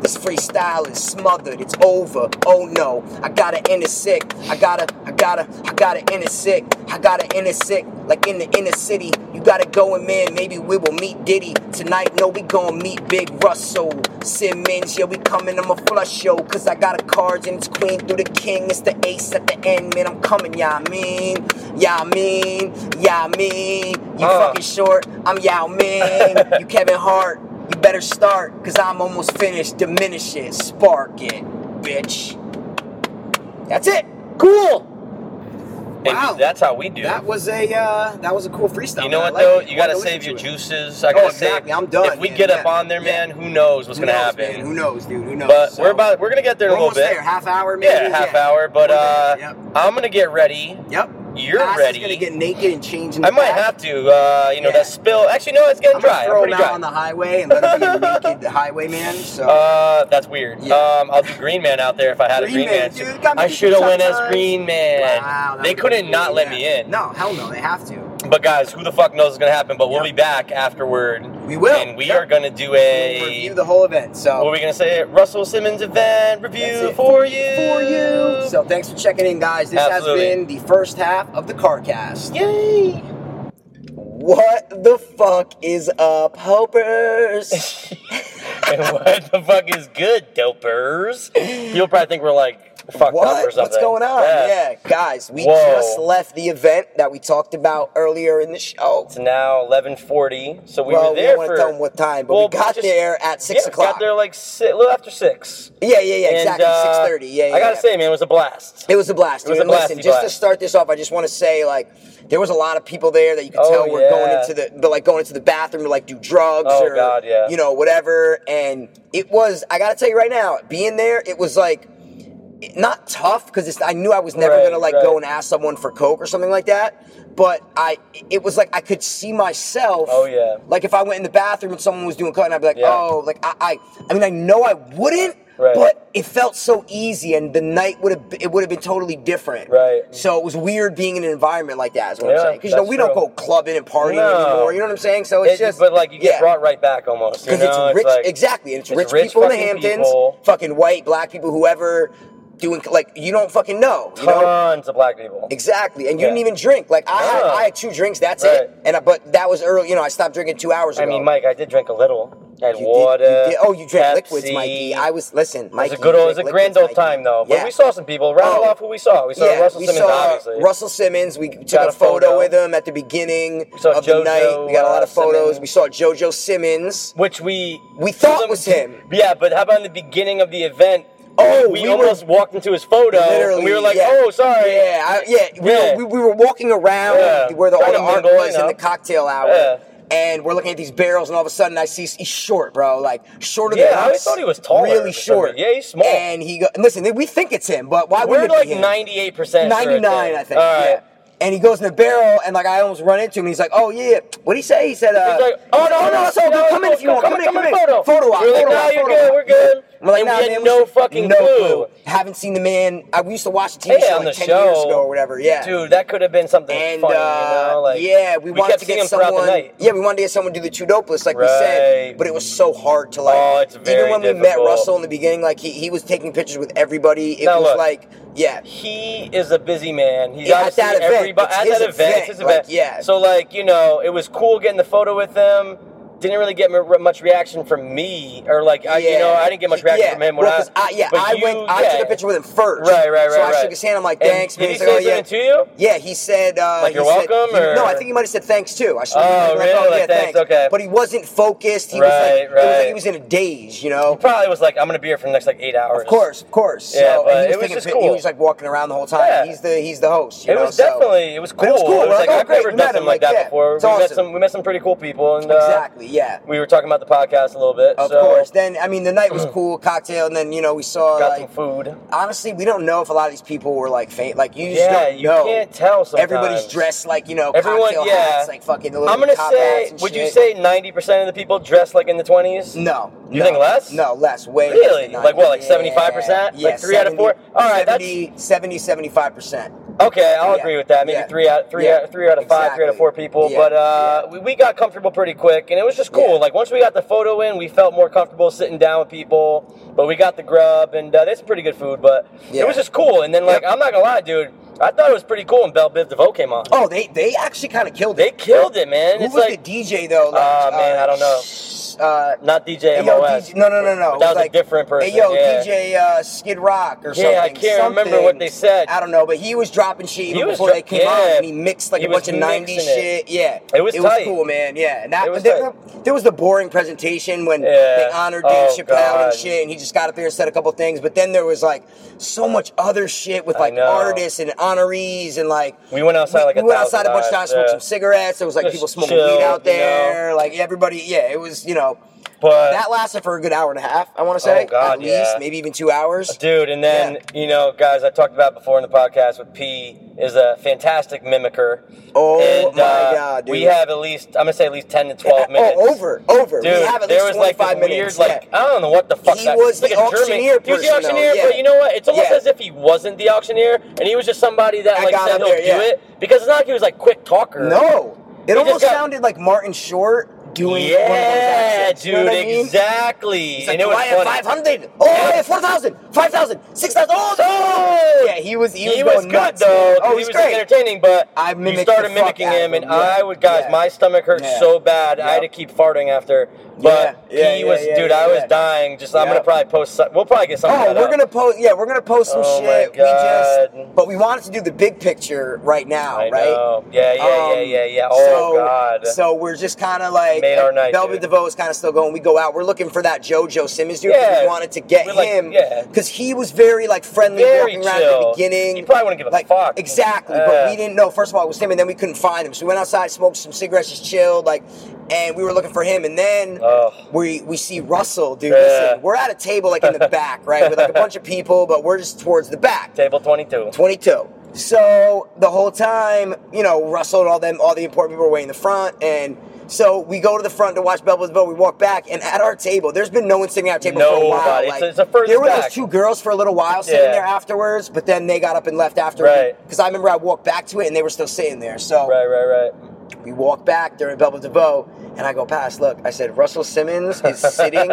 S7: This freestyle is smothered, it's over. Oh no, I gotta end it sick. I gotta, I gotta, I gotta end it sick. I gotta end it sick, like in the inner city. You gotta go in, man. Maybe we will meet Diddy tonight. No, we gon' meet Big Russell Simmons. Yeah, we coming. I'm a flush show, cause I got a cards and it's queen through the king. It's the ace at the end, man. I'm coming, yeah, I mean, yeah, I mean, yeah, I mean. You
S4: Uh.
S7: fucking short, I'm Yao Ming. you Kevin Hart, you better start, cause I'm almost finished. Diminish it, spark it, bitch. That's it.
S3: Cool.
S4: And
S3: Wow.
S4: That's how we do. it.
S3: That was a uh, that was a cool freestyle.
S4: You know
S3: man. I
S4: what
S3: like
S4: though?
S3: it.
S4: You
S3: I wanna
S4: gotta
S3: listen
S4: save
S3: to
S4: your
S3: it. Oh,
S4: juices. I gotta
S3: exactly.
S4: say,
S3: I'm done,
S4: If we
S3: man.
S4: get
S3: Yeah.
S4: up on there, man, who knows what's
S3: Who
S4: gonna
S3: knows,
S4: happen?
S3: man? Who knows, dude? Who knows?
S4: But
S3: So-
S4: we're about we're gonna get there in
S3: We're
S4: a little
S3: almost
S4: bit.
S3: there. Half hour, maybe.
S4: yeah, half hour. But
S3: We're
S4: uh,
S3: there. yep.
S4: I'm gonna get ready.
S3: Yep.
S4: You're
S3: Pass is
S4: ready.
S3: gonna get naked and change. In
S4: I
S3: the
S4: might
S3: back.
S4: have to. Uh, you know
S3: Yeah.
S4: that spill. Actually, no, it's getting
S3: I'm
S4: dry.
S3: gonna
S4: I'm
S3: throw him
S4: pretty
S3: out
S4: dry.
S3: on the highway and let him be a naked [laughs] highwayman. So
S4: Uh, that's weird.
S3: Yeah.
S4: Um, I'll do Green Man out there if I had a
S3: Green
S4: Green
S3: Man,
S4: Man.
S3: dude, gotta
S4: I
S3: do
S4: should have went as
S3: sometimes.
S4: Green Man.
S3: Wow, that
S4: they
S3: would've
S4: couldn't
S3: been
S4: not
S3: cool,
S4: let
S3: yeah.
S4: me in.
S3: No, hell no, they have to.
S4: But guys, who the fuck knows what's gonna happen? But we'll
S3: Yeah.
S4: be back afterward.
S3: We will.
S4: And we
S3: Yep.
S4: are gonna do
S3: We'll
S4: a.
S3: review the whole event. So
S4: What are we gonna say? Russell Simmons event review
S3: it.
S4: for you.
S3: for you. So thanks for checking in, guys. This has
S4: Absolutely.
S3: been the first half of the CarCast.
S4: [laughs] Yay!
S7: What the fuck is up, hopers?
S4: [laughs] and what the fuck is good, dopers? You'll probably think we're like fucked up or
S3: What?
S4: something.
S3: What's going on?
S4: Yeah.
S3: Yeah, guys, we
S4: Whoa.
S3: just left the event that we talked about earlier in the show.
S4: It's now eleven forty, so we
S3: well,
S4: were
S3: we
S4: there
S3: don't want
S4: for.
S3: to tell them what time, but
S4: Well,
S3: we got
S4: just-
S3: there at six
S4: yeah,
S3: o'clock.
S4: Got there like si a little after six.
S3: yeah, yeah, yeah,
S4: And,
S3: exactly.
S4: uh,
S3: six thirty. Yeah, yeah.
S4: I gotta
S3: yeah.
S4: say, man, it was a blast.
S3: It was a blast.
S4: It was
S3: dude. And
S4: a
S3: listen,
S4: blasty
S3: just to
S4: blast.
S3: start this off, I just want to say like there was a lot of people there that you could
S4: Oh,
S3: tell were going
S4: yeah.
S3: into the they're, like going into the bathroom to like do drugs
S4: Oh,
S3: or
S4: God, yeah.
S3: you know whatever. And it was I gotta tell you right now, being there, it was like not tough because I knew I was never
S4: Right,
S3: gonna like
S4: right.
S3: go and ask someone for coke or something like that. But I, it was like I could see myself.
S4: Oh, yeah.
S3: Like if I went in the bathroom and someone was doing coke, and I'd be like,
S4: Yeah.
S3: oh, like I, I, I mean, I know I wouldn't.
S4: Right.
S3: But it felt so easy and the night would have it would have been totally different
S4: Right.
S3: so it was weird being in an environment like that is what i'm
S4: Yeah,
S3: saying because you know
S4: that's
S3: we don't go
S4: true.
S3: clubbing and partying
S4: No.
S3: anymore you know what i'm saying so it's
S4: It-
S3: just
S4: but like you get
S3: yeah.
S4: brought right back almost. you
S3: because it's
S4: know?
S3: rich
S4: like-
S3: exactly and it's,
S4: it's
S3: rich,
S4: rich
S3: people in the
S4: fucking
S3: hamptons
S4: people.
S3: fucking white black people whoever doing like you don't fucking know you know
S4: Tons of black people.
S3: exactly and you
S4: Yeah.
S3: didn't even drink like i had
S4: No.
S3: i had two drinks that's
S4: Right.
S3: it and I, but that was early you know i stopped drinking two hours
S4: I
S3: ago
S4: mean, Mike, I did drink a little. I had
S3: You did- you
S4: water.
S3: did- oh, you drank liquids,
S4: Pepsi.
S3: Mikey. I was listen,
S4: It was
S3: Mikey.
S4: a good
S3: you
S4: old, it was a
S3: drank
S4: grand
S3: liquids,
S4: old time
S3: Mikey.
S4: though. But
S3: Yeah.
S4: we saw some people. Rattle
S3: Oh.
S4: off who we saw. We saw Russell
S3: we
S4: Simmons,
S3: saw
S4: obviously.
S3: Russell Simmons. We took
S4: Got
S3: a,
S4: a
S3: photo,
S4: photo.
S3: with him at the beginning
S4: We saw
S3: of the
S4: JoJo,
S3: night. We got a lot of
S4: uh,
S3: photos.
S4: Simmons.
S3: We saw JoJo Simmons.
S4: which we
S3: We thought was him.
S4: Yeah, but how about in the beginning of the event?
S3: Oh,
S4: we,
S3: we
S4: almost walked into his photo.
S3: Literally,
S4: and we were like,
S3: yeah.
S4: "Oh, sorry."
S3: Yeah, I, yeah. We,
S4: Yeah.
S3: Were, we, we were walking around
S4: Yeah.
S3: where the, all
S4: Trying
S3: the
S4: to
S3: art
S4: mingle,
S3: was
S4: you
S3: in
S4: know.
S3: the cocktail hour,
S4: Yeah.
S3: and we're looking at these barrels, and all of a sudden I see he's short, bro, like shorter
S4: Yeah,
S3: than
S4: I
S3: us.
S4: always thought he was taller
S3: really
S4: or
S3: short.
S4: something. Yeah, he's small.
S3: And he go, and listen, we think it's him, but why
S4: We're
S3: wouldn't it
S4: like
S3: be him?
S4: ninety-eight percent.
S3: 99, I think.
S4: All right.
S3: Yeah. And he goes in the barrel, and like I almost run into him. He's like, "Oh yeah, what would he say?" He said, uh,
S4: He's like, "Oh no, no,
S3: it's all good. Come in if you want. Come in, come in. Photo,
S4: We're
S3: op,
S4: like,
S3: photo
S4: "Nah,
S3: op,
S4: you're
S3: photo
S4: good.
S3: op."
S4: We're good."
S3: I'm like,
S4: And
S3: nah,
S4: we had
S3: man,
S4: no
S3: should-
S4: fucking
S3: no
S4: clue.
S3: Haven't seen the man. I we used to watch the TV
S4: Hey,
S3: show
S4: on
S3: like
S4: the
S3: ten years
S4: show,
S3: ago or whatever. Yeah,
S4: dude, that could have been something
S3: And
S4: funny.
S3: uh,
S4: you know? like,
S3: yeah, we, wanted
S4: kept
S3: to
S4: seeing
S3: get
S4: him throughout
S3: someone.
S4: The night.
S3: Yeah, we wanted to get someone to do the two dopeless, like we said.
S4: Right.
S3: But it was so hard to like.
S4: Oh, it's very
S3: even when we met
S4: difficult.
S3: Russell in the beginning, like he, he was taking pictures with everybody. It
S4: Now
S3: was
S4: look.
S3: like, yeah,
S4: he is a busy man. He's
S3: Yeah, at
S4: obviously
S3: that event.
S4: everybody
S3: It's
S4: at
S3: his
S4: that event.
S3: event,
S4: It's his
S3: like,
S4: event.
S3: yeah.
S4: So like you know, it was cool getting the photo with him. Didn't really get m- much reaction from me, or like I, you know, I didn't get much
S3: Yeah.
S4: reaction from him. When
S3: well, 'cause
S4: I,
S3: I, yeah,
S4: but
S3: I
S4: you-
S3: went. I took
S4: yeah.
S3: a picture with him first.
S4: Right, right,
S3: So I
S4: right.
S3: shook his hand. I'm like,
S4: And
S3: thanks,
S4: did
S3: man.
S4: he
S3: He's like,
S4: say
S3: oh, yeah.
S4: something to you?
S3: Yeah, he said. Uh,
S4: Like,
S3: he
S4: "You're
S3: said-
S4: welcome,"
S3: he- no,
S4: or-
S3: I think he might have said thanks too. I should.
S4: Oh,
S3: like,
S4: really? Like,
S3: yeah,
S4: thanks, okay.
S3: But he wasn't focused. He was
S4: Right,
S3: like, It was like he
S4: right.
S3: was in a daze. You know.
S4: Probably was like, I'm gonna be here for the next like eight hours.
S3: Of course, of course.
S4: Yeah,
S3: so, and
S4: but
S3: he was
S4: it was
S3: taking
S4: just
S3: pic- He
S4: cool.
S3: was like walking around the whole time.
S4: Yeah.
S3: He's the he's the host. You
S4: It
S3: know,
S4: was
S3: so-
S4: definitely uh, it was
S3: But
S4: cool.
S3: it was cool. We're like,
S4: like,
S3: oh,
S4: I've never
S3: great, we met
S4: done something
S3: him,
S4: like
S3: like, yeah,
S4: that before.
S3: it's
S4: we met
S3: awesome.
S4: some we met some pretty cool people, and uh,
S3: Exactly. Yeah.
S4: we were talking about the podcast a little bit.
S3: Of
S4: so
S3: course. Then I mean, the night
S4: [clears throat]
S3: was cool, cocktail, and then you know we saw
S4: got
S3: like
S4: some food.
S3: honestly, we don't know if a lot of these people were like faint. Like you just
S4: Yeah,
S3: don't
S4: you
S3: know.
S4: can't tell. Sometimes
S3: Everybody's dressed like you know.
S4: Everyone-
S3: cocktail
S4: yeah.
S3: Hats, like fucking. the
S4: I'm
S3: little
S4: gonna
S3: cop
S4: say,
S3: hats and
S4: would you
S3: shit.
S4: say 90% of the people dress like in the 20s?
S3: no?
S4: You
S3: no,
S4: think less?
S3: No, less. Way less
S4: Really?
S3: than nine.
S4: Like what, like
S3: Yeah,
S4: 75%?
S3: Yeah,
S4: Like three out of four? All right, that's-
S3: 70, 75 percent.
S4: Okay, I'll
S3: Yeah.
S4: agree with that. Maybe
S3: Yeah.
S4: three out, three
S3: Yeah.
S4: out, three out of five, three
S3: Exactly.
S4: out of four people.
S3: Yeah.
S4: But uh, we, we got comfortable pretty quick, and it was just cool.
S3: Yeah.
S4: Like once we got the photo in, we felt more comfortable sitting down with people. But we got the grub, and uh, that's pretty good food. But
S3: Yeah.
S4: it was just cool. And then like
S3: Yep.
S4: I'm not gonna lie, dude, I thought it was pretty cool when Belle Biv DeVoe came on.
S3: Oh, they they actually kind of killed
S4: They
S3: it.
S4: killed it, man.
S3: Who
S4: it's
S3: was
S4: like
S3: the DJ though? Like,
S4: Ah, man, I don't know.
S3: sh- Uh,
S4: not DJ
S3: yo,
S4: MOS.
S3: DJ, no, no, no, no.
S4: But that
S3: It
S4: was a different person,
S3: Hey, yo,
S4: yeah.
S3: DJ uh, Skid Rock or something.
S4: Yeah, I can't remember
S3: something.
S4: what they said.
S3: I don't know, but he was dropping shit even
S4: was
S3: before
S4: dro-
S3: they came
S4: yeah.
S3: out, and he mixed like
S4: He
S3: a
S4: was
S3: bunch of '90s
S4: mixing it.
S3: shit. Yeah,
S4: It was
S3: it was
S4: tight.
S3: cool, man. Yeah, and I,
S4: It was
S3: there,
S4: tight.
S3: there was the boring presentation when
S4: Yeah.
S3: they honored
S4: Oh,
S3: Dave Chappelle and
S4: God.
S3: shit, and he just got up there and said a couple things. But then there was like so much other shit with
S4: I
S3: like
S4: know.
S3: artists and honorees and like
S4: We went outside
S3: we,
S4: like a
S3: we went outside
S4: thousand
S3: a bunch of
S4: times,
S3: times, smoked
S4: yeah.
S3: some cigarettes. There was like
S4: Just
S3: people smoking
S4: chilled,
S3: weed out
S4: you know?
S3: there. Like everybody, yeah, it was you know.
S4: but
S3: That lasted for a good hour and a half, I want to say.
S4: Oh, God,
S3: At least,
S4: yeah.
S3: maybe even two hours.
S4: Dude, and then you know, guys, I talked about before in the podcast with P is a fantastic mimicker.
S3: Oh,
S4: And,
S3: my
S4: uh,
S3: God, dude.
S4: We have at least I'm gonna say at least ten to twelve
S3: Yeah,
S4: minutes.
S3: Oh, over, over.
S4: Dude,
S3: we have at
S4: there
S3: least
S4: was like
S3: 25
S4: this
S3: minutes.
S4: weird, like
S3: yeah.
S4: I don't know what the fuck.
S3: He
S4: that,
S3: was
S4: like
S3: the
S4: a German-
S3: auctioneer
S4: He was
S3: person,
S4: the
S3: though,
S4: auctioneer,
S3: yeah.
S4: but you know what? It's almost
S3: Yeah.
S4: as if he wasn't the auctioneer, and he was just somebody that
S3: I
S4: like
S3: got
S4: said
S3: up
S4: he'll
S3: there,
S4: do
S3: yeah.
S4: it because it's not like he was like quick talker.
S3: No. It
S4: just
S3: almost
S4: got-
S3: sounded like Martin Short doing one of those
S4: Yeah,
S3: accents.
S4: dude,
S3: you know what I mean?
S4: exactly.
S3: It's like,
S4: and it
S3: do
S4: was
S3: I have
S4: funny.
S3: 500? Oh, I have 4,000, 5,000, 6,000. Oh, no! Yeah, he was, he was,
S4: He was
S3: going
S4: good
S3: nuts.
S4: though.
S3: Oh,
S4: he
S3: he's
S4: was
S3: great.
S4: entertaining, but
S3: I
S4: you
S3: mimicked
S4: started
S3: the fuck
S4: mimicking
S3: out of
S4: him, and
S3: him, yeah.
S4: I would, guys,
S3: Yeah.
S4: my stomach hurt
S3: Yeah.
S4: so bad, I had to
S3: Yep.
S4: keep farting after. But
S3: Yeah. Yeah,
S4: he
S3: yeah,
S4: was,
S3: yeah,
S4: dude,
S3: yeah,
S4: I was
S3: yeah.
S4: dying. Just, I'm
S3: Yep.
S4: gonna probably post. Some, we'll probably get something.
S3: Oh, we're gonna post. Yeah, we're gonna post some
S4: Oh, my
S3: shit. We just,
S4: God.
S3: but we wanted to do the big picture right now,
S4: I
S3: right?
S4: know. Yeah, yeah, yeah,
S3: Um,
S4: yeah, yeah. Oh
S3: so,
S4: God.
S3: So we're just kind of like
S4: Made our night,
S3: Velvet
S4: dude.
S3: DeVoe is kind of still going. We go out. We're looking for that JoJo Simmons dude. 'cause
S4: Yeah.
S3: We wanted to get
S4: We're like-
S3: him
S4: yeah.
S3: because he was very like friendly,
S4: Very
S3: walking around at the
S4: chill.
S3: beginning.
S4: He probably Uh. wouldn't give a
S3: like,
S4: fuck.
S3: Exactly,
S4: Yeah.
S3: but we didn't know. First of all, it was him, and then we couldn't find him. So we went outside, smoked some cigarettes, just chilled, like, and we were looking for him. And then
S4: Ugh.
S3: we we see Russell, dude.
S4: Oh. Yeah.
S3: Listen, we're at a table like in the back, right, with like a bunch of people, but we're just towards the back.
S4: Table 22.
S3: 22. So the whole time, you know, Russell and all them, all the important people were way in the front, and so we go to the front to watch Belleville. We walk back, and at our table, there's been no one sitting at our table for a while.
S4: Nobody. It's- it's the first
S3: there were
S4: back.
S3: those two girls for a little while sitting
S4: Yeah.
S3: there afterwards, but then they got up and left after.
S4: Right.
S3: Because I remember I walked back to it, and they were still sitting there. So
S4: Right, right, right.
S3: we walk back during Bubble DeVoe, and I go past. Look, I said Russell Simmons
S4: [laughs]
S3: is sitting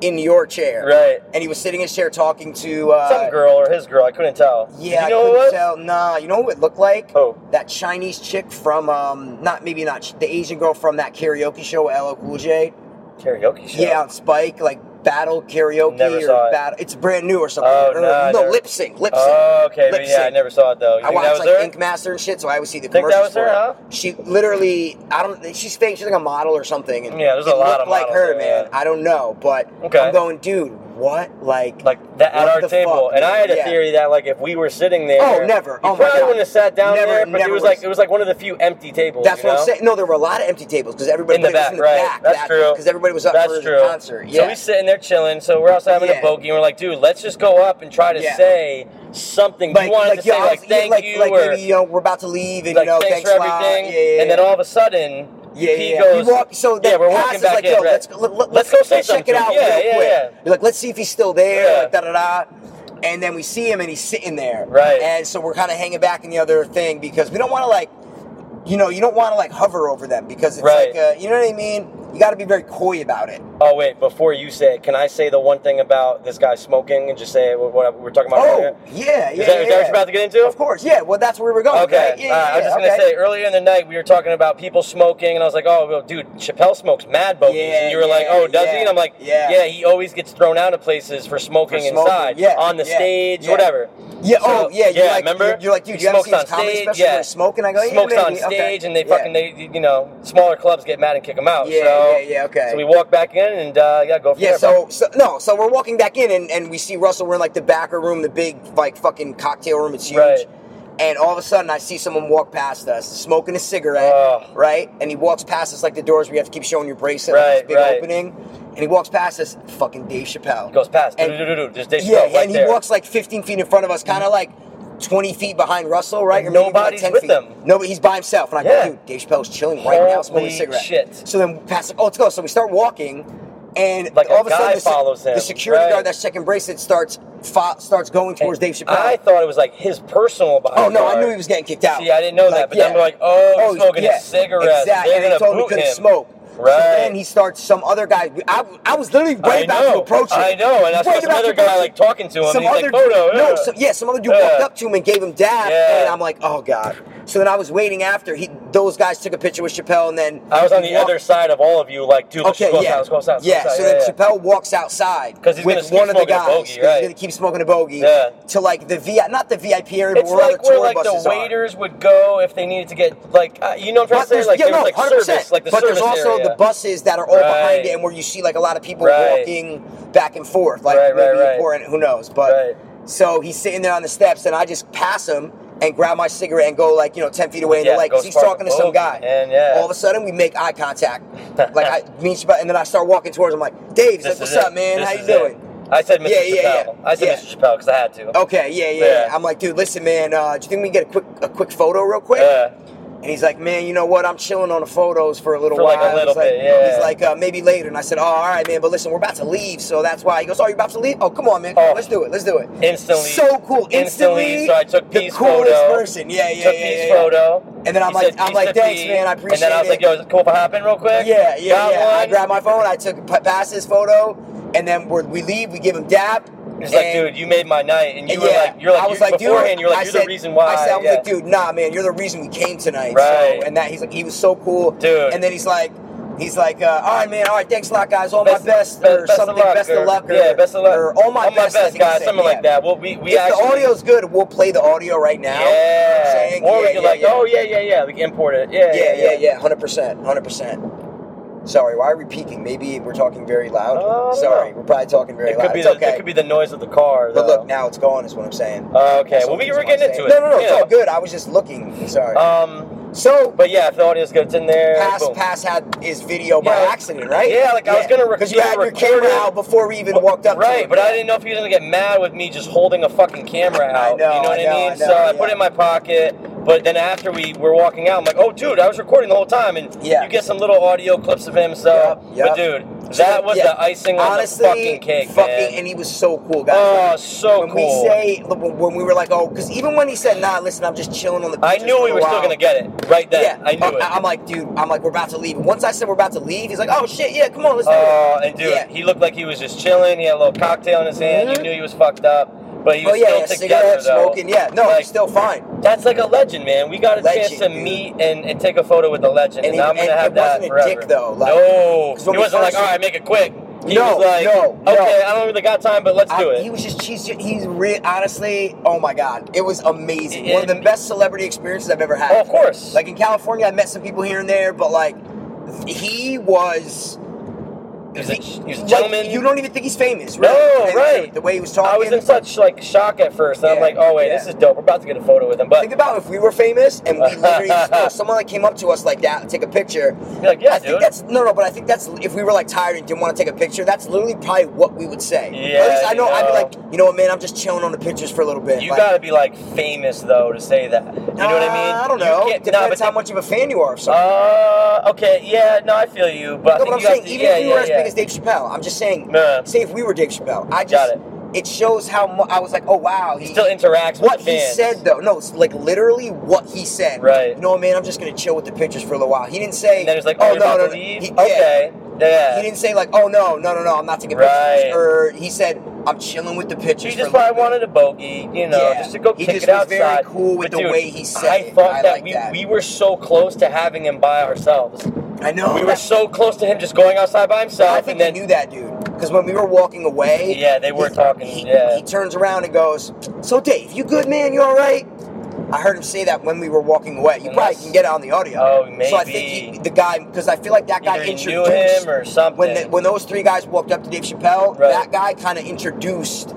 S3: in your chair,
S4: Right.
S3: And he was sitting in his chair talking to uh,
S4: Some girl or his girl. I couldn't tell.
S3: yeah,
S4: Did you
S3: I
S4: know Oh. who it
S3: couldn't
S4: was?
S3: tell. Nah, you know what it looked like?
S4: Who?
S3: That Chinese chick from um, not maybe not ch- the Asian girl from that karaoke show with LL Cool J.
S4: Karaoke show.
S3: Yeah, on Spike, like battle karaoke
S4: Never
S3: or
S4: saw it.
S3: battle. It's brand new or something.
S4: Oh,
S3: Or-
S4: no, I
S3: no,
S4: never-
S3: lip sync, lip sync.
S4: Oh, okay.
S3: Lip
S4: But yeah, I
S3: sync.
S4: never saw it though. You
S3: I
S4: think that
S3: watch
S4: was
S3: like
S4: her?
S3: Ink Master and shit, so I always see the
S4: Think that
S3: commercials.
S4: was her,
S3: for it.
S4: huh?
S3: She literally, I don't. She's fake. She's like a model or something. And
S4: Yeah, there's a
S3: it
S4: lot
S3: looked
S4: of
S3: like
S4: models
S3: her,
S4: there,
S3: man.
S4: yeah.
S3: I don't know, but
S4: Okay.
S3: I'm going, dude. What like?
S4: like that at
S3: What
S4: our
S3: the
S4: table,
S3: fuck,
S4: and I had a
S3: dude? Yeah.
S4: theory that like if we were sitting there,
S3: Oh, never.
S4: you
S3: Oh, my
S4: probably
S3: God.
S4: wouldn't have sat down
S3: Never,
S4: there. But it
S3: never
S4: was
S3: would've-
S4: like it was like one of the few empty tables.
S3: That's
S4: you
S3: what
S4: know?
S3: I'm saying. No, there were a lot of empty tables because everybody
S4: In the
S3: was
S4: back,
S3: in the
S4: right?
S3: back.
S4: That's true.
S3: Because everybody was up
S4: That's
S3: for
S4: true.
S3: the concert. Yeah.
S4: So we sitting there chilling. So we're also having
S3: Yeah.
S4: a bogey, and we're like, dude, let's just go up and try to
S3: Yeah.
S4: say something. we wanted to
S3: yo,
S4: say
S3: I was-
S4: like thank
S3: like,
S4: you
S3: like
S4: or
S3: maybe you know we're about to leave and
S4: like
S3: you know
S4: thanks,
S3: thanks,
S4: for
S3: a lot.
S4: everything.
S3: Yeah, yeah,
S4: and then
S3: yeah.
S4: all of a sudden,
S3: Yeah, yeah,
S4: he
S3: yeah.
S4: goes.
S3: We walk, so the
S4: yeah, we're
S3: pass
S4: walking
S3: is
S4: back
S3: like,
S4: in.
S3: yo,
S4: right.
S3: let's, go- let, let,
S4: Let's go say
S3: check
S4: something
S3: it
S4: to
S3: out
S4: him.
S3: real
S4: Yeah, yeah,
S3: quick.
S4: yeah.
S3: You're like, let's see if he's still there.
S4: Yeah.
S3: Like, da da da. And then we see him and he's sitting there.
S4: Right.
S3: And so we're kind of hanging back in the other thing because we don't want to like, you know, you don't want to like hover over them because it's
S4: Right.
S3: like, uh, you know what I mean? You got to be very coy about it.
S4: Oh wait, before you say it, can I say the one thing about this guy smoking and just say what, what we were talking about?
S3: Oh,
S4: earlier?
S3: yeah, yeah.
S4: Is that- is that what
S3: yeah.
S4: you're about to get into?
S3: Of course, yeah. Well, that's where we were going.
S4: Okay.
S3: right? Yeah,
S4: All right, I was
S3: yeah,
S4: just
S3: okay.
S4: gonna say earlier in the night we were talking about people smoking, and I was like, "Oh, well, dude, Chappelle smokes mad bogeys,"
S3: Yeah,
S4: and you were like,
S3: yeah,
S4: "Oh, does he?"
S3: yeah,
S4: And I'm like,
S3: yeah.
S4: he always gets thrown out of places for smoking,
S3: For smoking,
S4: inside,
S3: yeah,
S4: on the
S3: yeah,
S4: stage,
S3: yeah.
S4: whatever."
S3: Yeah.
S4: So,
S3: oh, yeah. You're
S4: yeah,
S3: like,
S4: remember?
S3: You're, you're like, dude,
S4: He
S3: you haven't
S4: smokes
S3: seen
S4: on
S3: his comedy
S4: stage,
S3: special? where
S4: yeah.
S3: he's smoking. I go, yeah,
S4: smokes on
S3: maybe, okay.
S4: stage, and they
S3: Yeah.
S4: fucking they you know smaller clubs get mad and kick him out.
S3: Yeah,
S4: so,
S3: yeah, yeah, okay.
S4: So we walk back in, and uh, yeah, go for
S3: Yeah,
S4: it.
S3: so, so no, so we're walking back in and, and we see Russell. We're in like the backer room, the big like fucking cocktail room. It's huge.
S4: Right.
S3: And all of a sudden, I see someone walk past us, smoking a cigarette,
S4: Ugh.
S3: right? And he walks past us like the doors where you have to keep showing your bracelet, like,
S4: Right,
S3: this big
S4: right.
S3: opening. And he walks past us, fucking Dave Chappelle.
S4: goes past.
S3: And-
S4: Do-do-do-do-do. Just Dave
S3: yeah,
S4: Chappelle right
S3: and he
S4: there.
S3: walks like 15 feet in front of us, kind of like 20 feet behind Russell, right?
S4: And
S3: maybe even,
S4: nobody's with him.
S3: No, but he's by himself. And I
S4: Yeah.
S3: go, dude, Dave Chappelle's chilling right now, smoking a
S4: Holy
S3: cigarette.
S4: shit.
S3: So then we pass, like, oh, let's go. So we start walking, and
S4: Like a
S3: all of a
S4: guy
S3: sudden, the, se-
S4: follows him,
S3: the security
S4: right.
S3: guard that's checking bracelet starts fo- starts going towards Dave Chappelle.
S4: I thought it was like his personal
S3: Oh no! I
S4: bodyguard.
S3: knew he was getting kicked out.
S4: See, I didn't know that, but then we're like, oh, he's smoking a cigarette.
S3: Exactly.
S4: They're
S3: And they
S4: gonna
S3: told him he
S4: boot
S3: couldn't
S4: him.
S3: smoke.
S4: Right.
S3: So then he starts. Some other guy. I, I was literally
S4: I
S3: right about
S4: know.
S3: to approach him.
S4: I know, and I saw
S3: Right
S4: some
S3: about to
S4: other guy,
S3: approach him.
S4: like, talking to him, and
S3: Some
S4: he's like,
S3: other
S4: "Photo,
S3: dude- no,
S4: yeah."
S3: some, yeah, some other dude
S4: Yeah.
S3: walked up to him and gave him dab,
S4: Yeah.
S3: and I'm like, oh god. So then I was waiting after he. Those guys took a picture with Chappelle, and then
S4: I was on the
S3: he walked-
S4: other side of all of you, like, dude, let's
S3: Okay,
S4: go
S3: yeah,
S4: outside, let's go outside. let's go
S3: yeah.
S4: outside.
S3: So then Chappelle walks outside
S4: 'Cause he's gonna
S3: with
S4: keep
S3: one of the
S4: smoking a
S3: guys.
S4: bogey,
S3: 'cause
S4: right.
S3: He's gonna keep smoking a bogey
S4: Yeah.
S3: to like the V, not the VIP area, but
S4: It's
S3: where all the
S4: like where
S3: tour
S4: like the
S3: buses are.
S4: waiters would go if they needed to get like uh, you know what I'm trying
S3: But
S4: to say
S3: there's,
S4: like
S3: yeah,
S4: there
S3: no,
S4: was like
S3: 100%.
S4: service like the
S3: but there's
S4: service
S3: also
S4: area.
S3: the buses that are all
S4: Right.
S3: behind it, and where you see like a lot of people
S4: Right.
S3: walking back and forth, like
S4: Right, right,
S3: maybe
S4: right.
S3: important, who knows? But
S4: Right.
S3: so he's sitting there on the steps, and I just pass him and grab my cigarette and go like you know ten feet away in
S4: Yeah,
S3: the lake.
S4: go
S3: 'cause He's
S4: spark
S3: talking
S4: a
S3: to some
S4: bogey,
S3: guy,
S4: man, yeah.
S3: all of a sudden we make eye contact, like I mean, and then I start walking towards him, like Dave, he's
S4: This
S3: like, what's
S4: is it.
S3: up, man?
S4: This
S3: How you
S4: is it.
S3: doing?
S4: I said Mr.
S3: Yeah, yeah,
S4: Chappelle.
S3: yeah.
S4: I said
S3: Yeah.
S4: Mr. Chappelle because I had to.
S3: Okay, yeah, yeah,
S4: Yeah.
S3: yeah. I'm like, dude, listen, man. Uh, do you think we can get a quick, a quick photo, real quick?
S4: Yeah.
S3: And he's like, man, you know what? I'm chilling on the photos for a little
S4: For
S3: while.
S4: like a little
S3: he's like,
S4: bit, yeah.
S3: He's like, uh, maybe later. And I said, oh, all right, man. But listen, we're about to leave, so that's why. He goes, oh, you're about to leave? Oh, come on, man. Come on,
S4: Oh.
S3: let's do it. Let's do it.
S4: Instantly.
S3: So cool. Instantly.
S4: So I took
S3: the
S4: Pete's
S3: coolest
S4: photo.
S3: person. Yeah, yeah,
S4: took
S3: yeah,
S4: Pete's
S3: yeah, yeah.
S4: photo.
S3: And then I'm
S4: He
S3: like-
S4: said,
S3: I'm
S4: "Peace
S3: like,
S4: to
S3: "Thanks,
S4: Pete."
S3: man, I
S4: And then I was
S3: appreciate
S4: like,
S3: it.
S4: yo, is it cool if I hop in real quick?
S3: Yeah, yeah,
S4: Got
S3: yeah. I
S4: one.
S3: grabbed my phone. I took p- past his photo, and then we're, we leave. We give him dap.
S4: He's like,
S3: and-
S4: dude, you made my night, and you
S3: and
S4: were like, you're like,
S3: I was
S4: you,
S3: like,
S4: beforehand,
S3: dude,
S4: you're
S3: I
S4: like, you're
S3: said-
S4: the reason why.
S3: I said, I was
S4: yeah.
S3: like, dude, nah, man, you're the reason we came tonight.
S4: Right.
S3: So, and that he's like, he was so cool.
S4: Dude.
S3: And then he's like, he's like, uh, all right, man, all right, thanks a lot, guys, all
S4: Best-
S3: my best,
S4: best-
S3: or
S4: best of
S3: something,
S4: luck,
S3: best
S4: or-
S3: of luck, or,
S4: yeah, best of luck.
S3: or all my
S4: All my
S3: best, I think
S4: best,
S3: he
S4: guys,
S3: said,
S4: something
S3: yeah.
S4: like that. Well, we we
S3: If
S4: actually
S3: the audio's good, we'll play the audio right now. You know what I'm
S4: yeah,
S3: saying?
S4: or we
S3: Yeah,
S4: can
S3: yeah,
S4: like,
S3: yeah.
S4: oh yeah, yeah, yeah, we can import it. Yeah,
S3: yeah, yeah, yeah, hundred percent, hundred percent. Sorry, why are we peaking? Maybe we're talking very loud.
S4: Oh, I don't
S3: Sorry,
S4: know.
S3: we're probably talking very
S4: It
S3: loud.
S4: could be
S3: it's
S4: the,
S3: okay.
S4: it could be the noise of the car.
S3: but
S4: though.
S3: look, now it's gone. Is what I'm saying.
S4: Uh, okay,
S3: That's
S4: well
S3: all
S4: we
S3: the
S4: we're
S3: reason
S4: getting
S3: why I'm
S4: into
S3: saying-
S4: it.
S3: No, no, no, it's
S4: Yeah.
S3: all good. I was just looking. I'm Sorry.
S4: Um,
S3: so
S4: but yeah, if the audio's good, it's in there.
S3: pass,
S4: boom.
S3: pass had his video by
S4: Yeah.
S3: accident, right?
S4: Yeah, like, I was gonna rec-
S3: because you had your
S4: record
S3: camera
S4: it.
S3: out before we even walked up. to
S4: Right,
S3: it.
S4: but I didn't know if he was gonna get mad with me just holding a fucking camera out.
S3: know,
S4: you
S3: [laughs]
S4: know
S3: I
S4: what I,
S3: know,
S4: mean?
S3: I know,
S4: so I put
S3: yeah.
S4: it in my pocket. But then after we were walking out, I'm like, oh, dude, I was recording the whole time, and
S3: Yeah.
S4: you get some little audio clips of him. So,
S3: Yep, yep.
S4: but dude, that was
S3: Yeah.
S4: the icing on
S3: Honestly,
S4: the fucking cake,
S3: fucking,
S4: man.
S3: and he was so cool, guys.
S4: oh, so
S3: when
S4: cool.
S3: we say when when we were like, oh, because even when he said, nah, listen, I'm just chilling on the.
S4: I
S3: beach
S4: knew
S3: for
S4: we
S3: a
S4: were still
S3: while."
S4: gonna get it right then.
S3: Yeah,
S4: I knew it.
S3: I'm like, dude, I'm like, we're about to leave. And once I said we're about to leave, he's like, oh shit, yeah, come on, let's do it.
S4: Oh, and dude,
S3: Yeah.
S4: he looked like he was just chilling. He had a little cocktail in his hand. You knew he was fucked up, but he was
S3: oh yeah,
S4: still
S3: yeah
S4: together
S3: cigarette
S4: though.
S3: smoking. Yeah, no,
S4: Like,
S3: he's still fine.
S4: That's like a legend, man. We got a
S3: Legend,
S4: chance to
S3: dude.
S4: meet and, and take a photo with the
S3: And
S4: legend, and,
S3: he-
S4: I'm gonna
S3: and
S4: have
S3: it
S4: that
S3: wasn't a
S4: forever.
S3: dick, though, like-
S4: no,
S3: 'Cause
S4: he
S3: when we
S4: wasn't like,
S3: first-
S4: all right, make it quick. He
S3: No,
S4: was like,
S3: no, no.
S4: okay, I don't really got time, but let's
S3: I-
S4: do
S3: He
S4: it.
S3: was just he's ju- he's re- honestly, oh my god, it was amazing.
S4: It-
S3: One of the best celebrity experiences I've ever had.
S4: Oh, of course.
S3: Like in California, I met some people here and there, but like he was.
S4: he was a, he was a
S3: like,
S4: gentleman.
S3: you don't even think he's famous,
S4: No,
S3: really. And
S4: right.
S3: The way he was talking.
S4: I was in such like shock at first, and I'm
S3: Yeah,
S4: like, oh wait,
S3: yeah.
S4: this is dope. We're about to get a photo with him, but
S3: Think about if we were famous and we
S4: [laughs]
S3: literally still, someone that came up to us like that, take a picture.
S4: You're like, yeah,
S3: I think
S4: dude.
S3: that's no, no, but I think that's if we were like tired and didn't want to take a picture, that's literally probably what we would say.
S4: Yeah,
S3: At least I
S4: you
S3: know, I'd
S4: know.
S3: be like, you know what, man, I'm just chilling on the pictures for a little bit.
S4: You
S3: Like,
S4: gotta be like famous though to say that. You know what
S3: uh,
S4: I mean?
S3: I don't
S4: You
S3: know.
S4: can't- nah,
S3: Depends
S4: but
S3: how
S4: the-
S3: much of a fan you are of someone.
S4: Uh, okay, yeah, no, I feel you,
S3: no,
S4: but I think
S3: but I'm
S4: you have
S3: saying
S4: to-
S3: even
S4: yeah,
S3: if we
S4: yeah,
S3: were as
S4: yeah.
S3: big as Dave Chappelle, I'm just saying.
S4: Nah.
S3: Say if we were Dave Chappelle, I just
S4: Got it.
S3: it shows how much I was like, oh wow, he,
S4: still interacts
S3: What
S4: with
S3: he
S4: fans.
S3: said though, no, it's like literally what he said.
S4: Right.
S3: You know, what, man, I'm just gonna chill with the pictures for a little while. He didn't say.
S4: And then he's like, "Oh, you're about to leave?
S3: He- yeah.
S4: okay, yeah."
S3: He didn't say like, "Oh no, no, no, no, I'm not taking
S4: Right.
S3: pictures." Or he said, "I'm chilling with the pictures."
S4: He
S3: for a
S4: just
S3: little
S4: probably wanted a bogey, you know,
S3: Yeah.
S4: just to go
S3: He
S4: kick
S3: just
S4: it
S3: was
S4: outside.
S3: very cool with
S4: But
S3: the
S4: dude,
S3: way he said
S4: I
S3: it.
S4: thought
S3: I
S4: that
S3: like
S4: we
S3: that.
S4: we were so close to having him by ourselves.
S3: bit." I know.
S4: We were so close to him just going outside by himself,
S3: I think
S4: and then
S3: he knew that dude because when we were walking away,
S4: Yeah, they were
S3: he-
S4: talking,
S3: He,
S4: yeah.
S3: he turns around and goes, "So Dave, you good man? You all right?" I heard him say that when we were walking away. You probably
S4: Unless-
S3: can get it on the audio.
S4: Oh,
S3: So I
S4: maybe.
S3: think he, the guy, because I feel like that guy
S4: either he knew
S3: introduced
S4: him or something.
S3: when the, when those three guys walked up to Dave Chappelle,
S4: Right.
S3: that guy kind of introduced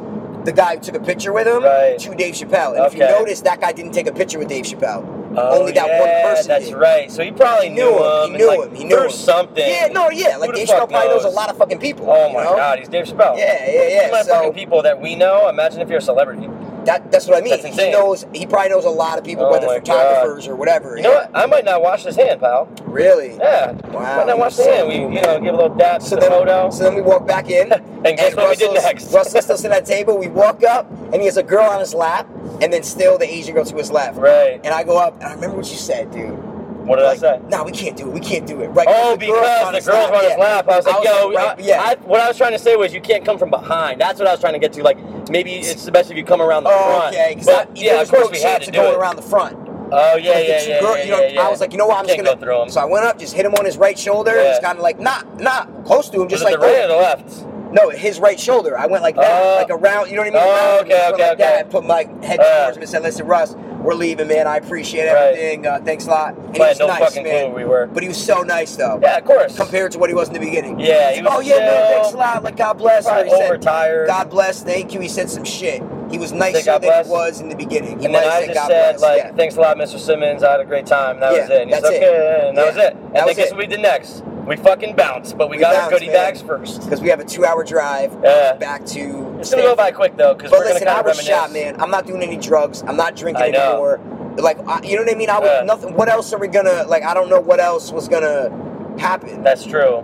S3: the guy who took a picture with him
S4: Right.
S3: to Dave Chappelle. And if you
S4: Okay.
S3: notice, that guy didn't take a picture with Dave Chappelle.
S4: Oh,
S3: Only that
S4: yeah,
S3: one person.
S4: That's
S3: did.
S4: right. So he probably
S3: He knew him. He
S4: and,
S3: knew
S4: like,
S3: him. He knew
S4: through
S3: him.
S4: something.
S3: Yeah, no, yeah. Like
S4: Who the
S3: Dave
S4: fuck
S3: Chappelle probably knows? a
S4: knows?
S3: lot of fucking people.
S4: Oh
S3: you
S4: my
S3: know?
S4: god, he's Dave Chappell.
S3: Yeah, yeah, yeah.
S4: All the
S3: So-
S4: fucking people that we know. Imagine if you're a celebrity.
S3: That, that's what I mean.
S4: That's
S3: he
S4: insane.
S3: knows. He probably knows a lot of people,
S4: Oh
S3: whether
S4: my
S3: photographers or whatever.
S4: You know what? I might not wash his hand, pal.
S3: Really?
S4: Yeah.
S3: Wow,
S4: Might not wash his
S3: so
S4: hand. We,
S3: cool,
S4: you know,
S3: man.
S4: give a little dab
S3: So
S4: to the
S3: then,
S4: photo.
S3: so then we walk back in,
S4: [laughs] And guess what we did
S3: Russell's-
S4: next? [laughs]
S3: Russell's still sitting at the table. We walk up, and he has a girl on his lap, and then still the Asian girl to his left.
S4: Right.
S3: And I go up, and I remember what you said, dude.
S4: what did I say?
S3: Nah, we can't do it. We can't do it. Right? girl's
S4: Oh, because
S3: on
S4: the girls were on his
S3: yeah.
S4: lap. I was like, yo,
S3: right,
S4: I-
S3: yeah.
S4: I- what I was trying to say was you can't come from behind. That's what I was trying to get to. Like, maybe it's the best if you come around the
S3: oh,
S4: front.
S3: okay. Because
S4: But, yeah,
S3: was
S4: of course
S3: no
S4: we
S3: chance
S4: had to
S3: of
S4: do
S3: going
S4: it.
S3: around the front.
S4: Oh yeah,
S3: Like,
S4: yeah,
S3: it's
S4: yeah,
S3: girl-
S4: yeah,
S3: you know,
S4: yeah, yeah.
S3: I was like, you know what? I'm
S4: Can't
S3: just gonna.
S4: go through 'em.
S3: So I went up, just hit him on his right shoulder.
S4: Yeah.
S3: and Just kind of like, nah, nah, close to him,
S4: was
S3: just
S4: it
S3: like oh,
S4: the right or the left?
S3: No, his right shoulder. I went like that,
S4: Oh.
S3: like around. You know what I mean?
S4: Oh,
S3: Around him, just
S4: okay,
S3: went
S4: okay,
S3: like That,
S4: okay.
S3: and put my head
S4: Uh.
S3: towards him and said, "Listen, Russ, we're leaving, man. I appreciate
S4: Right.
S3: everything. Uh, thanks a lot." And he
S4: I
S3: was
S4: had no
S3: nice,
S4: fucking clue
S3: man.
S4: who we were.
S3: But he was so nice, though.
S4: Yeah, of course.
S3: Compared to what he was in the beginning.
S4: Yeah,
S3: He's
S4: he
S3: like,
S4: was
S3: Oh yeah, man.
S4: chill.
S3: Thanks a lot. Like God bless.
S4: Probably
S3: He said,
S4: overtired.
S3: God bless. Thank you. He said some shit. He was
S4: Said,
S3: nicer
S4: "God
S3: than
S4: bless."
S3: he was in the beginning. He
S4: and
S3: might
S4: then
S3: have
S4: I
S3: said,
S4: just
S3: "God
S4: said,
S3: bless."
S4: like,
S3: yeah.
S4: thanks a lot, Mr. Simmons. I had a great time. That was
S3: Yeah,
S4: it. And he's
S3: that's
S4: like,
S3: it.
S4: okay. And that was
S3: Yeah,
S4: it. And
S3: that
S4: then
S3: was
S4: guess
S3: it.
S4: what we did next? We fucking bounced, but we,
S3: We
S4: got our
S3: bounced,
S4: goodie
S3: man.
S4: bags first.
S3: Because we have a two-hour drive
S4: Yeah.
S3: back to.
S4: It's gonna go by quick though, because
S3: But
S4: we're
S3: listen,
S4: gonna
S3: I
S4: kind of
S3: was
S4: reminisce.
S3: shot, man. I'm not doing any drugs. I'm not drinking
S4: I know.
S3: anymore. Like, I, you know what I mean? I would,
S4: Yeah.
S3: nothing. What else are we gonna like? I don't know what else was gonna happen.
S4: That's true.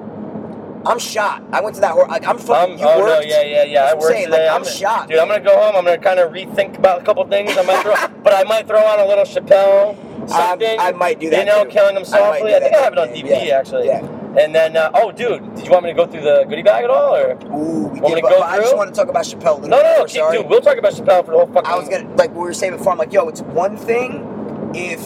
S3: I'm shot. I went to that. Hor- like, I'm fucking.
S4: Um,
S3: you
S4: oh no,
S3: worked.
S4: yeah, yeah,
S3: That's
S4: yeah. I
S3: what I'm
S4: worked
S3: saying, like,
S4: today.
S3: I'm
S4: gonna-
S3: shocked,
S4: dude. I'm gonna go home. I'm gonna kind of rethink about a couple things.
S3: [laughs]
S4: I might throw, but I might throw on a little Chappelle. Something,
S3: I might do that,
S4: You know,
S3: too.
S4: killing them
S3: I might
S4: softly.
S3: do
S4: I, think
S3: that,
S4: I have it on
S3: yeah,
S4: DVD
S3: yeah,
S4: actually.
S3: yeah.
S4: And then, uh, oh, dude, did you want me to go through the goodie bag at all, or
S3: Ooh, we
S4: Want me
S3: did,
S4: to
S3: but,
S4: go
S3: but I just
S4: through?
S3: want to talk about Chappelle. A little
S4: no,
S3: bit
S4: no,
S3: more,
S4: no, keep,
S3: sorry.
S4: dude, we'll talk about Chappelle for the whole fucking.
S3: I was gonna like we were saying before. I'm like, yo, it's one thing if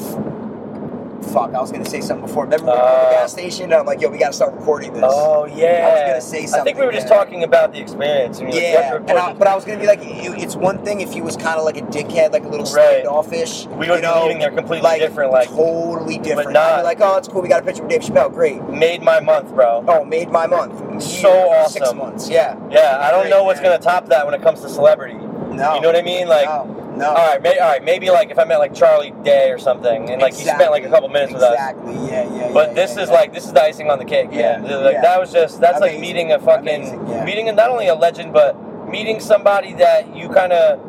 S3: fuck. I was gonna say something before. Remember when we were at
S4: Uh,
S3: the gas station? And I'm like, yo, we gotta start recording this.
S4: [laughs] Oh yeah.
S3: gonna say
S4: I think we
S3: something,
S4: were just
S3: yeah.
S4: talking about the experience. And you were
S3: yeah,
S4: like,
S3: and I, but I was gonna be like, it, it's one thing if he was kind of like a dickhead, like a little
S4: Right.
S3: standoffish.
S4: We were
S3: you know,
S4: leaving there completely different, like-
S3: totally different.
S4: not-
S3: I'd be like, oh, it's cool. We got a picture with Dave Chappelle. Great.
S4: made my month, bro.
S3: Oh, made my month.
S4: So
S3: Year, Six
S4: awesome.
S3: months. Yeah.
S4: Yeah, I don't
S3: Great,
S4: know what's
S3: man. Oh,
S4: gonna top that when it comes to celebrity.
S3: No.
S4: You know what I mean? Like,
S3: no. No.
S4: all right, may, all right, maybe like if I met like Charlie Day or something, and like he spent like a couple minutes with us.
S3: exactly. Exactly. Yeah. Yeah.
S4: But
S3: yeah,
S4: this
S3: yeah,
S4: is
S3: yeah.
S4: like this is the icing on the cake,
S3: Yeah,
S4: man. Like
S3: yeah.
S4: that was just that's
S3: Amazing,
S4: like meeting a fucking
S3: amazing, yeah.
S4: meeting not only a legend but meeting somebody that you kind of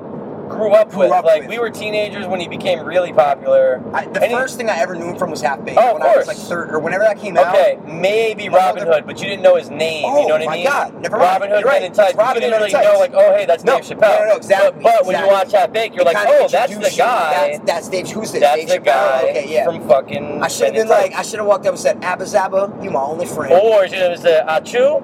S4: grew up
S3: Grew
S4: with.
S3: up
S4: like
S3: with.
S4: we were teenagers when he became really popular.
S3: I, the
S4: And he-
S3: first thing I ever knew him from was Half Baked
S4: Oh, of
S3: when I was
S4: course.
S3: like third or whenever that came out.
S4: Okay, maybe Robin
S3: Mother-
S4: Hood, but you didn't know his name.
S3: Oh,
S4: you know what I
S3: my
S4: mean?
S3: God, never mind.
S4: Robin Hood
S3: You're right.
S4: Men in Tights.
S3: It's Robin
S4: you didn't
S3: Hood
S4: really
S3: Men in
S4: know, like,
S3: Tights.
S4: oh, hey, that's
S3: No,
S4: Dave
S3: no,
S4: Chappelle.
S3: no, no, exactly,
S4: But, but when you
S3: exactly.
S4: watch Half Baked, you're
S3: They
S4: like,
S3: kinda
S4: oh, that's the
S3: introduced you.
S4: guy.
S3: That's, that's Dave. Who's this?
S4: That's
S3: Dave
S4: the
S3: Chappelle.
S4: guy
S3: Okay. Yeah.
S4: from fucking.
S3: I should have
S4: Men in
S3: been like, I
S4: Tights.
S3: should have walked up and said, Abba Zaba, you my only friend.
S4: or it was the Achu.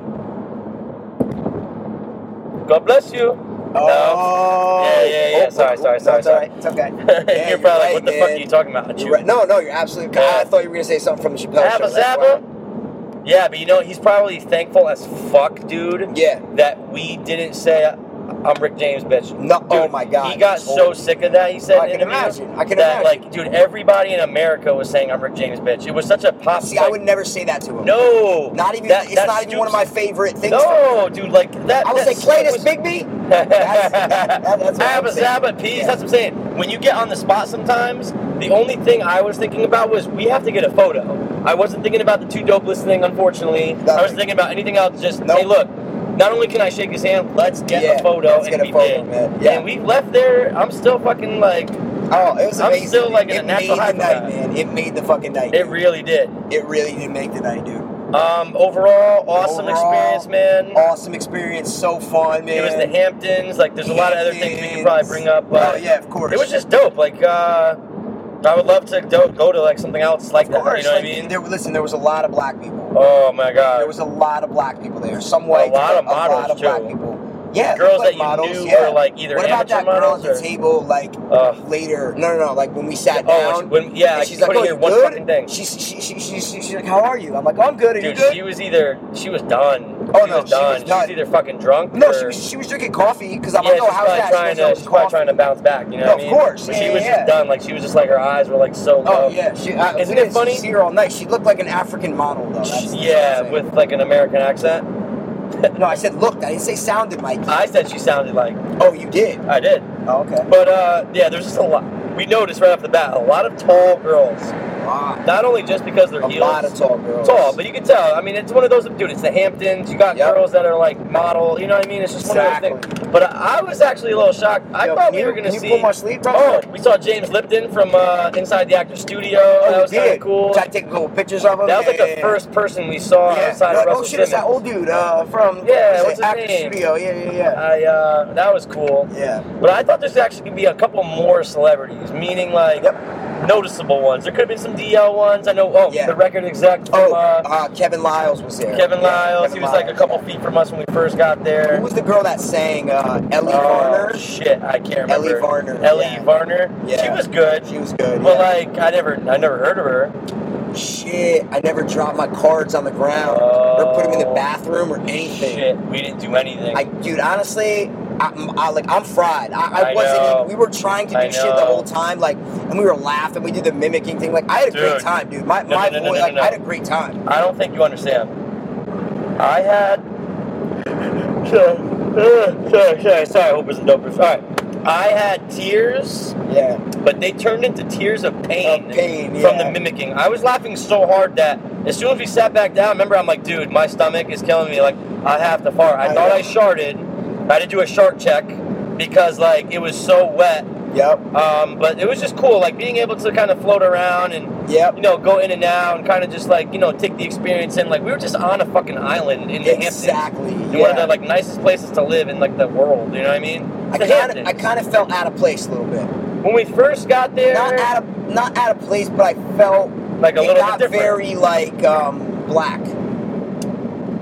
S4: God bless you. [laughs]
S3: Oh.
S4: Yeah, yeah, yeah. Sorry, sorry,
S3: no,
S4: sorry,
S3: it's all right. It's okay.
S4: No.
S3: Yeah,
S4: you're probably like,
S3: right,
S4: what the fuck
S3: man.
S4: are you talking about? Achu.
S3: You're right. No, no, you're absolutely.
S4: Yeah.
S3: I thought you were gonna say something from the Chappelle
S4: Abba
S3: show. that's why.
S4: Zabba? Yeah, but you know, he's probably thankful as fuck, dude.
S3: Yeah.
S4: That we didn't say, I'm Rick James, bitch.
S3: No-
S4: Dude,
S3: oh my God,
S4: He got so
S3: totally.
S4: sick of that, he said.
S3: I
S4: in
S3: can
S4: an interview,
S3: imagine, I can
S4: that,
S3: imagine.
S4: like, dude, everybody in America was saying, I'm Rick James, bitch. It was such a pop.
S3: See, I
S4: like,
S3: would never say that to him.
S4: No.
S3: Not even.
S4: That-
S3: it's
S4: that
S3: not even one of my
S4: stoops-
S3: favorite things.
S4: No, dude, like, that.
S3: I would
S4: that
S3: say, play this,
S4: was-
S3: Big B. That's- that- that's what I'm
S4: Abba
S3: saying.
S4: Zabba peas.
S3: Yeah.
S4: That's what I'm saying. When you get on the spot, sometimes the only thing I was thinking about was we have to get a photo. I wasn't thinking about the two dopeless thing, unfortunately. I was
S3: Nothing.
S4: thinking about anything else. Just
S3: Nope.
S4: hey, look. Not only can I shake his hand, let's get
S3: Yeah,
S4: a photo
S3: let's
S4: and
S3: get a
S4: be
S3: photo,
S4: big.
S3: man. Yeah.
S4: And we left there. I'm still fucking like
S3: Oh, it was
S4: I'm
S3: amazing.
S4: still, like, in
S3: it
S4: a natural high
S3: made
S4: for
S3: the night,
S4: that.
S3: man. It made the fucking night.
S4: it
S3: dude.
S4: really did.
S3: It really did make the night, dude.
S4: Um, overall, awesome
S3: Overall,
S4: experience, man.
S3: Awesome experience, so fun, man.
S4: It was the Hamptons. Like, there's a lot of other things we could probably bring up. But
S3: Oh yeah, of course.
S4: It was just dope. Like, uh, I would love to do- go to like something else like
S3: of course.
S4: that. You know
S3: like,
S4: what I mean?
S3: There, listen, there was a lot of black people.
S4: Oh my god.
S3: There was a lot of black people there. Some white,
S4: lot of
S3: a lot
S4: models,
S3: of black
S4: too.
S3: people. Yeah,
S4: Girls
S3: like
S4: that you
S3: models,
S4: knew
S3: yeah.
S4: were, like, either
S3: What about
S4: amateur
S3: that girl at
S4: models
S3: the
S4: or-
S3: table? Like
S4: Ugh.
S3: later? No, no, no. Like when we sat
S4: Oh,
S3: down.
S4: she- when- yeah,
S3: and
S4: I
S3: she's like,
S4: couldn't
S3: "Oh,
S4: hear
S3: you
S4: one
S3: good?"
S4: fucking thing.
S3: She's she, she, she, she, she's like, "How are you?" I'm like, "Oh, I'm good. Are you
S4: Dude,
S3: good?"
S4: she was either she was done.
S3: Oh,
S4: she
S3: no,
S4: was
S3: she was
S4: done. She was
S3: done.
S4: either fucking drunk.
S3: no,
S4: or,
S3: she was she was drinking coffee because I'm
S4: yeah,
S3: like, "Oh,
S4: she's
S3: how's
S4: probably
S3: that?" she
S4: trying
S3: goes, "Oh,
S4: to
S3: it's
S4: she's probably
S3: coffee."
S4: trying to bounce back. You
S3: No,
S4: know what I
S3: of
S4: mean?
S3: course.
S4: But
S3: Yeah,
S4: she
S3: yeah,
S4: was
S3: yeah.
S4: just done. Like she was just like her eyes were like so
S3: Oh
S4: low.
S3: yeah, she, I,
S4: Um, Isn't
S3: we
S4: it
S3: didn't
S4: funny?
S3: See her all night. She looked like an African model though. That's-
S4: yeah,
S3: that's what I'm
S4: with like an American accent.
S3: saying. no, I said looked. I didn't say sounded like.
S4: I said she sounded like
S3: oh, you did.
S4: I did.
S3: Oh, okay.
S4: But uh, yeah, there's just a lot. We noticed right off the bat a lot of tall girls.
S3: Wow.
S4: Not only just because they're
S3: A
S4: heels,
S3: lot of tall girls.
S4: tall, but you can tell. I mean, it's one of those. Dude, it's the Hamptons. You got
S3: Yep.
S4: girls that are like model. You know what I mean? It's just one of those
S3: Exactly.
S4: things. But I, I was actually a little shocked. I
S3: Yo,
S4: thought
S3: can
S4: we
S3: you-
S4: were gonna
S3: can you
S4: see.
S3: pull my sleeve, bro?
S4: Oh, we saw James Lipton from uh, Inside the Actors Studio. that
S3: Oh,
S4: was
S3: we
S4: kind
S3: did.
S4: of cool.
S3: So I take a couple pictures of him.
S4: That was like
S3: yeah,
S4: the
S3: yeah,
S4: first person we saw
S3: Yeah.
S4: outside
S3: Like,
S4: of Russell
S3: oh shit, it's that
S4: Simmons.
S3: old dude uh, from
S4: Yeah,
S3: uh,
S4: what's his
S3: Actors
S4: name?
S3: Studio. Yeah, yeah, yeah.
S4: I uh, that was cool.
S3: yeah.
S4: But I thought there's actually gonna be a couple more celebrities, meaning like
S3: Yep.
S4: noticeable ones. There could have been some DL ones. I know. Oh,
S3: Yeah.
S4: the record exec from
S3: Oh,
S4: uh,
S3: uh, Kevin Lyles was there.
S4: Kevin
S3: Yeah,
S4: Lyles. he was like a
S3: Lyles,
S4: couple
S3: yeah.
S4: feet from us when we first got there.
S3: Who was the girl that sang uh, Ellie
S4: oh,
S3: Varner?
S4: shit, I can't remember.
S3: Ellie Varner,
S4: Ellie
S3: yeah.
S4: Varner.
S3: Yeah.
S4: She was good.
S3: She was good.
S4: But
S3: yeah.
S4: like, I never, I never heard of her.
S3: Shit, I never dropped my cards on the ground or put them in the
S4: Oh.
S3: bathroom or anything.
S4: Shit, we didn't do anything.
S3: I, dude, honestly, I, I like I'm fried. I, I,
S4: I
S3: wasn't.
S4: know.
S3: Even, we were trying to do
S4: I
S3: shit the
S4: know.
S3: whole time, like, and we were laughing. We did the mimicking thing. Like, I had a
S4: Dude.
S3: great time, dude. My
S4: No,
S3: my
S4: no, no, no,
S3: boy,
S4: no,
S3: like,
S4: no.
S3: I had a great time.
S4: I don't think you understand. I had. [laughs] Sorry, uh, sorry, sorry, sorry, hopers and dopers. All right, I had tears,
S3: Yeah,
S4: but they turned into tears of pain,
S3: Of pain,
S4: from
S3: yeah.
S4: the mimicking. I was laughing so hard that as soon as we sat back down, remember, I'm like, dude, my stomach is killing me. Like, I have to fart. I,
S3: I
S4: thought
S3: know.
S4: I sharted. I had to do a shark check because like it was so wet
S3: Yep.
S4: Um, but it was just cool, like being able to kind of float around and
S3: Yep.
S4: you know go in and out and kind of just like you know take the experience in. Like we were just on a fucking island in the Hamptons,
S3: Exactly.
S4: in one of the
S3: Yeah.
S4: like nicest places to live in like the world. You know what I mean?
S3: I
S4: The
S3: kind of I
S4: Hamptons.
S3: kind of felt out of place a little bit.
S4: when we first got there,
S3: Not out of not out of place, but I felt
S4: like a
S3: it
S4: little
S3: got
S4: bit different.
S3: very like um, black.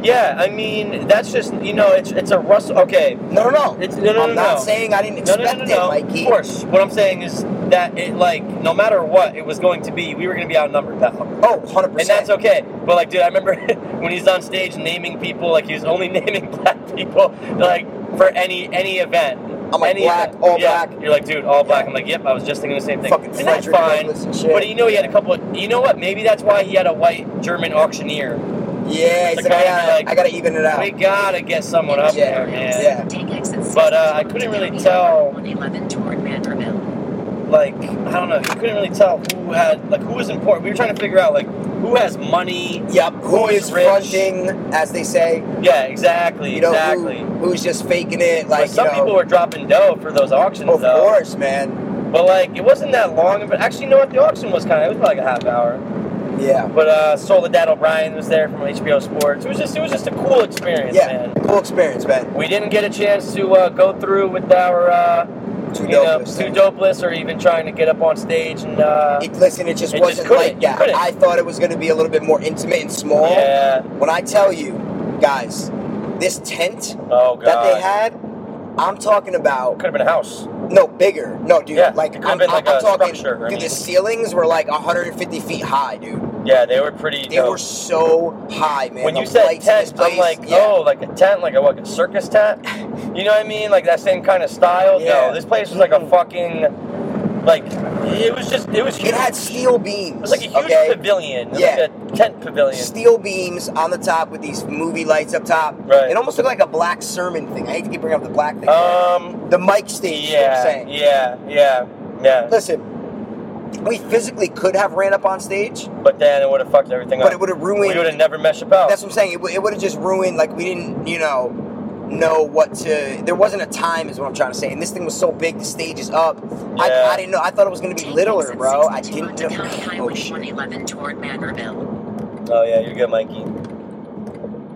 S4: yeah, I mean that's just you know it's it's a Russell. Okay,
S3: No, no, no.
S4: It's- no, no,
S3: I'm
S4: no,
S3: not
S4: no.
S3: saying I didn't
S4: No,
S3: expect
S4: no, no, no, no.
S3: it, Mikey.
S4: Of course. What I'm saying is that it, like, no matter what it was going to be, we were going to be outnumbered that fucking.
S3: Oh, 100
S4: And
S3: percent.
S4: that's okay. But like, dude, I remember [laughs] when he's on stage naming people, like he was only [laughs] naming black people, like for any any event.
S3: I'm like,
S4: any
S3: black,
S4: event.
S3: all
S4: Yeah.
S3: black.
S4: You're like, dude, all black. I'm like, yep. I was just thinking the same thing.
S3: Fucking
S4: and that's
S3: Frederick
S4: fine.
S3: Douglass and shit.
S4: But you know, he had a couple. Of, you know what? Maybe that's why he had a white German auctioneer.
S3: Yeah, he
S4: The
S3: said,
S4: guy
S3: I gotta,
S4: like-
S3: I gotta even it out.
S4: We gotta get someone up
S3: Yeah,
S4: there, man.
S3: yeah.
S5: But uh, I couldn't really tell. toward Vanderbilt.
S4: like I don't know, you couldn't really tell who had like who was important. We were trying to figure out like who has money.
S3: Yep. Who
S4: Who's
S3: is
S4: rich?
S3: fronting, as they say?
S4: Yeah, exactly,
S3: You know,
S4: exactly.
S3: who, who's just faking it?
S4: Like,
S3: Like
S4: some
S3: you know,
S4: people were dropping dough for those auctions
S3: of
S4: though.
S3: course, man.
S4: But like it wasn't that long but actually you know what the auction was kinda it was probably like a half hour.
S3: Yeah.
S4: But uh Soledad O'Brien was there from HBO Sports. It was just it was just a cool experience,
S3: Yeah.
S4: man.
S3: Cool experience, man.
S4: We didn't get a chance to uh, go through with our uh
S3: Too
S4: you
S3: dope.
S4: know,
S3: this
S4: too
S3: thing.
S4: dopeless or even trying to get up on stage and uh
S3: It, listen, it just
S4: It just
S3: wasn't
S4: couldn't.
S3: like that.
S4: Couldn't.
S3: I thought it was going to be a little bit more intimate and small.
S4: yeah.
S3: When I tell you, guys, this tent
S4: Oh god.
S3: that they had, I'm talking about
S4: could have been a house.
S3: no bigger. No, dude,
S4: Yeah,
S3: like
S4: it could've
S3: I'm,
S4: been
S3: I'm-
S4: like
S3: I'm
S4: a
S3: talking.
S4: structure, I
S3: Dude, the
S4: mean.
S3: ceilings were like 150 feet high, dude.
S4: Yeah, they were pretty.
S3: They
S4: dope.
S3: were so high, man.
S4: when
S3: The
S4: you said
S3: lights in this
S4: tent, I'm
S3: place,
S4: like,
S3: yeah.
S4: oh, like a tent, like a what, a circus tent? You know what I mean? Like that same kind of style.
S3: Yeah.
S4: No, this place was like a fucking, like it was just it was. Huge.
S3: It had
S4: It
S3: steel beams.
S4: was like a huge
S3: okay?
S4: pavilion. It was
S3: Yeah.
S4: like a tent pavilion.
S3: Steel beams on the top with these movie lights up top.
S4: Right.
S3: It almost looked like a black sermon thing. I hate to keep bringing up the black thing.
S4: Um.
S3: the mic stage. you know what I'm
S4: Yeah.
S3: saying.
S4: Yeah. Yeah. Yeah.
S3: Listen, we physically could have ran up on stage,
S4: But then it would have fucked everything
S3: but
S4: up.
S3: it would have
S4: we
S3: ruined.
S4: would have never met Chappelle.
S3: That's what I'm saying. It, w- it would have just ruined. Like we didn't, you know, know what to. There wasn't a time, is what I'm trying to say. And this thing was so big, the stage is up.
S4: Yeah.
S3: I, I didn't know. I thought it was going to be littler, bro. I didn't [laughs] know. Oh shit.
S5: 111 toward Vanderbilt.
S4: oh yeah, you're good, Mikey.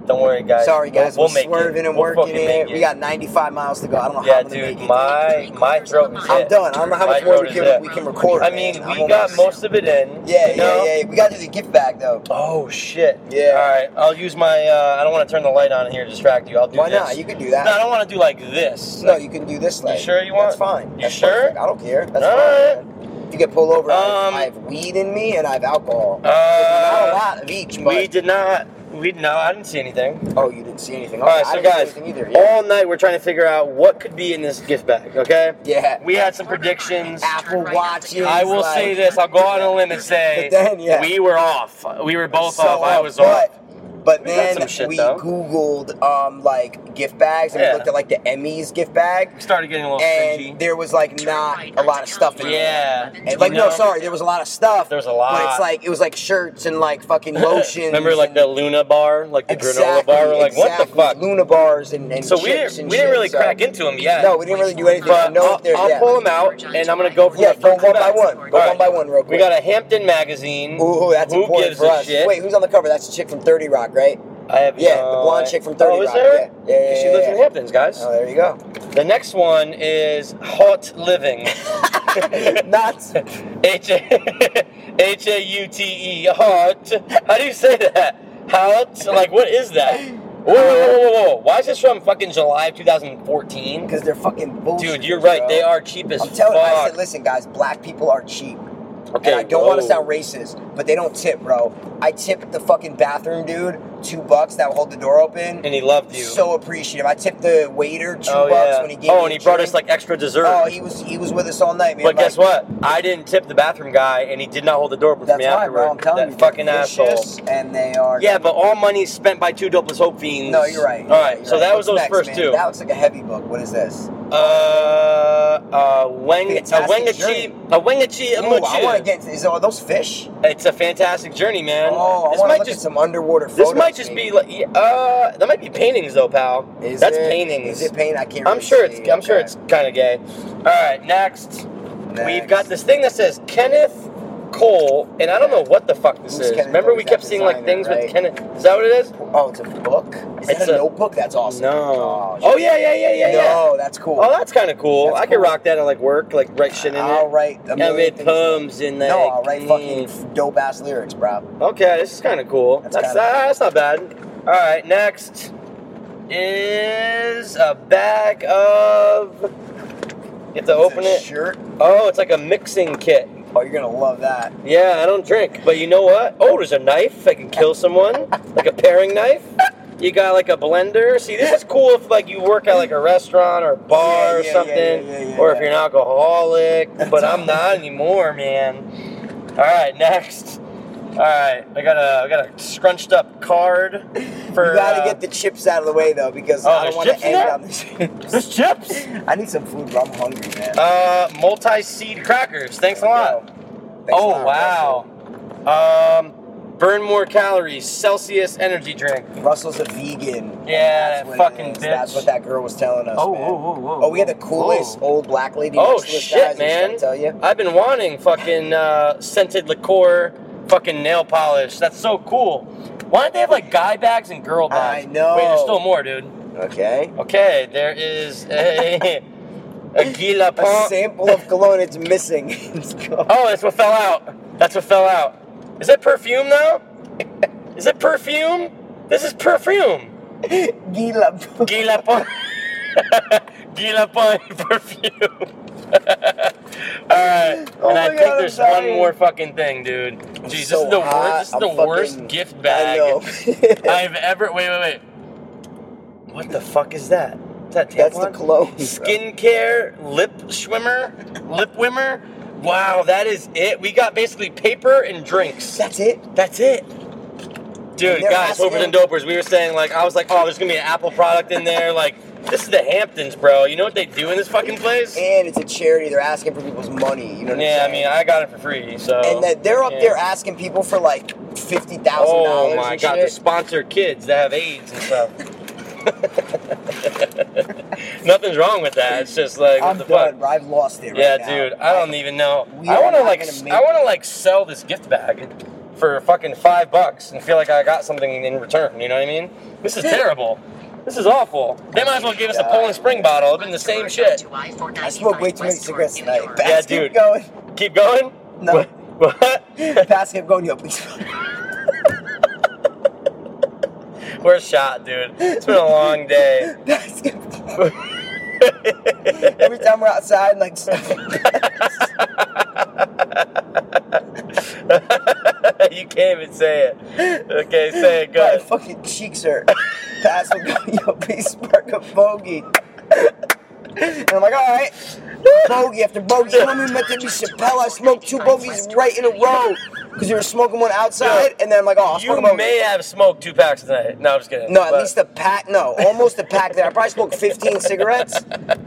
S4: Don't worry, guys.
S3: Sorry guys, we're
S4: we'll, we'll make
S3: swerving
S4: it.
S3: and
S4: We'll
S3: working
S4: fucking make
S3: it. We got 95 miles to go. I don't know how
S4: Yeah,
S3: I'm gonna
S4: dude,
S3: make it.
S4: my my throat is
S3: I'm
S4: hit.
S3: done. I don't know how
S4: My
S3: much more
S4: throat
S3: we
S4: is
S3: can,
S4: it.
S3: we can record.
S4: I mean,
S3: man. I'm
S4: we
S3: almost-
S4: got most of it in.
S3: Yeah,
S4: you know?
S3: yeah, yeah. We got to do the gift bag though.
S4: Oh shit.
S3: Yeah.
S4: All right, I'll use my. Uh, I don't want to turn the light on here to distract you. I'll do
S3: Why
S4: this.
S3: not? You can do
S4: No, I
S3: that.
S4: don't want to do like this.
S3: No, you can do this. Like,
S4: sure you
S3: That's
S4: want-
S3: fine.
S4: You
S3: That's
S4: sure?
S3: perfect. I don't care. That's
S4: All
S3: fine. man. If you get pulled over, I-
S4: Um,
S3: I have weed in me and I have alcohol.
S4: Uh,
S3: not a lot of each, but
S4: we did not. We no, I didn't see anything.
S3: oh, you didn't see anything.
S4: All right,
S3: Okay, I
S4: so
S3: didn't see
S4: guys,
S3: anything either. Yeah.
S4: all night we're trying to figure out what could be in this gift bag. Okay.
S3: yeah.
S4: We had some predictions.
S3: Apple Watches.
S4: I will
S3: like-
S4: say this. I'll go out on a limb and say
S3: [laughs] But then, yeah.
S4: we were off. We were both
S3: So, uh,
S4: off. I was
S3: but,
S4: off.
S3: But
S4: We got
S3: then
S4: some shit,
S3: we
S4: though.
S3: googled um like gift bags and
S4: Yeah.
S3: we looked at like the Emmys gift bag
S4: We started getting a little stingy.
S3: and there was like not a lot of stuff in there.
S4: Yeah.
S3: And, like
S4: You know?
S3: no, sorry, there was a lot of stuff.
S4: There was a lot.
S3: But it's like it was like shirts and like fucking lotions.
S4: Remember, like
S3: and-
S4: the Luna bar, like the granola
S3: Exactly,
S4: bar. We're like, what the
S3: exactly.
S4: fuck?
S3: Luna bars and, and
S4: So we
S3: chips
S4: didn't
S3: and
S4: we didn't
S3: shit,
S4: really
S3: so-
S4: crack into him yet.
S3: No, we didn't really do anything.
S4: But
S3: no,
S4: I'll,
S3: there,
S4: I'll
S3: yeah.
S4: pull him out, and I'm gonna go from
S3: Yeah,
S4: the
S3: go
S4: front
S3: one by
S4: back.
S3: one. Go
S4: All
S3: one by one, real quick.
S4: We got a Hampton magazine.
S3: Ooh, that's
S4: Who
S3: important
S4: gives
S3: for
S4: a
S3: us.
S4: shit?
S3: Wait, who's on the cover? That's the chick from Thirty Rock, right?
S4: I have
S3: Yeah,
S4: no
S3: the blonde
S4: idea.
S3: chick from 30
S4: Oh, is
S3: Rock,
S4: there?
S3: yeah. Yeah, yeah,
S4: she
S3: yeah,
S4: lives
S3: yeah.
S4: in Hamptons, guys.
S3: Oh, there you go.
S4: The next one is Hot
S3: [laughs]
S4: Living.
S3: Nuts.
S4: H A [laughs] H A U T E hot. How do you say that? Hot? Like what is that? Whoa, whoa, whoa, whoa, whoa! Why is this from fucking July of 2014?
S3: Because they're fucking bullshit.
S4: Dude, you're right.
S3: bro.
S4: They are cheap as
S3: I'm telling you, I
S4: fuck.
S3: said, listen, guys, black people are cheap.
S4: okay,
S3: and I don't want to
S4: whoa.
S3: sound racist, but they don't tip, bro. I tipped the fucking bathroom dude two bucks that will hold the door open.
S4: And he loved you.
S3: So appreciative. I tipped the waiter two
S4: oh,
S3: bucks
S4: yeah.
S3: when he gave.
S4: Oh,
S3: me
S4: and
S3: a
S4: he brought
S3: drink.
S4: us like extra dessert.
S3: Oh, he was he was with us all night, man.
S4: but guess
S3: Like,
S4: what? I didn't tip the bathroom guy, and he did not hold the door with
S3: That's
S4: me
S3: why,
S4: afterward.
S3: bro. I'm telling
S4: that
S3: you, they're
S4: fucking asshole.
S3: vicious, And they are.
S4: Yeah, but all money spent by two dopeless hope fiends.
S3: No, you're right.
S4: All right,
S3: You're
S4: so that was
S3: What's
S4: those
S3: next,
S4: first
S3: man?
S4: two.
S3: That looks like a heavy book. What is this?
S4: uh, uh, Weng, a
S3: Fantastic
S4: Wengachi,
S3: journey.
S4: a Wengachi, a
S3: Ooh, I want to
S4: Muchu.
S3: get. Is are those fish?
S4: It's a fantastic journey, man.
S3: Oh, I
S4: this
S3: want to
S4: might
S3: look
S4: just
S3: at some underwater photos.
S4: this might just be
S3: maybe.
S4: like yeah, uh, that might be paintings though, pal.
S3: Is
S4: That's
S3: it-
S4: paintings.
S3: Is it paint? I can't.
S4: I'm
S3: really
S4: sure it's
S3: see.
S4: I'm sure
S3: Okay.
S4: it's kind of gay. All right, next We've got this thing that says Kenneth Cole, and I don't know what the fuck this
S7: Who's
S4: is.
S7: Kenneth
S4: Remember,
S7: Cole?
S4: we
S7: He's
S4: kept
S7: that
S4: seeing like
S7: designer,
S4: things
S7: right?
S4: with Kenneth. Is that what it is?
S7: Oh, it's a book. Is
S4: It's
S7: that a,
S4: a-
S7: notebook? That's awesome.
S4: No.
S7: Oh,
S4: Oh yeah, yeah, yeah, yeah, yeah.
S7: No, that's cool.
S4: Oh, that's kind of cool.
S7: That's
S4: I could
S7: cool.
S4: rock that at like work, like write shit in
S7: I'll
S4: it.
S7: write a
S4: Have
S7: million
S4: it
S7: things.
S4: comes in like.
S7: no, I'll write
S4: mm.
S7: fucking dope ass lyrics, bro.
S4: Okay, this is kind of cool.
S7: That's
S4: That's that's, ah,
S7: kinda-
S4: that's not bad. All right, next is a bag of. You have to open
S7: It's a
S4: it.
S7: Shirt.
S4: Oh, it's like a mixing kit.
S7: Oh, you're gonna love that.
S4: Yeah, I don't drink, but you know what? Oh, there's a knife. I can kill someone, like a paring knife. You got like a blender. See, this is cool if like you work at like a restaurant or a bar
S7: Yeah,
S4: or
S7: yeah, yeah,
S4: something,
S7: yeah, yeah, yeah,
S4: or if
S7: yeah.
S4: you're an alcoholic. But I'm not anymore, man. All right, next. All right, I got a I got a scrunched up card for.
S7: You gotta
S4: uh,
S7: get the chips out of the way though, because
S4: Oh,
S7: I
S4: there's
S7: don't want
S4: chips
S7: to
S4: in
S7: end
S4: there?
S7: on this.
S4: there's uh, [laughs] chips.
S7: I need some food, bro. I'm hungry, man.
S4: Uh, multi seed crackers. Thanks a lot.
S7: Yo, thanks a
S4: oh
S7: lot,
S4: wow. Um, burn more calories. Celsius energy drink.
S7: Russell. Russell's a vegan.
S4: Yeah,
S7: That's what it
S4: fucking
S7: is.
S4: bitch.
S7: That's what that girl was telling us.
S4: Oh,
S7: man.
S4: whoa, whoa, whoa,
S7: Oh, we had the
S4: whoa.
S7: coolest old black lady.
S4: Oh
S7: next to us,
S4: shit,
S7: guys. I'm just trying
S4: man!
S7: to Tell you.
S4: I've been wanting fucking uh, scented liqueur, fucking nail polish. That's so cool. Why don't they have like guy bags and girl bags?
S7: I know.
S4: Wait, there's still more, dude.
S7: Okay.
S4: Okay, there is a [laughs] a Guy
S7: A
S4: Lapin.
S7: sample of cologne. It's missing. [laughs] It's gone.
S4: oh, that's what fell out. That's what fell out. Is it perfume though? [laughs] Is it perfume? This is perfume.
S7: Gila.
S4: Guy [laughs] Lapin. Guy Lapin perfume. [laughs] Alright,
S7: Oh
S4: and
S7: my
S4: I
S7: God,
S4: think
S7: I'm
S4: there's
S7: dying.
S4: one more fucking thing, dude. Jeez, this
S7: so
S4: is the
S7: hot.
S4: worst. This is
S7: I'm
S4: the
S7: fucking-
S4: worst gift
S7: I know. [laughs]
S4: bag I've ever. Wait, wait, wait. What the fuck is that? Is that
S7: That's the
S4: tampon?
S7: cologne. bro.
S4: Skincare, lip swimmer, lip wimmer. Wow, that is it. We got basically paper and drinks.
S7: That's it.
S4: That's it. Dude,
S7: And they're
S4: guys,
S7: asking-
S4: over and dopers, we were saying like I was like, oh, there's gonna be an Apple product in there. Like, this is the Hamptons, bro. You know what they do in this fucking place?
S7: And it's a charity. They're asking for people's money. You know what
S4: Yeah,
S7: I'm
S4: I
S7: saying?
S4: mean, I got it for free, so.
S7: and that they're up
S4: yeah.
S7: there asking people for like fifty thousand
S4: Oh
S7: dollars.
S4: my
S7: and
S4: god, to
S7: shit.
S4: sponsor kids that have AIDS and
S7: [laughs]
S4: stuff. [laughs] Nothing's wrong with that. It's just like what
S7: I'm
S4: the
S7: done,
S4: fuck.
S7: bro. I've lost it. Right
S4: Yeah,
S7: now.
S4: dude, I don't even know.
S7: We
S4: I
S7: are
S4: want to
S7: not
S4: like,
S7: gonna
S4: s-
S7: make
S4: I want to like sell this gift bag for fucking five bucks and feel like I got something in return. You know what I mean? This is terrible. This is awful. They might as well give us a Poland Spring bottle. It'd been the same shit.
S5: I
S7: I smoked way too many cigarettes tonight.
S4: Yeah,
S7: Pass,
S4: dude.
S7: Keep going.
S4: Keep going.
S7: No.
S4: What? what? [laughs]
S7: Pass, keep going. Yo, please.
S4: We're shot, dude. It's been a long day. [laughs]
S7: Pass, keep- Every time we're outside, and like [laughs]
S4: you can't even say it. Okay, say it.
S7: my
S4: Good.
S7: fucking cheeks
S4: [laughs]
S7: hurt. Pass, keep going. [laughs] Yo, please spark a bogey. And I'm like, all right, bogey after bogey. You know me, Method B. Chappelle. I smoked two bogeys right in a row because you were smoking one outside, and then I'm like, oh, I'll
S4: You
S7: smoke a bogey.
S4: may have smoked two packs tonight. No, I'm just kidding.
S7: No, at
S4: But-
S7: least a pack. No, almost a pack there. I probably smoked 15 cigarettes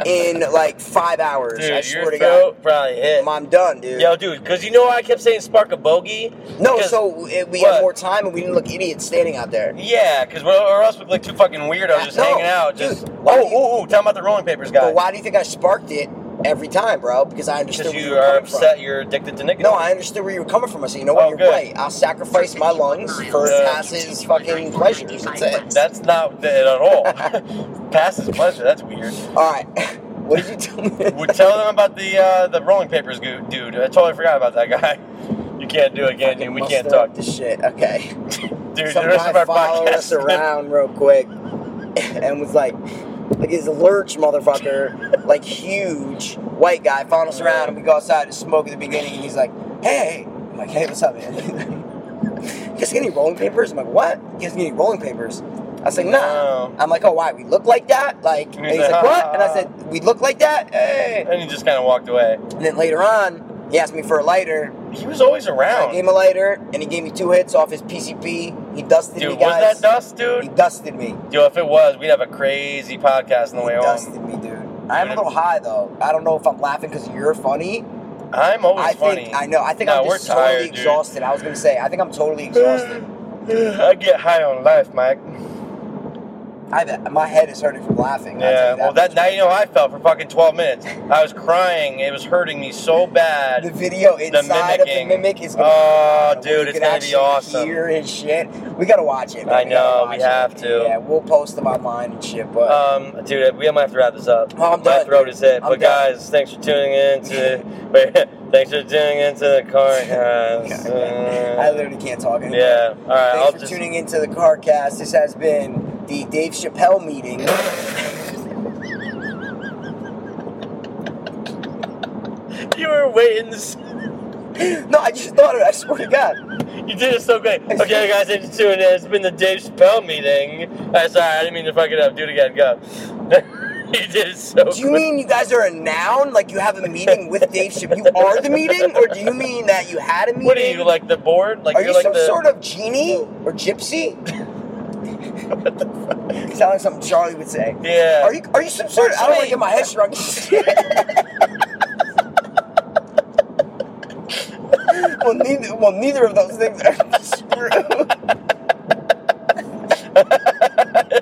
S7: in like five hours.
S4: dude,
S7: I
S4: your
S7: swear to
S4: throat
S7: God.
S4: probably hit.
S7: I'm done, dude.
S4: Yo, dude, because you know why I kept saying spark a bogey?
S7: no,
S4: Because-
S7: so it, we
S4: What?
S7: had more time and we didn't look idiots standing out there.
S4: Yeah, because or or else we look like two fucking weirdos just
S7: No,
S4: hanging out.
S7: dude,
S4: Just oh,
S7: why do you-
S4: oh, oh, talking about the rolling papers guy.
S7: But why do you think I sparked it every time, bro? Because I understood
S4: Because
S7: where
S4: you
S7: you were
S4: are
S7: coming
S4: upset.
S7: from.
S4: You're addicted to nicotine.
S7: No, I understood where you were coming from. I said, you know what?
S4: Oh,
S7: You're
S4: good.
S7: right. I'll sacrifice my lungs for
S4: Yeah.
S7: Cass's fucking pleasures. That's
S4: [laughs]
S7: it.
S4: That's not it at all. [laughs] Past is pleasure. That's weird.
S7: [laughs] All right. what did you tell me? [laughs]
S4: We tell them about the uh, the rolling papers gu- dude. I totally forgot about that guy. [laughs] You can't do it again, dude. We can't
S7: Muster
S4: talk.
S7: up this shit. Okay.
S4: Dude,
S7: some
S4: the rest
S7: guy
S4: of our
S7: followed
S4: [laughs]
S7: us
S4: podcast.
S7: around real quick [laughs] and was like, like this lurch motherfucker, like huge white guy, followed us around and we go outside to smoke at the beginning and he's like, hey, I'm like, hey, what's up, man? [laughs] you guys get any rolling papers? I'm like, what? You guys get any rolling papers? I was like,
S4: No.
S7: nah. I'm like, oh, why? We look like that? Like, and he's like, what? And I said, we look like that? Hey.
S4: And he just kind of walked away.
S7: And then later on, he asked me for a lighter.
S4: He was always
S7: I gave
S4: around.
S7: him a lighter, and he gave me two hits off his PCP. He dusted me,
S4: Dude, was
S7: guys.
S4: that dust,
S7: He
S4: dude?
S7: dusted me.
S4: Yo, if it was, we'd have a crazy podcast on the way
S7: He
S4: home.
S7: dusted me, dude. I'm a little high though. I don't know if I'm laughing because you're funny.
S4: I'm always
S7: I
S4: funny.
S7: think I know. I think
S4: Nah,
S7: I'm
S4: we're
S7: just
S4: tired,
S7: totally
S4: dude.
S7: exhausted. I was gonna say. I think I'm totally exhausted.
S4: I get high on life, Mike.
S3: I've, my head is hurting from laughing. I'll tell
S4: Yeah,
S3: you
S4: well, that now you know how I felt for fucking 12 minutes. I was crying. It was hurting me so bad.
S3: the video inside of the
S4: mimicking.
S3: mimic is gonna
S4: Oh,
S3: be
S4: dude,
S3: you
S4: it's
S3: can
S4: gonna be
S3: actually
S4: awesome.
S3: Hear his shit. We gotta watch it. man.
S4: I
S3: We gotta
S4: know,
S3: watch
S4: we have to.
S3: Yeah, we'll post them online and shit. But
S4: Um, dude, we might have to wrap this up.
S3: Oh, I'm
S4: My
S3: done.
S4: throat is hit.
S3: I'm
S4: but
S3: done.
S4: guys, thanks for tuning in to. [laughs] Wait, thanks for tuning into
S3: [laughs]
S4: the car. Guys.
S3: I literally can't talk anymore.
S4: yeah. All right.
S3: Thanks
S4: I'll
S3: for
S4: just.
S3: tuning into the CarCast. This has been the Dave Chappelle
S7: [laughs]
S3: meeting.
S4: [laughs] You were waiting. To... s-
S3: no, I just thought of it. I swear to God.
S7: [laughs]
S4: You did it so great. Okay, guys, thanks for tuning in. It's been the Dave Chappelle meeting. Uh, sorry, I didn't mean to fuck it up. Do it again. Go. [laughs] you did it so.
S3: Do you mean you guys are a noun? Like you have a meeting with Dave Chappelle? You are the meeting? Or do you mean that you had a meeting?
S4: What are you like the board? Like
S3: Are
S4: you're
S3: you
S4: like
S3: some
S4: the
S3: sort of genie or gypsy?
S4: [laughs]
S3: Sounds like something Charlie would say.
S4: yeah.
S3: Are you are you some sort of I don't want to get my head shrunk. [laughs] well, neither well neither of those things [laughs] are true.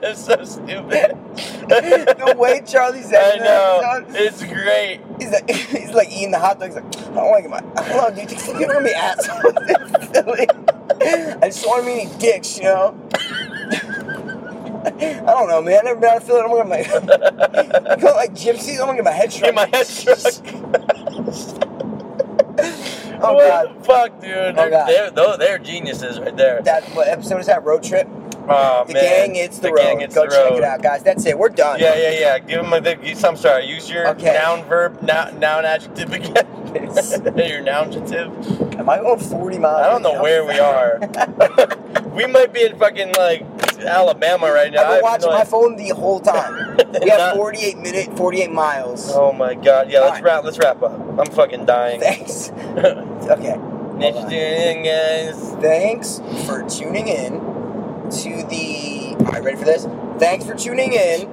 S4: it's [laughs] so
S3: [laughs]
S4: stupid.
S3: the way Charlie's
S4: I
S3: acting
S4: know.
S3: right now,
S4: It's great.
S3: he's like [laughs] he's like eating the hot dog. He's like, I don't want to get my. I don't know. Do you think you're gonna be [laughs] assholes? I just want to be any dicks, you know. [laughs] I don't know, man. I've never been out of Philly. I'm gonna my [laughs] you know, like gypsies. I'm gonna get my head
S4: Get
S3: shrunk.
S4: my head struck.
S3: [laughs]
S4: [laughs]
S3: oh
S4: what
S3: god, Oh,
S4: the fuck, dude? They're,
S3: God.
S4: they're, they're, they're geniuses right there.
S3: that what episode is that? Road trip.
S4: oh,
S3: The
S4: man.
S3: gang, it's the, road.
S4: gang, it's
S3: Go
S4: the
S3: check
S4: road.
S3: it out, guys. That's it. We're done.
S4: Yeah, yeah, yeah. Give them a. Big, I'm sorry. Use your
S3: Okay.
S4: noun verb, noun, noun adjective again. [laughs] your noun adjective.
S3: Am I going 40 miles?
S4: I don't
S3: right
S4: know
S3: now?
S4: where we are. [laughs] we might be in fucking like Alabama right now.
S3: I've been
S4: I have
S3: watching
S4: no
S3: my
S4: idea.
S3: phone the whole
S4: [laughs]
S3: time. We have
S4: Not-
S3: 48 minute, 48 miles.
S4: Oh my god. Yeah, let's
S3: Alright.
S4: wrap. Let's wrap up. I'm fucking dying.
S3: Thanks. [laughs] okay.
S4: Thanks for tuning in, guys.
S3: Thanks for tuning in to the. All right, ready for this? Thanks for tuning in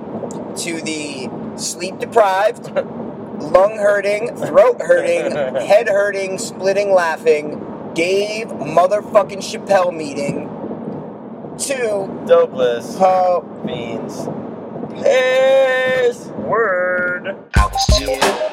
S3: to the sleep deprived, lung hurting, throat hurting, head hurting, splitting, laughing, Dave motherfucking Chappelle meeting. To
S4: Dopeless.
S3: po.
S4: Beans. Yes. Word.
S1: I was too old.